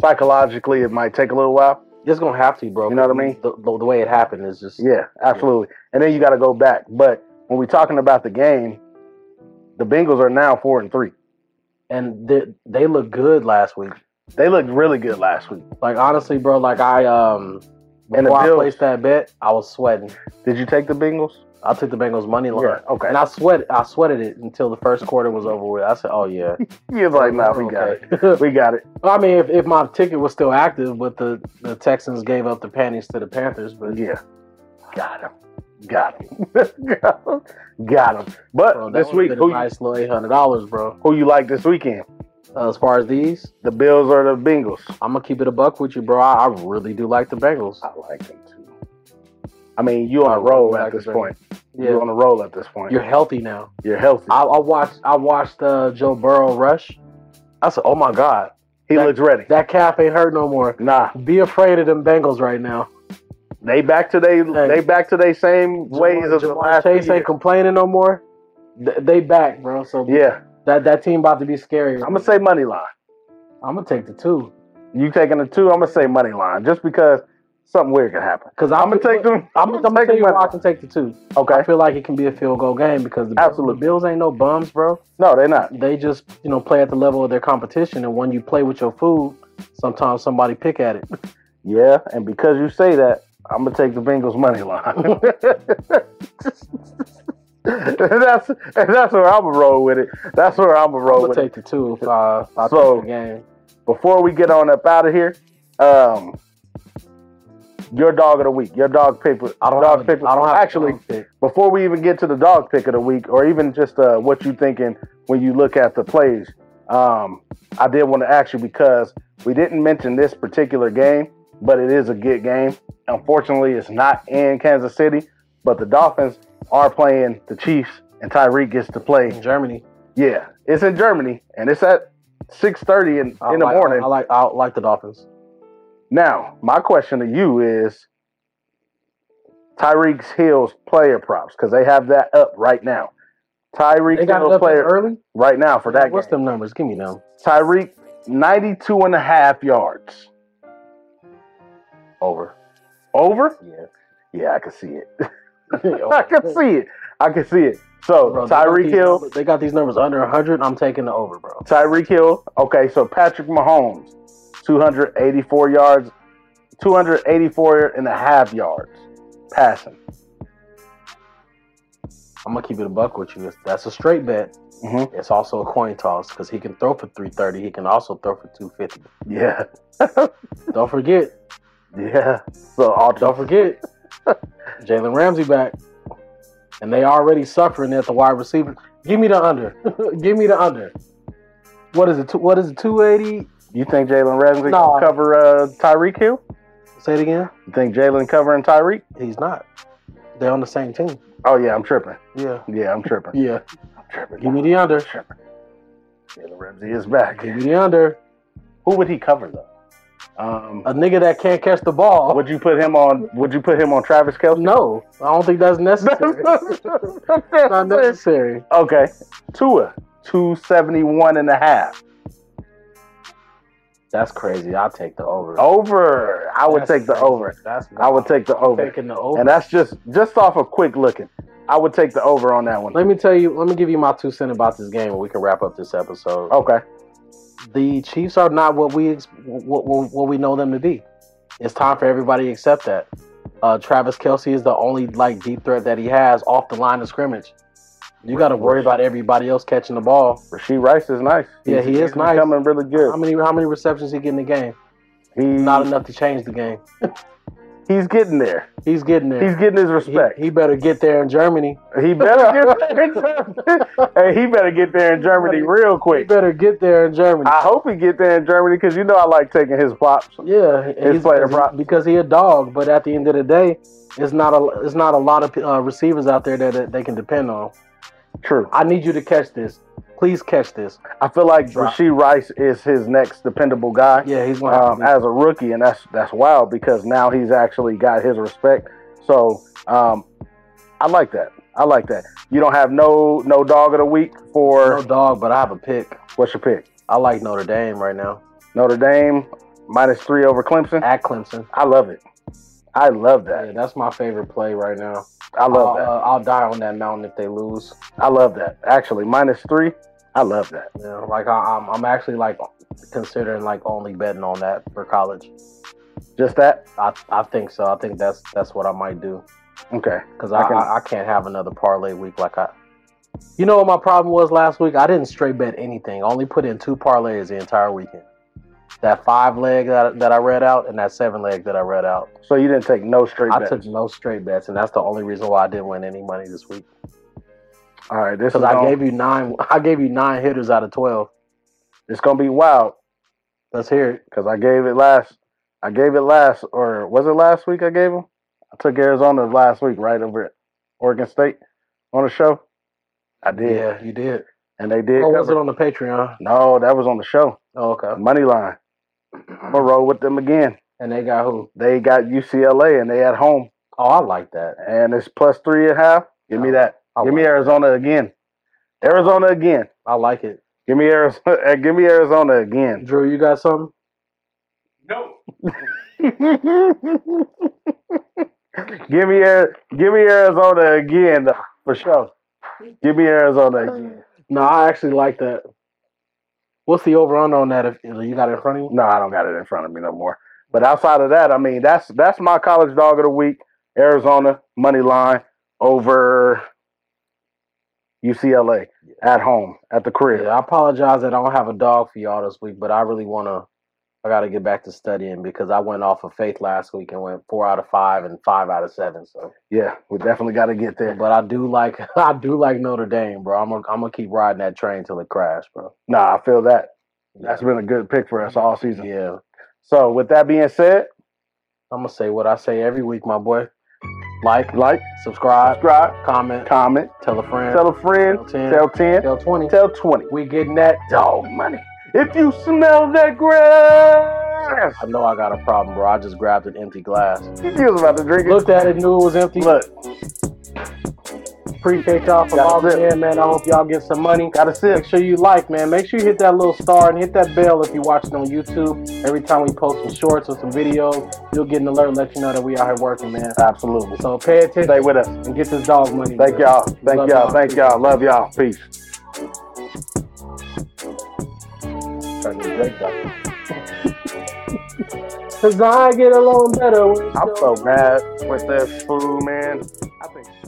[SPEAKER 2] psychologically it might take a little while.
[SPEAKER 1] It's gonna have to, bro.
[SPEAKER 2] You know what I mean?
[SPEAKER 1] The, the, the way it happened is just
[SPEAKER 2] Yeah, absolutely. And then you got to go back. But when we're talking about the game, the Bengals are now four and three.
[SPEAKER 1] And they, they look good last week.
[SPEAKER 2] They looked really good last week.
[SPEAKER 1] Like honestly, bro. Like I um before
[SPEAKER 2] And the
[SPEAKER 1] I
[SPEAKER 2] Bills-
[SPEAKER 1] placed that bet, I was sweating.
[SPEAKER 2] Did you take the Bengals?
[SPEAKER 1] I took the Bengals money line.
[SPEAKER 2] Yeah, okay.
[SPEAKER 1] And I sweat. I sweated it until the first quarter was over with. I said, "Oh yeah,
[SPEAKER 2] You're *laughs* like, no, we got it.
[SPEAKER 1] *laughs* it."
[SPEAKER 2] We got it.
[SPEAKER 1] I mean, if, if my ticket was still active, but the, the Texans gave up the panties to the Panthers, but
[SPEAKER 2] Yeah, got him. Got him. got him. But *laughs*
[SPEAKER 1] bro, that
[SPEAKER 2] this
[SPEAKER 1] would've
[SPEAKER 2] week,
[SPEAKER 1] been
[SPEAKER 2] who
[SPEAKER 1] a nice little eight hundred dollars, bro.
[SPEAKER 2] who you like this weekend?
[SPEAKER 1] Uh, as far as these,
[SPEAKER 2] The Bills or the Bengals?
[SPEAKER 1] I'm gonna keep it a buck with you, bro. I, I really do like the Bengals.
[SPEAKER 2] I like them too. I mean, you on a roll at this point. You're
[SPEAKER 1] Yeah,
[SPEAKER 2] on a roll at this point.
[SPEAKER 1] you're
[SPEAKER 2] You're,
[SPEAKER 1] healthy now.
[SPEAKER 2] healthy.
[SPEAKER 1] I, I watched I watched uh, Joe Burrow rush. I said, "Oh my God,
[SPEAKER 2] he
[SPEAKER 1] that-
[SPEAKER 2] looks ready.
[SPEAKER 1] that calf ain't hurt no more."
[SPEAKER 2] nah,
[SPEAKER 1] Be afraid of them Bengals right now.
[SPEAKER 2] they back to they
[SPEAKER 1] Hey.
[SPEAKER 2] they back to they same ways
[SPEAKER 1] Jamar-
[SPEAKER 2] as the
[SPEAKER 1] Jamar
[SPEAKER 2] last
[SPEAKER 1] Chase
[SPEAKER 2] few
[SPEAKER 1] ain't complaining no more. Th- they back, bro. So
[SPEAKER 2] years. Yeah,
[SPEAKER 1] that that team about to be scary.
[SPEAKER 2] I'm gonna say money line.
[SPEAKER 1] I'm gonna take the two
[SPEAKER 2] You taking the two? I'm gonna say money line just because something weird could happen.
[SPEAKER 1] because
[SPEAKER 2] I'm gonna take them.
[SPEAKER 1] I'm, I'm gonna tell you why I
[SPEAKER 2] money.
[SPEAKER 1] can take the two. I
[SPEAKER 2] Okay.
[SPEAKER 1] feel like it can be a field goal game because the,
[SPEAKER 2] Absolutely.
[SPEAKER 1] the Bills ain't no bums, bro.
[SPEAKER 2] No, they're not.
[SPEAKER 1] They just you know play at the level of their competition, and when you play with your food, sometimes somebody pick at it.
[SPEAKER 2] Yeah, and because you say that, I'm gonna take the Bengals money line. *laughs* that's and that's where I'm gonna roll with it. That's where I'm gonna
[SPEAKER 1] I'm
[SPEAKER 2] roll
[SPEAKER 1] gonna
[SPEAKER 2] with it.
[SPEAKER 1] take the two if I, if I
[SPEAKER 2] So-
[SPEAKER 1] take the game.
[SPEAKER 2] Before we get on up out of here, um, your dog of the week, your dog pick.
[SPEAKER 1] I don't
[SPEAKER 2] dog
[SPEAKER 1] have a-
[SPEAKER 2] pick.
[SPEAKER 1] I don't have a
[SPEAKER 2] actually.
[SPEAKER 1] dog pick.
[SPEAKER 2] Before we even get to the dog pick of the week, or even just uh, what you thinking when you look at the plays, um, I did want to ask you because we didn't mention this particular game, but it is a good game. Unfortunately, it's not in Kansas City, but the Dolphins are playing the Chiefs, and Tyreek gets to play.
[SPEAKER 1] in Germany
[SPEAKER 2] Yeah, it's in Germany, and it's at six thirty in,
[SPEAKER 1] I
[SPEAKER 2] in the
[SPEAKER 1] like-
[SPEAKER 2] morning.
[SPEAKER 1] I like I like the Dolphins.
[SPEAKER 2] Now, my question to you is Tyreek's Hill's player props because they have that up right now.
[SPEAKER 1] They
[SPEAKER 2] Tyreek
[SPEAKER 1] got it
[SPEAKER 2] Hill's
[SPEAKER 1] up
[SPEAKER 2] player
[SPEAKER 1] early
[SPEAKER 2] right now for that
[SPEAKER 1] What's
[SPEAKER 2] game.
[SPEAKER 1] them numbers? Give me
[SPEAKER 2] *laughs*
[SPEAKER 1] them.
[SPEAKER 2] Tyreek 92 and a half yards.
[SPEAKER 1] Over.
[SPEAKER 2] Over?
[SPEAKER 1] Yeah. Oh,
[SPEAKER 2] Yeah, I can see it. *laughs* I can see it. I can see it. So
[SPEAKER 1] Bro, they got
[SPEAKER 2] Tyreek
[SPEAKER 1] these
[SPEAKER 2] Hill,
[SPEAKER 1] numbers- They got these numbers under 100. I'm taking the over, bro.
[SPEAKER 2] Tyreek Hill. Okay, so Patrick Mahomes, 284 yards, 284 and a half yards passing.
[SPEAKER 1] I'm gonna keep it a buck with you. It's- That's a straight bet.
[SPEAKER 2] Mhm.
[SPEAKER 1] It's also a coin toss because he can throw for 330. He can also throw for 250.
[SPEAKER 2] Yeah.
[SPEAKER 1] Don't forget. uh,
[SPEAKER 2] Yeah. So all
[SPEAKER 1] Don't forget.
[SPEAKER 2] *laughs*
[SPEAKER 1] Jalen Ramsey back, and they already suffering at the wide receiver. Give me the under. *laughs* Give me the under. What is it? Two, what is it? 280.
[SPEAKER 2] You think Jalen Ramsey
[SPEAKER 1] No.
[SPEAKER 2] can cover uh, Tyreek Hill?
[SPEAKER 1] Say it again.
[SPEAKER 2] You think Jalen covering Tyreek?
[SPEAKER 1] He's not. They're on the same team.
[SPEAKER 2] Oh yeah, I'm tripping.
[SPEAKER 1] Yeah.
[SPEAKER 2] Yeah, I'm tripping.
[SPEAKER 1] Yeah.
[SPEAKER 2] I'm tripping.
[SPEAKER 1] Give me the under.
[SPEAKER 2] I'm tripping. Jalen Ramsey is back.
[SPEAKER 1] Give me the under.
[SPEAKER 2] Who would he cover though? Um,
[SPEAKER 1] A nigga that can't catch the ball.
[SPEAKER 2] would you put him on? Would you put him on Travis Kelsey?
[SPEAKER 1] No, I don't think that's necessary.
[SPEAKER 2] *laughs*
[SPEAKER 1] not necessary.
[SPEAKER 2] okay, Tua, 271 and a half.
[SPEAKER 1] That's crazy. I'll take the over.
[SPEAKER 2] Over. I would
[SPEAKER 1] That's
[SPEAKER 2] take the
[SPEAKER 1] crazy.
[SPEAKER 2] over.
[SPEAKER 1] That's
[SPEAKER 2] Oh, I would take the over.
[SPEAKER 1] taking the over.
[SPEAKER 2] And that's just just off of quick looking. I would take the over on that one.
[SPEAKER 1] let me tell you. Let me give you my two cents about this game, and we can wrap up this episode.
[SPEAKER 2] Okay.
[SPEAKER 1] The Chiefs are not what we ex- what, what, what we know them to be. It's time for everybody to accept that. Uh, Travis Kelsey is the only like deep threat that he has off the line of scrimmage. You got to worry about everybody else catching the ball.
[SPEAKER 2] Rasheed Rice is nice.
[SPEAKER 1] Yeah, he is nice.
[SPEAKER 2] Coming really good.
[SPEAKER 1] How many how many receptions he get in the game?
[SPEAKER 2] He,
[SPEAKER 1] Not enough to change the game.
[SPEAKER 2] he's getting there.
[SPEAKER 1] He's getting there.
[SPEAKER 2] He's getting his
[SPEAKER 1] He,
[SPEAKER 2] respect.
[SPEAKER 1] he better get there in Germany.
[SPEAKER 2] He, better get there
[SPEAKER 1] *laughs*
[SPEAKER 2] in Germany. Hey, he better get there in Germany real
[SPEAKER 1] He
[SPEAKER 2] quick.
[SPEAKER 1] better get there in Germany.
[SPEAKER 2] I hope he get there in Germany because you know I like taking his pops.
[SPEAKER 1] yeah, he's,
[SPEAKER 2] player
[SPEAKER 1] because he-
[SPEAKER 2] props.
[SPEAKER 1] because he a dog. But at the end of the day, it's not a it's not a lot of uh, receivers out there that, that they can depend on.
[SPEAKER 2] True.
[SPEAKER 1] I need you to catch this. Please catch this.
[SPEAKER 2] I feel like
[SPEAKER 1] Drop.
[SPEAKER 2] Rasheed Rice is his next dependable guy.
[SPEAKER 1] Yeah, he's gonna.
[SPEAKER 2] um,
[SPEAKER 1] have to
[SPEAKER 2] as a rookie, and that's that's wild because now he's actually got his respect. So um, I like that. I like that. You don't have no no dog of the week
[SPEAKER 1] be
[SPEAKER 2] for
[SPEAKER 1] no dog, but I have a pick.
[SPEAKER 2] what's your pick?
[SPEAKER 1] I like Notre Dame right now
[SPEAKER 2] Notre Dame minus three over Clemson.
[SPEAKER 1] at Clemson.
[SPEAKER 2] I love it. I love
[SPEAKER 1] Yeah,
[SPEAKER 2] that.
[SPEAKER 1] that's my favorite play right now.
[SPEAKER 2] I love
[SPEAKER 1] I'll,
[SPEAKER 2] that.
[SPEAKER 1] uh, I'll die on that mountain if they lose.
[SPEAKER 2] I love that. Actually, minus three. I love that.
[SPEAKER 1] Yeah, like I, I'm, I'm actually like considering like only betting on that for college.
[SPEAKER 2] Just that.
[SPEAKER 1] I, I think so. I think that's that's what I might do
[SPEAKER 2] Okay.
[SPEAKER 1] because I,
[SPEAKER 2] I
[SPEAKER 1] I,
[SPEAKER 2] can-
[SPEAKER 1] I, can't have another parlay week like I. You know what my problem was last week? I didn't straight bet anything. I only put in two parlays the entire weekend. That five leg that, that I read out and that seven leg that I read out.
[SPEAKER 2] So you didn't take no straight
[SPEAKER 1] I
[SPEAKER 2] bets.
[SPEAKER 1] took no straight bets, and that's the only reason why I didn't win any money this week.
[SPEAKER 2] All right. This is
[SPEAKER 1] Because I
[SPEAKER 2] gonna-
[SPEAKER 1] *laughs* gave you nine. I gave you nine hitters out of twelve.
[SPEAKER 2] It's gonna be wild
[SPEAKER 1] Let's hear it.
[SPEAKER 2] because I gave it last. I gave it last, or was it last week? I gave them. I took Arizona last week, right over at Oregon State on the show. I did,
[SPEAKER 1] Yeah, you did.
[SPEAKER 2] and they did.
[SPEAKER 1] Or Oh, was
[SPEAKER 2] cover.
[SPEAKER 1] it on the Patreon?
[SPEAKER 2] no, that was on the show.
[SPEAKER 1] Oh, okay.
[SPEAKER 2] Money line. I'm gonna roll with them again.
[SPEAKER 1] And they got who?
[SPEAKER 2] They got UCLA, and they at home,
[SPEAKER 1] Oh, I like that. Oh,
[SPEAKER 2] and it's plus three and a half. Give me that.
[SPEAKER 1] I
[SPEAKER 2] Give me
[SPEAKER 1] like-
[SPEAKER 2] Arizona again. Arizona again.
[SPEAKER 1] I like it.
[SPEAKER 2] Give me Arizona. *laughs* eh, Give me Arizona again. *laughs*
[SPEAKER 1] Drew, you got something?
[SPEAKER 5] No.
[SPEAKER 2] give me Ari- give me Arizona again though, for sure. Give me Arizona again.
[SPEAKER 1] No, I actually like that. What's the over under on that? If you got it in front of you,
[SPEAKER 2] No, I don't got it in front of me no more. But outside of that, I mean that's that's my college dog of the week. Arizona money line over UCLA at home at the crib.
[SPEAKER 1] yeah, I apologize that I don't have a dog for y'all this week, but I really want to. I got to get back to studying because I went off of faith last week and went four out of five and five out of seven. So,
[SPEAKER 2] Yeah, we definitely got to get there.
[SPEAKER 1] but I do like *laughs* I do like Notre Dame, bro. I'm gonna I'm gonna keep riding that train till it crashes, bro.
[SPEAKER 2] Nah, I feel that. That's been a good pick for us all season.
[SPEAKER 1] Yeah,
[SPEAKER 2] So with that being said,
[SPEAKER 1] I'm gonna say what I say every week, my boy. Like,
[SPEAKER 2] like,
[SPEAKER 1] subscribe,
[SPEAKER 2] subscribe,
[SPEAKER 1] comment,
[SPEAKER 2] comment,
[SPEAKER 1] tell a friend,
[SPEAKER 2] tell a friend,
[SPEAKER 1] tell ten,
[SPEAKER 2] tell ten,
[SPEAKER 1] tell twenty.
[SPEAKER 2] tell twenty.
[SPEAKER 1] We getting that
[SPEAKER 2] dog money. If you smell that grass,
[SPEAKER 1] I know I got a problem, bro. I just grabbed an empty glass.
[SPEAKER 2] he was about to drink it.
[SPEAKER 1] Looked at it, knew it was empty.
[SPEAKER 2] Look,
[SPEAKER 1] Appreciate y'all for
[SPEAKER 2] Got a
[SPEAKER 1] logging
[SPEAKER 2] sip.
[SPEAKER 1] in, man. I hope y'all get some money.
[SPEAKER 2] got a
[SPEAKER 1] Make
[SPEAKER 2] sip.
[SPEAKER 1] sure you like, man. Make sure you hit that little star and hit that bell if you're watching on YouTube. Every time we post some shorts or some videos, you'll get an alert, let you know that we out here working, man.
[SPEAKER 2] Absolutely.
[SPEAKER 1] So pay attention
[SPEAKER 2] Stay with us.
[SPEAKER 1] and get this dog money.
[SPEAKER 2] Thank
[SPEAKER 1] man.
[SPEAKER 2] y'all.
[SPEAKER 1] Love
[SPEAKER 2] Thank y'all.
[SPEAKER 1] y'all.
[SPEAKER 2] Thank y'all. Love y'all. Peace.
[SPEAKER 1] Cause I get along better when
[SPEAKER 2] I'm so mad with this food, man. I think.